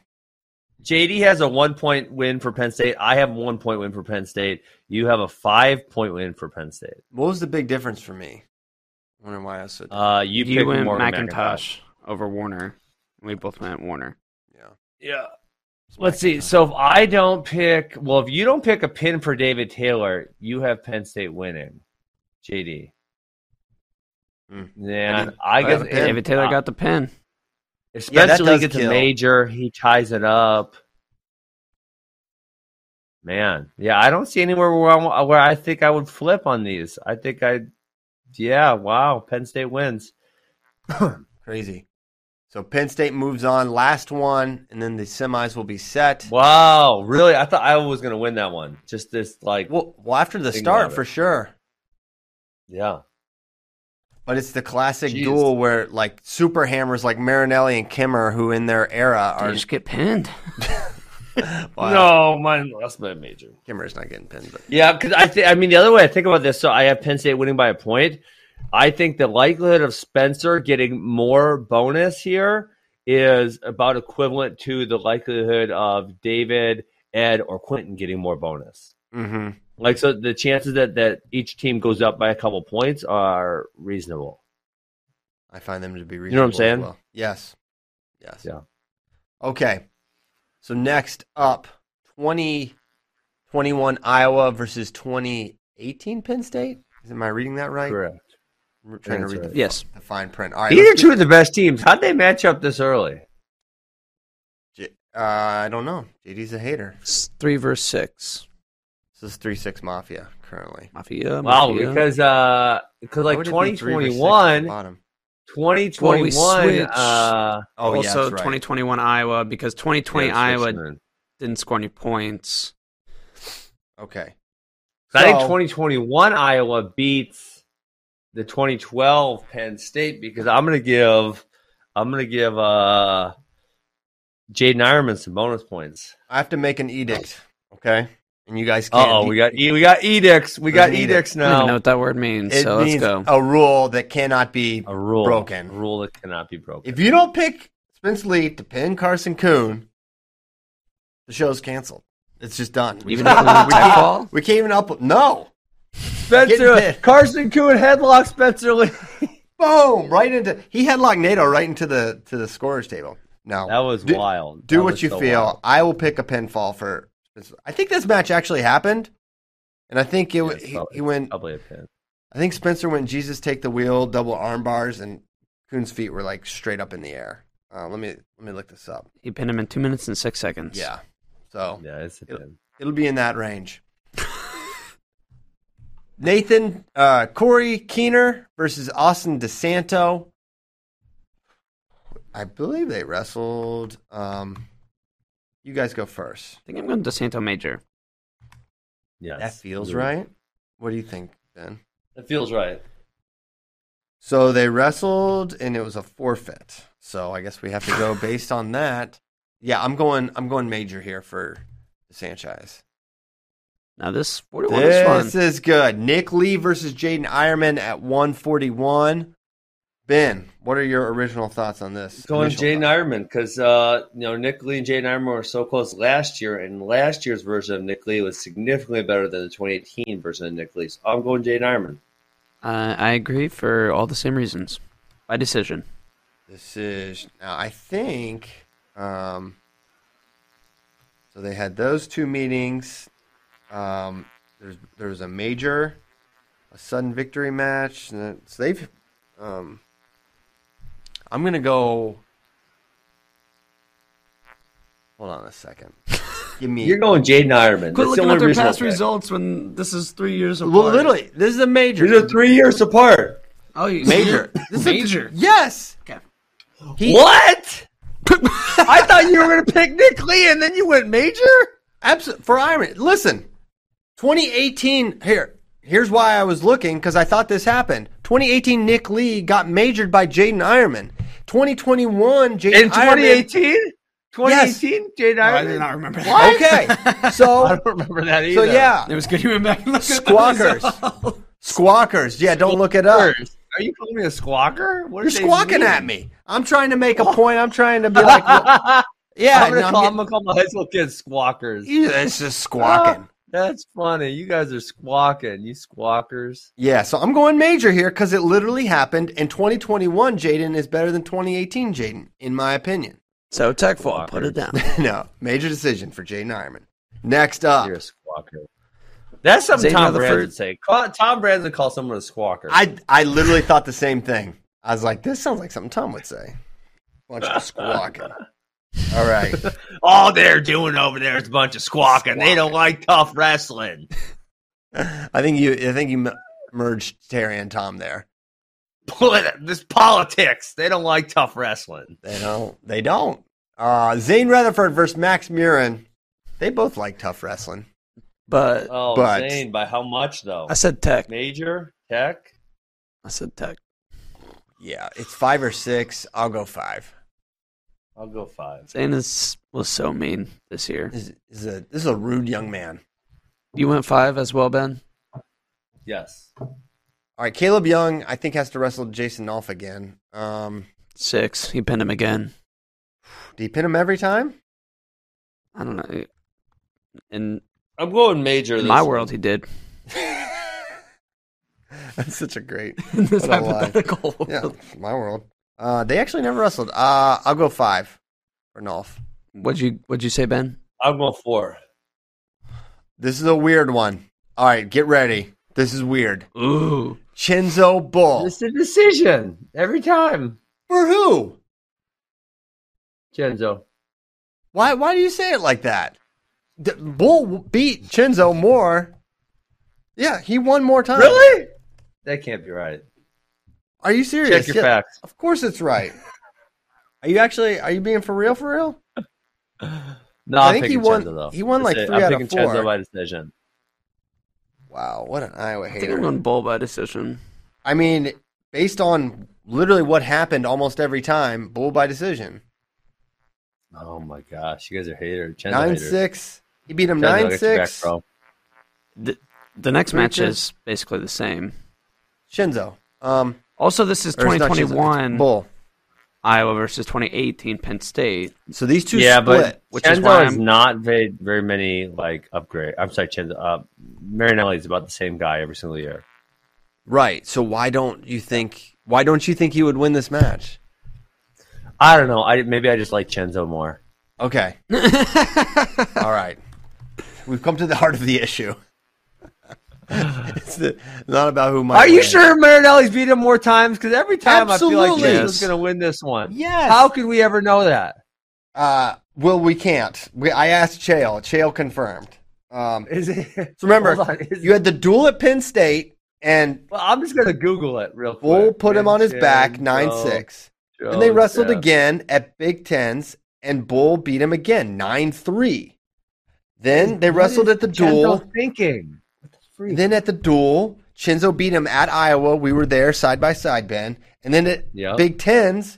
[SPEAKER 2] JD has a one point win for Penn State. I have a one point win for Penn State. You have a five point win for Penn State.
[SPEAKER 1] What was the big difference for me? I wonder why I was so.
[SPEAKER 2] Uh, you,
[SPEAKER 3] You
[SPEAKER 2] picked
[SPEAKER 3] went
[SPEAKER 2] Morgan
[SPEAKER 3] Macintosh over Warner. We both went Warner.
[SPEAKER 2] Yeah. Let's see. So if I don't pick, well, if you don't pick a pin for David Taylor, you have Penn State winning. JD.
[SPEAKER 1] Hmm.
[SPEAKER 2] Then I
[SPEAKER 1] I
[SPEAKER 2] guess
[SPEAKER 1] have a pin.
[SPEAKER 3] David Taylor got the pin.
[SPEAKER 1] Yeah, that
[SPEAKER 2] especially
[SPEAKER 1] does
[SPEAKER 2] gets a
[SPEAKER 1] kill.
[SPEAKER 2] major. He ties it up. Man, yeah, I don't see anywhere where I, where I think I would flip on these. I think I, yeah, wow, Penn State wins.
[SPEAKER 1] Crazy. So Penn State moves on, last one, and then the semis will be set.
[SPEAKER 2] Wow, really? I thought Iowa was going to win that one. Just this, like,
[SPEAKER 1] Well, well after the
[SPEAKER 2] Think
[SPEAKER 1] start
[SPEAKER 2] about it.
[SPEAKER 1] for sure.
[SPEAKER 2] yeah,
[SPEAKER 1] But it's the classic
[SPEAKER 2] Jeez.
[SPEAKER 1] duel where like super hammers like Marinelli and Kimmer, who in their era
[SPEAKER 3] I
[SPEAKER 1] are
[SPEAKER 3] just get pinned.
[SPEAKER 1] Wow.
[SPEAKER 2] no, mine lost by a major.
[SPEAKER 1] Kimmer's not getting pinned, but
[SPEAKER 2] Yeah, because I think I mean the other way I think about this. So I have Penn State winning by a point. I think the likelihood of Spencer getting more bonus here is about equivalent to the likelihood of David, Ed, or Quentin getting more bonus.
[SPEAKER 1] hmm
[SPEAKER 2] Like so, the chances that that each team goes up by a couple points are reasonable.
[SPEAKER 1] I find them to be reasonable.
[SPEAKER 2] know what I'm
[SPEAKER 1] as
[SPEAKER 2] saying?
[SPEAKER 1] well. Yes. Yes.
[SPEAKER 2] Yeah.
[SPEAKER 1] Okay. So next up, 2021 Iowa versus 2018 Penn State. Is am I reading that right?
[SPEAKER 2] Correct.
[SPEAKER 1] I'm trying to
[SPEAKER 2] That's
[SPEAKER 1] read
[SPEAKER 2] right.
[SPEAKER 1] the,
[SPEAKER 3] Yes.
[SPEAKER 1] the fine print. All right.
[SPEAKER 2] These are
[SPEAKER 1] let's
[SPEAKER 2] two of the best teams. How'd they match up this early?
[SPEAKER 1] get- uh, I don't know. JD's a hater.
[SPEAKER 3] It's three versus six.
[SPEAKER 1] This is three six mafia currently.
[SPEAKER 3] Mafia.
[SPEAKER 2] Wow,
[SPEAKER 3] mafia.
[SPEAKER 2] because uh, because
[SPEAKER 1] Why
[SPEAKER 2] like
[SPEAKER 1] would it be three versus six at the
[SPEAKER 2] 2021,
[SPEAKER 1] bottom?
[SPEAKER 2] 2021,
[SPEAKER 3] switched.
[SPEAKER 2] uh,
[SPEAKER 1] Oh yeah,
[SPEAKER 3] also
[SPEAKER 1] that's right.
[SPEAKER 3] 2021 Iowa because 2020
[SPEAKER 2] yeah,
[SPEAKER 3] Iowa
[SPEAKER 2] switched, man.
[SPEAKER 3] didn't score any points.
[SPEAKER 1] Okay.
[SPEAKER 2] I think
[SPEAKER 1] So-
[SPEAKER 2] 2021 Iowa beats the 2012 Penn State because I'm going to give I'm going to give uh Jaden Ironman some bonus points.
[SPEAKER 1] I have to make an edict. Okay. And you guys can't.
[SPEAKER 2] Oh, we got e- we got edicts. We
[SPEAKER 1] There's
[SPEAKER 2] got
[SPEAKER 1] an edict.
[SPEAKER 2] edicts
[SPEAKER 3] I don't even know
[SPEAKER 2] now.
[SPEAKER 3] what that word means.
[SPEAKER 1] it
[SPEAKER 3] so
[SPEAKER 1] means
[SPEAKER 3] let's go.
[SPEAKER 1] a rule that cannot be
[SPEAKER 2] A rule
[SPEAKER 1] broken.
[SPEAKER 2] a rule that cannot be broken.
[SPEAKER 1] If you don't pick Spence Lee to pin Carson Coon, the show's canceled. It's just done. We
[SPEAKER 3] Even if
[SPEAKER 1] can't,
[SPEAKER 3] we win
[SPEAKER 1] we can't-
[SPEAKER 3] ball?
[SPEAKER 1] we can't even up. No.
[SPEAKER 2] Spencer
[SPEAKER 1] Get bit.
[SPEAKER 2] Carson Coon headlock Spencer Lee.
[SPEAKER 1] Boom! Right into he headlocked NATO right into the to the scorers table. No,
[SPEAKER 2] That was
[SPEAKER 1] do,
[SPEAKER 2] wild.
[SPEAKER 1] Do
[SPEAKER 2] That
[SPEAKER 1] what
[SPEAKER 2] was
[SPEAKER 1] you
[SPEAKER 2] so
[SPEAKER 1] feel.
[SPEAKER 2] wild.
[SPEAKER 1] I will pick a pinfall for. I think this match actually happened, and I think it
[SPEAKER 2] Yeah,
[SPEAKER 1] wa-
[SPEAKER 2] it's
[SPEAKER 1] he,
[SPEAKER 2] probably-
[SPEAKER 1] he went.
[SPEAKER 2] probably a pin.
[SPEAKER 1] I think Spencer went Jesus take the wheel, double arm bars, and Coon's feet were like straight up in the air. Uh, let me let me look this up.
[SPEAKER 3] He pinned him in two minutes and six seconds.
[SPEAKER 1] Yeah, so
[SPEAKER 2] Yeah, it's a pin.
[SPEAKER 1] it'll be in that range. Nathan uh, Corey Keener versus Austin DeSanto. I believe they wrestled. Um, you guys go first.
[SPEAKER 3] I think I'm going to Santo Major.
[SPEAKER 2] Yes.
[SPEAKER 1] That feels right. What do you think, Ben?
[SPEAKER 2] That feels right.
[SPEAKER 1] So they wrestled and it was a forfeit. So I guess we have to go based on that. Yeah, I'm going I'm going major here for Sanchez.
[SPEAKER 3] Now this 41 is
[SPEAKER 1] This
[SPEAKER 3] fun.
[SPEAKER 1] is good. Nick Lee versus Jaden Ironman at 141. Ben, what are your original thoughts on this?
[SPEAKER 2] going
[SPEAKER 1] Initial
[SPEAKER 2] Jaden
[SPEAKER 1] thoughts.
[SPEAKER 2] Ironman because uh, you know Nick Lee and Jaden Ironman were so close last year, and last year's version of Nick Lee was significantly better than the 2018 version of Nick Lee. So I'm going Jaden Ironman.
[SPEAKER 3] Uh, I agree for all the same reasons. By decision.
[SPEAKER 1] This is now I think um so they had those two meetings. Um there's there was a major a sudden victory match. And that- So they've. Um, I'm gonna go. Hold on a second. Give me.
[SPEAKER 2] You're going Jaden Ironman. That's
[SPEAKER 3] Quit
[SPEAKER 2] the
[SPEAKER 3] looking
[SPEAKER 2] only
[SPEAKER 3] at their
[SPEAKER 2] reasonable
[SPEAKER 3] past
[SPEAKER 2] pick.
[SPEAKER 3] results when this is three years apart.
[SPEAKER 1] well, literally, this is a major.
[SPEAKER 2] These are three years apart.
[SPEAKER 3] oh, you,
[SPEAKER 1] Major.
[SPEAKER 3] This major.
[SPEAKER 1] Yes.
[SPEAKER 3] Okay.
[SPEAKER 1] He-
[SPEAKER 2] What?
[SPEAKER 1] I thought you were going to pick Nick Lee, and then you went major. Absolutely for Ironman. Listen, 2018. Here, here's why I was looking because I thought this happened. 2018, Nick Lee got majored by Jaden Ironman. 2021, Jaden
[SPEAKER 2] In 2018? 2018? Jaden
[SPEAKER 3] Oh, I
[SPEAKER 2] Ironman?
[SPEAKER 3] did not remember that.
[SPEAKER 1] Ironman. Okay,
[SPEAKER 2] I
[SPEAKER 1] so
[SPEAKER 2] don't remember that either.
[SPEAKER 1] so yeah,
[SPEAKER 3] It was good you went back and looked at the
[SPEAKER 1] squawkers,
[SPEAKER 3] results.
[SPEAKER 1] squawkers. Yeah, don't look it up.
[SPEAKER 2] First, Are you calling me a squawker? What
[SPEAKER 1] You're squawking at me. I'm trying to make a point. I'm trying to be like, yeah.
[SPEAKER 2] I'm, gonna
[SPEAKER 1] no, I'm
[SPEAKER 2] call,
[SPEAKER 1] getting-
[SPEAKER 2] I'm gonna call my high school kids squawkers.
[SPEAKER 1] Yeah, it's just squawking.
[SPEAKER 2] That's funny. You guys are squawking. You squawkers.
[SPEAKER 1] Yeah, so I'm going major here because it literally happened. And 2021 Jaden is better than 2018 Jaden, in my opinion.
[SPEAKER 3] So tech fall, put it down.
[SPEAKER 1] no, major decision for Jaden Ironman. Next up,
[SPEAKER 2] You're a squawker. Uh, That's something
[SPEAKER 3] Zane
[SPEAKER 2] Tom
[SPEAKER 3] Rutherford.
[SPEAKER 2] Brandon would say. Call, Tom Brandon would call someone a squawker.
[SPEAKER 1] I I literally thought the same thing. I was like, this sounds like something Tom would say. Bunch of squawking. All right,
[SPEAKER 2] All they're doing over there is a bunch of squawking. They don't like tough wrestling.
[SPEAKER 1] I think you I think you m- merged Terry and Tom there.
[SPEAKER 2] Polit- this politics. They don't like tough wrestling.
[SPEAKER 1] They don't. They don't. Uh, Zane Rutherford versus Max Murin. They both like tough wrestling.
[SPEAKER 3] But
[SPEAKER 2] Oh,
[SPEAKER 1] But-
[SPEAKER 2] Zane, by how much though?
[SPEAKER 3] I said tech.
[SPEAKER 2] Major Tech.
[SPEAKER 3] I said tech.
[SPEAKER 1] Yeah, it's five or six. I'll go five.
[SPEAKER 2] I'll go five.
[SPEAKER 3] Zane is, was so mean this year.
[SPEAKER 1] This is a this is a rude young man.
[SPEAKER 3] You went five as well, Ben.
[SPEAKER 2] Yes.
[SPEAKER 1] All right, Caleb Young, I think has to wrestle Jason Nolf again. Um,
[SPEAKER 3] Six. He pinned him again.
[SPEAKER 1] do you pin him every time?
[SPEAKER 3] I don't know. In,
[SPEAKER 2] I'm going major.
[SPEAKER 3] in
[SPEAKER 2] this
[SPEAKER 3] my
[SPEAKER 2] one.
[SPEAKER 3] world, he did.
[SPEAKER 1] That's such a great.
[SPEAKER 3] In this
[SPEAKER 1] What a lie.
[SPEAKER 3] hypothetical world.
[SPEAKER 1] Yeah, my world. Uh, they actually never wrestled. Uh, I'll go five for Nolf.
[SPEAKER 3] What'd you What'd you say, Ben?
[SPEAKER 2] I'm going four.
[SPEAKER 1] This is a weird one. All right, get ready. This is weird.
[SPEAKER 3] Ooh.
[SPEAKER 1] Chinzo Bull
[SPEAKER 2] It's a decision every time.
[SPEAKER 1] for who?
[SPEAKER 2] Genzo.
[SPEAKER 1] Why? Why do you say it like that? D- Bull beat Chinzo more. Yeah, he won more times.
[SPEAKER 2] Really? That can't be right.
[SPEAKER 1] Are you serious?
[SPEAKER 2] Check your
[SPEAKER 1] Yeah.
[SPEAKER 2] facts.
[SPEAKER 1] Of course it's right. Are you actually? Are you being for real? For real?
[SPEAKER 2] No,
[SPEAKER 1] I
[SPEAKER 2] I'm
[SPEAKER 1] think he
[SPEAKER 2] picking
[SPEAKER 1] won-
[SPEAKER 2] Chenzo, though.
[SPEAKER 1] he won, like,
[SPEAKER 2] That's it.
[SPEAKER 1] three
[SPEAKER 2] I'm
[SPEAKER 1] out of
[SPEAKER 2] picking Chenzo
[SPEAKER 1] four.
[SPEAKER 2] by decision.
[SPEAKER 1] Wow, what an Iowa
[SPEAKER 3] I think I'm
[SPEAKER 1] hater!
[SPEAKER 3] going bowl by decision.
[SPEAKER 1] I mean, based on literally what happened almost every time, bull by decision.
[SPEAKER 2] Oh my gosh, you guys are haters. Chenzo
[SPEAKER 1] Nine
[SPEAKER 2] haters.
[SPEAKER 1] six. He beat him
[SPEAKER 2] Chenzo,
[SPEAKER 1] nine
[SPEAKER 2] get your back,
[SPEAKER 1] six.
[SPEAKER 2] bro.
[SPEAKER 3] The, the next match
[SPEAKER 1] two.
[SPEAKER 3] is basically the same.
[SPEAKER 1] Shinzo. Um,
[SPEAKER 3] Also, this is
[SPEAKER 1] or it's not Shinzo, it's
[SPEAKER 3] 2021
[SPEAKER 1] bull.
[SPEAKER 3] Iowa versus 2018 Penn State.
[SPEAKER 1] So these two
[SPEAKER 2] yeah,
[SPEAKER 1] split.
[SPEAKER 2] but
[SPEAKER 3] which
[SPEAKER 2] Chenzo
[SPEAKER 3] is why
[SPEAKER 2] has
[SPEAKER 3] I'm-
[SPEAKER 2] not very, very many like upgrade. I'm sorry, Chenzo. Uh, Marinelli is about the same guy every single year.
[SPEAKER 1] right. So why don't you think? Why don't you think he would win this match?
[SPEAKER 2] I don't know. I maybe I just like Chenzo more.
[SPEAKER 1] Okay. All right. We've come to the heart of the issue. it's the, not about who might.
[SPEAKER 2] Are you
[SPEAKER 1] win.
[SPEAKER 2] sure Marinelli's beat him more times? Because every time I feel like
[SPEAKER 1] Absolutely.
[SPEAKER 2] Chenzo's going to win this one.
[SPEAKER 1] Yes.
[SPEAKER 2] How could we ever know that?
[SPEAKER 1] Uh, well, we can't. We, I asked Chael. Chael confirmed. Um,
[SPEAKER 2] Is it?
[SPEAKER 1] so remember,
[SPEAKER 2] Hold on, is-
[SPEAKER 1] you had the duel at Penn State, and
[SPEAKER 2] Well, I'm just gonna Google it real quick.
[SPEAKER 1] Bull put him on his
[SPEAKER 2] Chin,
[SPEAKER 1] back,
[SPEAKER 2] Joe,
[SPEAKER 1] nine six.
[SPEAKER 2] Joe,
[SPEAKER 1] Then they wrestled
[SPEAKER 2] Jeff.
[SPEAKER 1] again at Big Tens, and Bull beat him again, nine three. Then they
[SPEAKER 2] What
[SPEAKER 1] wrestled
[SPEAKER 2] is
[SPEAKER 1] at the
[SPEAKER 2] Chenzo
[SPEAKER 1] duel.
[SPEAKER 2] Thinking. What the freak?
[SPEAKER 1] Then at the duel, Chinzo beat him at Iowa. We were there side by side, Ben. And then at
[SPEAKER 2] Yep.
[SPEAKER 1] Big Tens,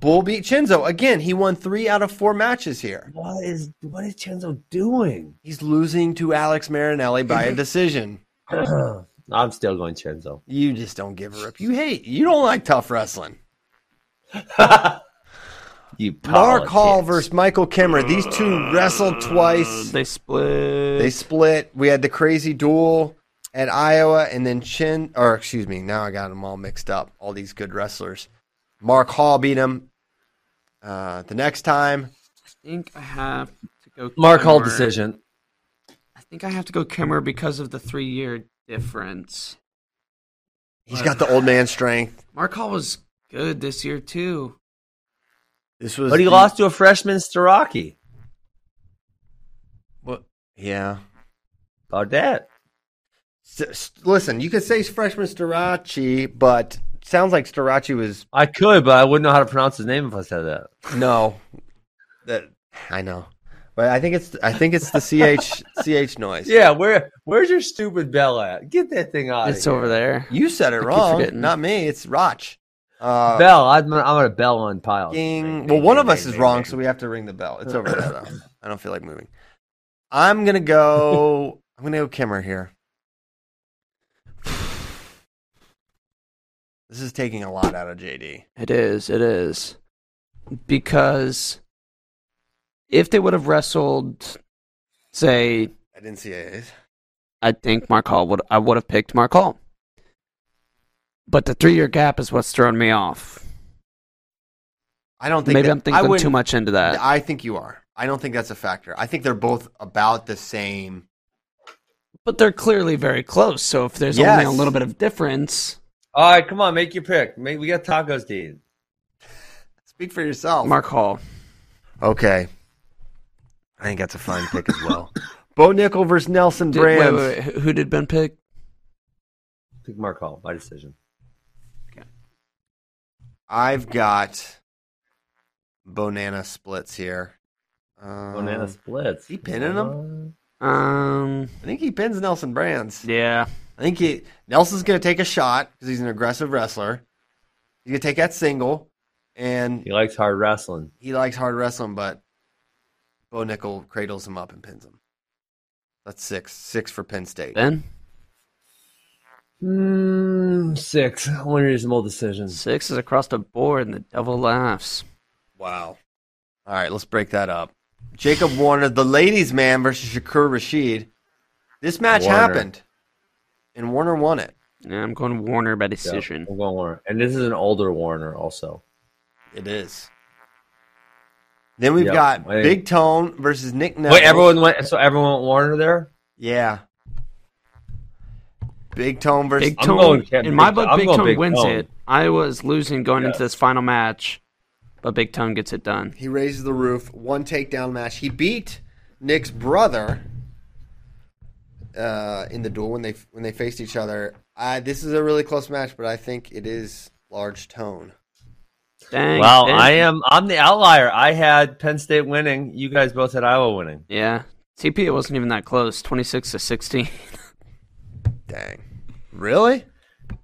[SPEAKER 1] Bull beat Chinzo again. He won three out of four matches here.
[SPEAKER 2] what is what is Chenzo doing?
[SPEAKER 1] He's losing to Alex Marinelli by a decision.
[SPEAKER 2] I'm still going Chenzo.
[SPEAKER 1] You just don't give her up. You hate. You don't like tough wrestling.
[SPEAKER 2] You
[SPEAKER 1] Mark Hall
[SPEAKER 2] politics. Uh,
[SPEAKER 1] versus Michael Kimmerer. These two wrestled twice.
[SPEAKER 3] They split.
[SPEAKER 1] They split. We had the crazy duel at Iowa, and then Chin, or excuse me, now I got them all mixed up. All these good wrestlers. Mark Hall beat him uh, the next time.
[SPEAKER 3] I think I have to go.
[SPEAKER 2] Mark Hall
[SPEAKER 3] Kimmer.
[SPEAKER 2] decision.
[SPEAKER 3] I think I have to go Kimmer because of the three year difference.
[SPEAKER 1] He's got the old man strength.
[SPEAKER 3] Mark Hall was good this year too.
[SPEAKER 1] This was
[SPEAKER 2] But he
[SPEAKER 1] the-
[SPEAKER 2] lost to a freshman Staraki.
[SPEAKER 3] What?
[SPEAKER 1] Yeah.
[SPEAKER 2] About that.
[SPEAKER 1] S- s- listen, you could say freshman Starachi, but sounds like Starachi was
[SPEAKER 2] I could, but I wouldn't know how to pronounce his name if I said that.
[SPEAKER 1] no. That I know. But I think it's I think it's the CH CH noise.
[SPEAKER 2] Yeah, where where's your stupid bell at? Get that thing out.
[SPEAKER 3] It's over there.
[SPEAKER 1] You said it
[SPEAKER 3] keep
[SPEAKER 1] wrong,
[SPEAKER 3] forgetting.
[SPEAKER 1] not me. It's Roch. Uh,
[SPEAKER 2] Bell. I'm gonna, I'm gonna bell on pile.
[SPEAKER 1] Ding. Well, one of us is wrong, so we have to ring the bell. It's over there, though. I don't feel like moving. I'm gonna go. I'm gonna go Kimmer here. This is taking a lot out of JD.
[SPEAKER 3] It is. It is. Because if they would have wrestled, say,
[SPEAKER 1] I didn't see A's.
[SPEAKER 3] I think Mark Hall would. I would have picked Mark Hall. But the three-year gap is what's thrown me off.
[SPEAKER 1] I don't think.
[SPEAKER 3] Maybe
[SPEAKER 1] that-
[SPEAKER 3] I'm
[SPEAKER 1] I
[SPEAKER 3] thinking too
[SPEAKER 1] wouldn't-
[SPEAKER 3] much into that.
[SPEAKER 1] I think you are. I don't think that's a factor. I think they're both about the same.
[SPEAKER 3] but they're clearly very close. So if there's only a
[SPEAKER 1] Yes.
[SPEAKER 3] little bit of difference,
[SPEAKER 2] All right, come on, make your pick. Make, we got tacos to eat.
[SPEAKER 1] Speak for yourself,
[SPEAKER 3] Mark Hall.
[SPEAKER 1] Okay. I think that's a fine pick as well. Bo Nickel versus Nelson
[SPEAKER 3] Did, wait,
[SPEAKER 1] Brands.
[SPEAKER 3] wait, wait, who who did Ben pick?
[SPEAKER 2] Pick Mark Hall. My decision.
[SPEAKER 1] I've got banana splits here. Um,
[SPEAKER 2] Banana splits.
[SPEAKER 1] he pinning him?
[SPEAKER 3] Um.
[SPEAKER 1] I think he pins Nelson Brands.
[SPEAKER 3] Yeah.
[SPEAKER 1] I think he Nelson's going to take a shot because he's an aggressive wrestler. He's going to take that single, and
[SPEAKER 2] He likes hard wrestling.
[SPEAKER 1] he likes hard wrestling, but Bo Nickel cradles him up and pins him. That's six. Six for Penn State.
[SPEAKER 3] Ben
[SPEAKER 2] Mm, six. One reasonable decision.
[SPEAKER 3] six is across the board, and the devil laughs.
[SPEAKER 1] Wow. All right, let's break that up. Jacob Warner, the ladies' man versus Shakur Rashid. This match
[SPEAKER 2] Warner.
[SPEAKER 1] happened, and Warner won it.
[SPEAKER 3] Yeah, I'm going Warner by
[SPEAKER 2] Yeah,
[SPEAKER 3] decision.
[SPEAKER 2] I'm going Warner. And this is an older Warner also.
[SPEAKER 1] It is. Then we've
[SPEAKER 2] Yep,
[SPEAKER 1] got
[SPEAKER 2] I-
[SPEAKER 1] Big Tone versus Nick Neville.
[SPEAKER 2] Wait, everyone went so everyone went Warner there?
[SPEAKER 1] Yeah. Big Tone versus.
[SPEAKER 3] Big
[SPEAKER 2] I'm
[SPEAKER 3] Tone.
[SPEAKER 2] going Kent-
[SPEAKER 3] in my
[SPEAKER 2] Big-
[SPEAKER 3] book,
[SPEAKER 2] I'm
[SPEAKER 3] Big
[SPEAKER 2] going
[SPEAKER 3] Tone
[SPEAKER 2] Big
[SPEAKER 3] wins
[SPEAKER 2] Tone.
[SPEAKER 3] it. I was losing going into
[SPEAKER 2] Yeah.
[SPEAKER 3] this final match, but Big Tone gets it done.
[SPEAKER 1] he raises the roof. One takedown match. He beat Nick's brother uh, in the duel when they when they faced each other. I, this is a really close match, but I think it is large tone.
[SPEAKER 3] Dang.
[SPEAKER 2] Wow,
[SPEAKER 3] Ben.
[SPEAKER 2] I am I'm the outlier. I had Penn State winning. You guys both had Iowa winning.
[SPEAKER 3] Yeah. TP, it wasn't even that close. 26 to 16.
[SPEAKER 1] Dang. Really?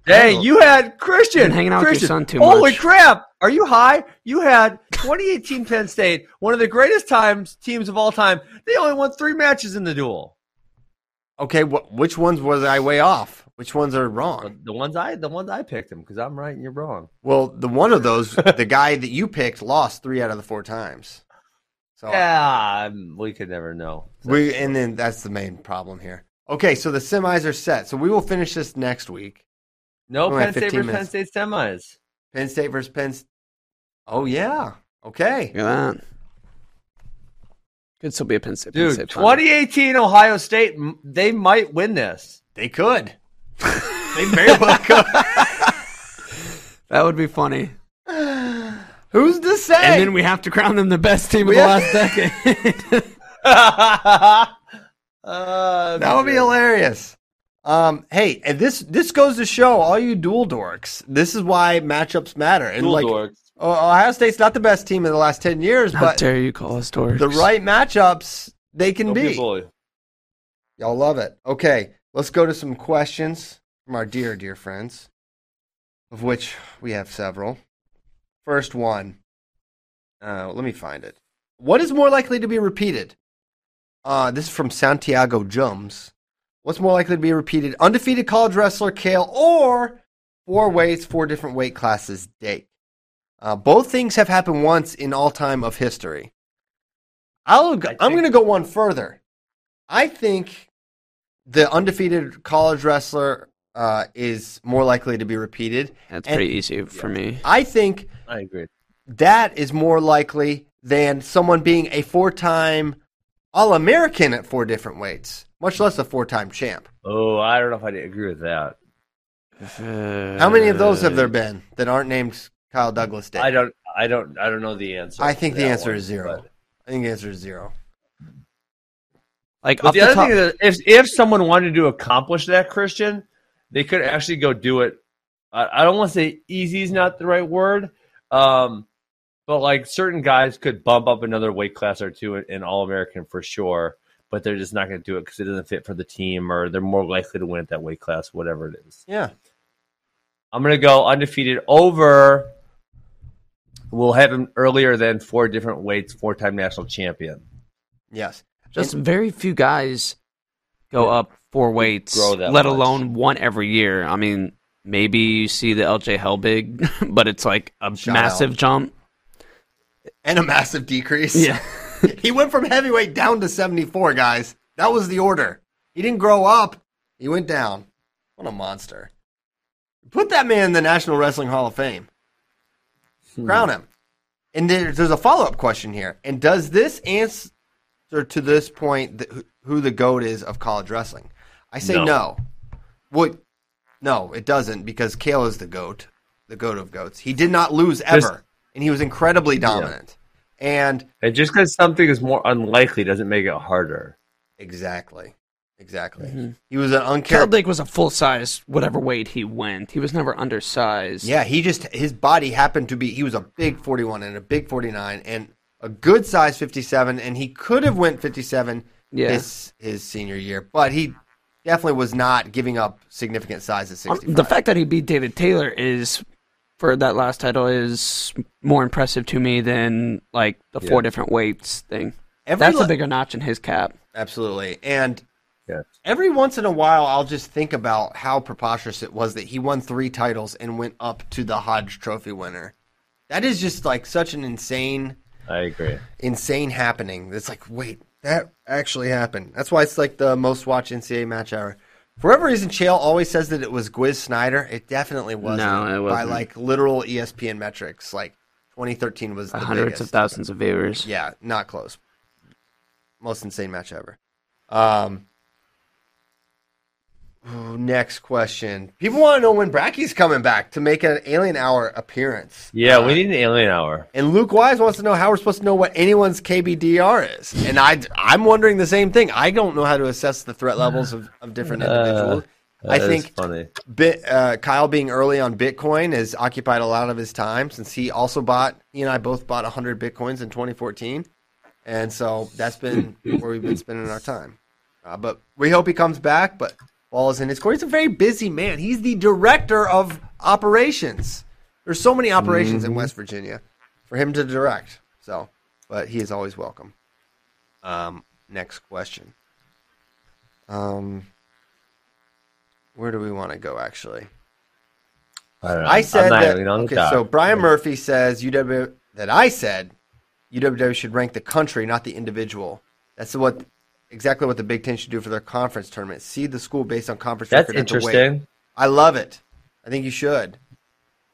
[SPEAKER 2] Hey, you had Christian
[SPEAKER 3] Oh. You've been hanging out with your
[SPEAKER 2] Christian.
[SPEAKER 3] son too
[SPEAKER 2] Holy
[SPEAKER 3] much.
[SPEAKER 2] crap! Are you high? You had 2018 Penn State, one of the greatest times teams of all time. They only won three matches in the duel.
[SPEAKER 1] Okay, wh- which ones was I way off? Which ones are
[SPEAKER 2] The
[SPEAKER 1] wrong?
[SPEAKER 2] the ones I the ones I picked them because I'm right and you're wrong.
[SPEAKER 1] Well, the one of those, the guy that you picked lost three out of the four times. So
[SPEAKER 2] Yeah, I'm- we could never know.
[SPEAKER 1] we and then that's the main problem here. Okay, so the semis are set. So we will finish this next week.
[SPEAKER 2] No
[SPEAKER 1] We only
[SPEAKER 2] Penn
[SPEAKER 1] have
[SPEAKER 2] State
[SPEAKER 1] 15
[SPEAKER 2] versus Penn State semis.
[SPEAKER 1] Penn State versus Penn. S- Oh yeah. Okay.
[SPEAKER 3] Look at that. Could still be a Penn State. Penn
[SPEAKER 2] Dude,
[SPEAKER 3] State final.
[SPEAKER 2] 2018 Ohio State, m- they might win this.
[SPEAKER 1] They could. they very well could.
[SPEAKER 3] That would be funny.
[SPEAKER 1] Who's to say?
[SPEAKER 3] And then we have to crown them the best team of
[SPEAKER 1] We
[SPEAKER 3] the
[SPEAKER 1] have-
[SPEAKER 3] last decade.
[SPEAKER 2] uh,
[SPEAKER 1] That would be hilarious. Um, hey, and this this goes to show all you dual dorks. This is why matchups matter. And like, O- Ohio State's not the best team in the last ten years,
[SPEAKER 3] How
[SPEAKER 1] but
[SPEAKER 3] dare you call us dorks?
[SPEAKER 1] the right matchups they can
[SPEAKER 2] Don't be a
[SPEAKER 1] be.
[SPEAKER 2] bully.
[SPEAKER 1] Y'all love it. Okay, let's go to some questions from our dear dear friends, of which we have several. First one. Uh, let me find it. What is more likely to be repeated? Uh, this is from Santiago Jums. What's more likely to be repeated? Undefeated college wrestler Kale or four weights, four different weight classes, Dake. Uh, both things have happened once in all time of history. I'll, go-
[SPEAKER 2] I
[SPEAKER 1] I'm
[SPEAKER 2] think-
[SPEAKER 1] going to go one further. I think the undefeated college wrestler uh, is more likely to be repeated.
[SPEAKER 3] That's
[SPEAKER 1] And
[SPEAKER 3] pretty easy for me.
[SPEAKER 1] I think
[SPEAKER 2] I agree.
[SPEAKER 1] that is more likely than someone being a four time All American at four different weights, much less a four time champ.
[SPEAKER 2] Oh, I don't know if I agree with that.
[SPEAKER 1] How many of those have there been that aren't named Kyle Douglas Day?
[SPEAKER 2] Uh, I don't. I don't. I don't know the answer.
[SPEAKER 1] I think
[SPEAKER 2] to
[SPEAKER 1] the
[SPEAKER 2] that
[SPEAKER 1] answer
[SPEAKER 2] one,
[SPEAKER 1] is zero.
[SPEAKER 2] but-
[SPEAKER 1] I think the answer is zero.
[SPEAKER 3] Like
[SPEAKER 2] But
[SPEAKER 3] off
[SPEAKER 2] the
[SPEAKER 3] the
[SPEAKER 2] other
[SPEAKER 3] top,
[SPEAKER 2] thing is, if if someone wanted to accomplish that, Christian, they could actually go do it. I, I don't want to say easy is not the right word, um, but like certain guys could bump up another weight class or two in, in All American for sure, but they're just not going to do it because it doesn't fit for the team, or they're more likely to win at that weight class, whatever it is.
[SPEAKER 1] Yeah.
[SPEAKER 2] I'm going to go undefeated over. We'll have him earlier than four different weights, four time national champion.
[SPEAKER 1] Yes.
[SPEAKER 3] just very few guys go up four weights,
[SPEAKER 2] grow that
[SPEAKER 3] let
[SPEAKER 2] much.
[SPEAKER 3] alone one every year. I mean, maybe you see the LJ Hellbig, but it's like a
[SPEAKER 1] Shout
[SPEAKER 3] massive
[SPEAKER 1] out.
[SPEAKER 3] jump.
[SPEAKER 1] And a massive decrease.
[SPEAKER 3] Yeah.
[SPEAKER 1] he went from heavyweight down to 74, guys. That was the order. He didn't grow up, he went down. What a monster. Put that man in the National Wrestling Hall of Fame. Crown him. And there's, there's a follow up question here. And does this answer to this point th- who- who the GOAT is of college wrestling? I say
[SPEAKER 2] No.
[SPEAKER 1] no. What? No, it doesn't because Kale is the GOAT, the GOAT of GOATs. He did not lose ever,
[SPEAKER 2] There's-
[SPEAKER 1] and he was incredibly dominant. And
[SPEAKER 2] And just because something is more unlikely doesn't make it harder.
[SPEAKER 1] Exactly. Exactly.
[SPEAKER 3] Mm-hmm.
[SPEAKER 1] He was an uncharacteristic.
[SPEAKER 3] Hellbig was a full size, whatever weight he went. He was never undersized.
[SPEAKER 1] Yeah, he just his body happened to be he was a big 41 and a big 49 and a good size 57 and he could have went 57
[SPEAKER 3] Yeah.
[SPEAKER 1] this his senior year, but he definitely was not giving up significant size at
[SPEAKER 3] Um,
[SPEAKER 1] 65.
[SPEAKER 3] the fact that he beat David Taylor is for that last title is more impressive to me than like the four different weights thing.
[SPEAKER 1] Every
[SPEAKER 3] That's
[SPEAKER 1] li-
[SPEAKER 3] a bigger notch in his cap.
[SPEAKER 1] Absolutely. And
[SPEAKER 2] Yeah.
[SPEAKER 1] every once in a while I'll just think about how preposterous it was that he won 3 titles and went up to the Hodge trophy winner. That is just like such an insane
[SPEAKER 2] I agree.
[SPEAKER 1] insane happening. It's like, wait, that actually happened. That's why it's like the most watched NCAA match hour. For whatever reason, Chael always says that it was Gwiz Snyder. It definitely wasn't.
[SPEAKER 3] No, it
[SPEAKER 1] By
[SPEAKER 3] wasn't.
[SPEAKER 1] like literal E ESPN metrics, like 2013 was the
[SPEAKER 3] Hundreds
[SPEAKER 1] biggest.
[SPEAKER 3] of thousands of viewers.
[SPEAKER 1] Yeah, not close. Most insane match ever. Um, ooh, next question. People want to know when Bracky's coming back to make an Alien Hour appearance.
[SPEAKER 2] Yeah, we need an alien hour.
[SPEAKER 1] And Luke Wise wants to know how we're supposed to know what anyone's KBDR is. And I, I'm wondering the same thing. I don't know how to assess the threat levels of, of different individuals. I
[SPEAKER 2] Uh, That is
[SPEAKER 1] think
[SPEAKER 2] funny.
[SPEAKER 1] Bit, uh, Kyle being early on Bitcoin has occupied a lot of his time since he also bought, he and I both bought 100 Bitcoins in 2014. And so that's been where we've been spending our time. Uh, but we hope he comes back, but ball is in his court. He's a very busy man. He's the director of operations. There's so many operations in West Virginia for him to direct. So, but he is always welcome. Um, next question. Um, where do we want to go actually?
[SPEAKER 2] I, don't know.
[SPEAKER 1] I said
[SPEAKER 2] I'm not
[SPEAKER 1] that.
[SPEAKER 2] even on the
[SPEAKER 1] Okay,
[SPEAKER 2] dock.
[SPEAKER 1] so Brian Murphy says UW that I said UWW should rank the country, not the individual. That's what exactly what the Big Ten should do for their conference tournament. See the school based on conference.
[SPEAKER 2] That's
[SPEAKER 1] record at the weight.
[SPEAKER 2] interesting.
[SPEAKER 1] I love it. I think you should.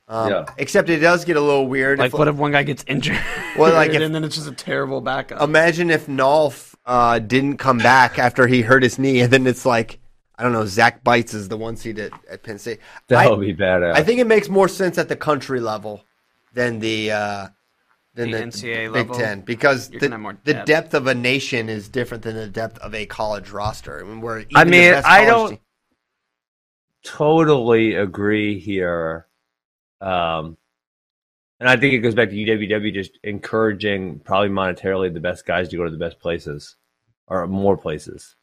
[SPEAKER 1] Um,
[SPEAKER 2] Yeah.
[SPEAKER 1] Except it does get a little weird. if-
[SPEAKER 3] Like what if one guy gets injured?
[SPEAKER 1] Well, like if- Um,
[SPEAKER 3] and then it's just a terrible backup.
[SPEAKER 1] imagine if Nolf uh, didn't come back after he hurt his knee, and then it's like I don't know. Zach Bites is the one seed at, at Penn State.
[SPEAKER 2] That
[SPEAKER 1] I-
[SPEAKER 2] would be badass.
[SPEAKER 1] I think it makes more sense at the country level than the uh, than
[SPEAKER 3] The
[SPEAKER 1] the,
[SPEAKER 3] NCAA
[SPEAKER 1] Big
[SPEAKER 3] level,
[SPEAKER 1] Ten because
[SPEAKER 3] you're
[SPEAKER 1] the,
[SPEAKER 3] gonna have more
[SPEAKER 1] the
[SPEAKER 3] depth.
[SPEAKER 1] depth of a nation is different than the depth of a college roster. I mean, we're even
[SPEAKER 2] I
[SPEAKER 1] the
[SPEAKER 2] mean,
[SPEAKER 1] best
[SPEAKER 2] I
[SPEAKER 1] college
[SPEAKER 2] don't-
[SPEAKER 1] team-
[SPEAKER 2] totally agree here. Um, and I think it goes back to UWW just encouraging probably monetarily the best guys to go to the best places or more places.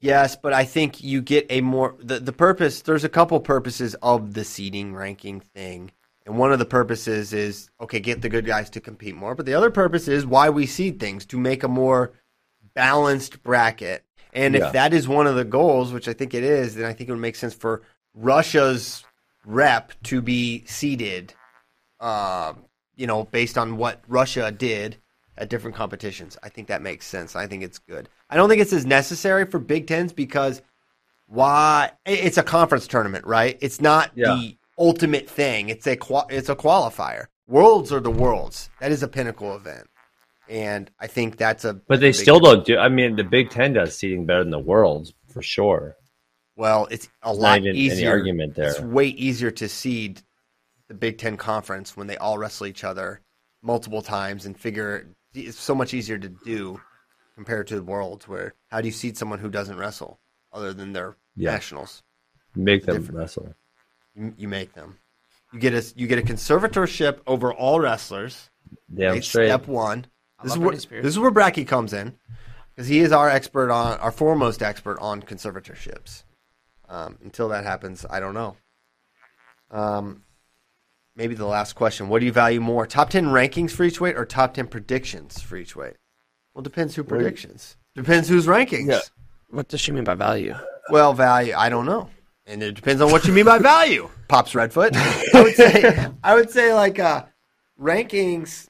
[SPEAKER 1] Yes, but I think you get a more the, the purpose. There's a couple purposes of the seeding ranking thing, and one of the purposes is okay, get the good guys to compete more. But the other purpose is why we seed things to make a more balanced bracket. And
[SPEAKER 2] Yeah.
[SPEAKER 1] if that is one of the goals, which I think it is, then I think it would make sense for Russia's rep to be seeded, uh, you know, based on what Russia did at different competitions. I think that makes sense. I think it's good. I don't think it's as necessary for Big Tens because why? i- It's a conference tournament, right? It's not
[SPEAKER 2] Yeah.
[SPEAKER 1] the ultimate thing. It's a qua- it's a qualifier. Worlds are the worlds. That is a pinnacle event and I think that's a.
[SPEAKER 2] But they still don't do. I mean, the Big Ten does seating better than the world for sure.
[SPEAKER 1] Well, it's a
[SPEAKER 2] There's not
[SPEAKER 1] lot
[SPEAKER 2] even any
[SPEAKER 1] easier.
[SPEAKER 2] argument there.
[SPEAKER 1] It's way easier to seed the Big Ten conference when they all wrestle each other multiple times and figure. It's so much easier to do compared to the worlds, where how do you seed someone who doesn't wrestle other than their
[SPEAKER 2] Yeah.
[SPEAKER 1] nationals?
[SPEAKER 2] Make them
[SPEAKER 1] Different.
[SPEAKER 2] wrestle.
[SPEAKER 1] You, you make them. You get a you get a conservatorship over all wrestlers.
[SPEAKER 2] Damn
[SPEAKER 1] Right,
[SPEAKER 2] straight.
[SPEAKER 1] Step one. This is,
[SPEAKER 3] love
[SPEAKER 1] where,
[SPEAKER 3] Britney Spears.
[SPEAKER 1] this is where Bracky comes in because he is our expert on our foremost expert on conservatorships. Um, until that happens, I don't know. Um, maybe the last question: What do you value more, top ten rankings for each weight or top ten predictions for each weight? Well, depends who predictions. Depends who's rankings.
[SPEAKER 2] Yeah.
[SPEAKER 3] What does she mean by value?
[SPEAKER 1] Well, value, I don't know. And it depends on what you mean by value. Pops Redfoot. I would say I would say like uh rankings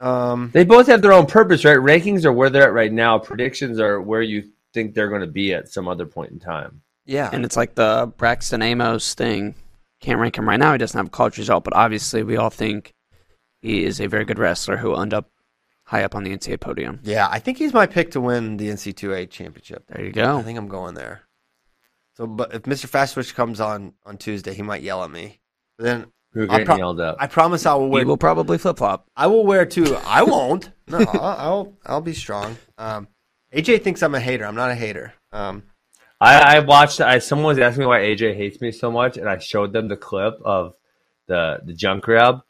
[SPEAKER 1] um
[SPEAKER 2] They both have their own purpose, right? Rankings are where they're at right now. Predictions are where you think they're going to be at some other point in time.
[SPEAKER 1] yeah.
[SPEAKER 3] And it's like the Braxton Amos thing. Can't rank him right now. He doesn't have a college result, but obviously we all think he is a very good wrestler who will end up high up on the NCAA podium.
[SPEAKER 1] yeah, I think he's my pick to win the NC2A championship.
[SPEAKER 3] There you
[SPEAKER 1] I
[SPEAKER 3] go.
[SPEAKER 1] think I'm going there. So but if Mr. Fast Switch comes on on Tuesday, he might yell at me. But then
[SPEAKER 2] Who are
[SPEAKER 1] I,
[SPEAKER 2] getting
[SPEAKER 1] pro-
[SPEAKER 2] yelled at?
[SPEAKER 1] I promise I will
[SPEAKER 3] We
[SPEAKER 1] wear
[SPEAKER 3] will probably flip flop.
[SPEAKER 1] I will wear two. I won't. No, I'll, I'll I'll be strong. Um AJ thinks I'm a hater. I'm not a hater. Um
[SPEAKER 2] I, I watched. I someone was asking me why AJ hates me so much, and I showed them the clip of the the junk grab.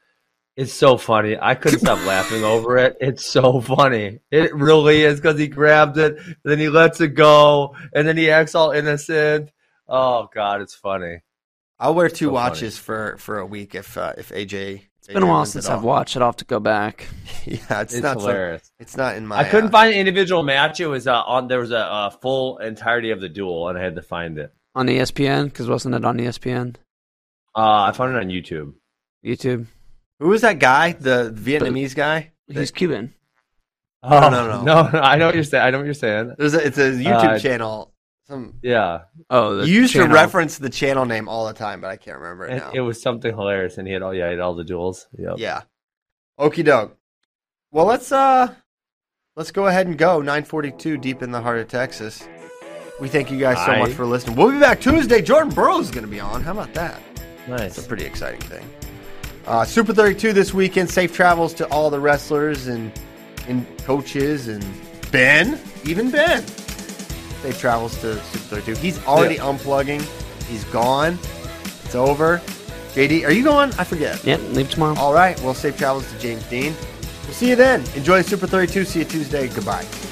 [SPEAKER 2] It's so funny. I couldn't stop laughing over it. It's so funny. It really is because he grabs it, then he lets it go, and then he acts all innocent. Oh God, it's funny.
[SPEAKER 1] I'll wear two
[SPEAKER 2] So funny.
[SPEAKER 1] watches for for a week if uh, if AJ.
[SPEAKER 3] It's been a while since I've watched it. I'll have to go back.
[SPEAKER 1] Yeah, it's,
[SPEAKER 2] It's
[SPEAKER 1] not so-
[SPEAKER 2] hilarious.
[SPEAKER 1] it's not in my.
[SPEAKER 2] I couldn't
[SPEAKER 1] uh,
[SPEAKER 2] find an individual match. It was uh, on. There was a, uh full entirety of the duel, and I had to find it.
[SPEAKER 3] On E ESPN? Because wasn't it on E ESPN?
[SPEAKER 2] Uh, I found it on YouTube.
[SPEAKER 3] YouTube?
[SPEAKER 1] Who was that guy? The Vietnamese guy.
[SPEAKER 3] He's Cuban.
[SPEAKER 2] Oh
[SPEAKER 1] no, no.
[SPEAKER 2] no, no! I know what you're saying. I know what you're saying.
[SPEAKER 1] There's a, it's a YouTube
[SPEAKER 2] Uh,
[SPEAKER 1] channel. Some
[SPEAKER 2] Yeah.
[SPEAKER 3] Oh,
[SPEAKER 1] you
[SPEAKER 3] the
[SPEAKER 1] used to
[SPEAKER 3] channel.
[SPEAKER 1] reference the channel name all the time, but I can't remember it
[SPEAKER 2] And
[SPEAKER 1] now.
[SPEAKER 2] It was something hilarious, and he had all yeah, he had all the duels. Yep.
[SPEAKER 1] yeah. Okie doke. Well, let's uh, let's go ahead and go. 9:42 deep in the heart of Texas. We thank you guys so
[SPEAKER 2] Aye.
[SPEAKER 1] much for listening. We'll be back Tuesday. Jordan Burrow's going to be on. How about that? It's a
[SPEAKER 2] nice.
[SPEAKER 1] pretty exciting thing. Uh, Super 32 this weekend. Safe travels to all the wrestlers and and coaches and Ben, even Ben. Safe travels to Super 32. He's already unplugging. He's gone. It's over. JD, are you going? I forget.
[SPEAKER 3] Yeah, leave tomorrow.
[SPEAKER 1] All right. Well, safe travels to James Dean. We'll see you then. Enjoy Super 32. See you Tuesday. Goodbye.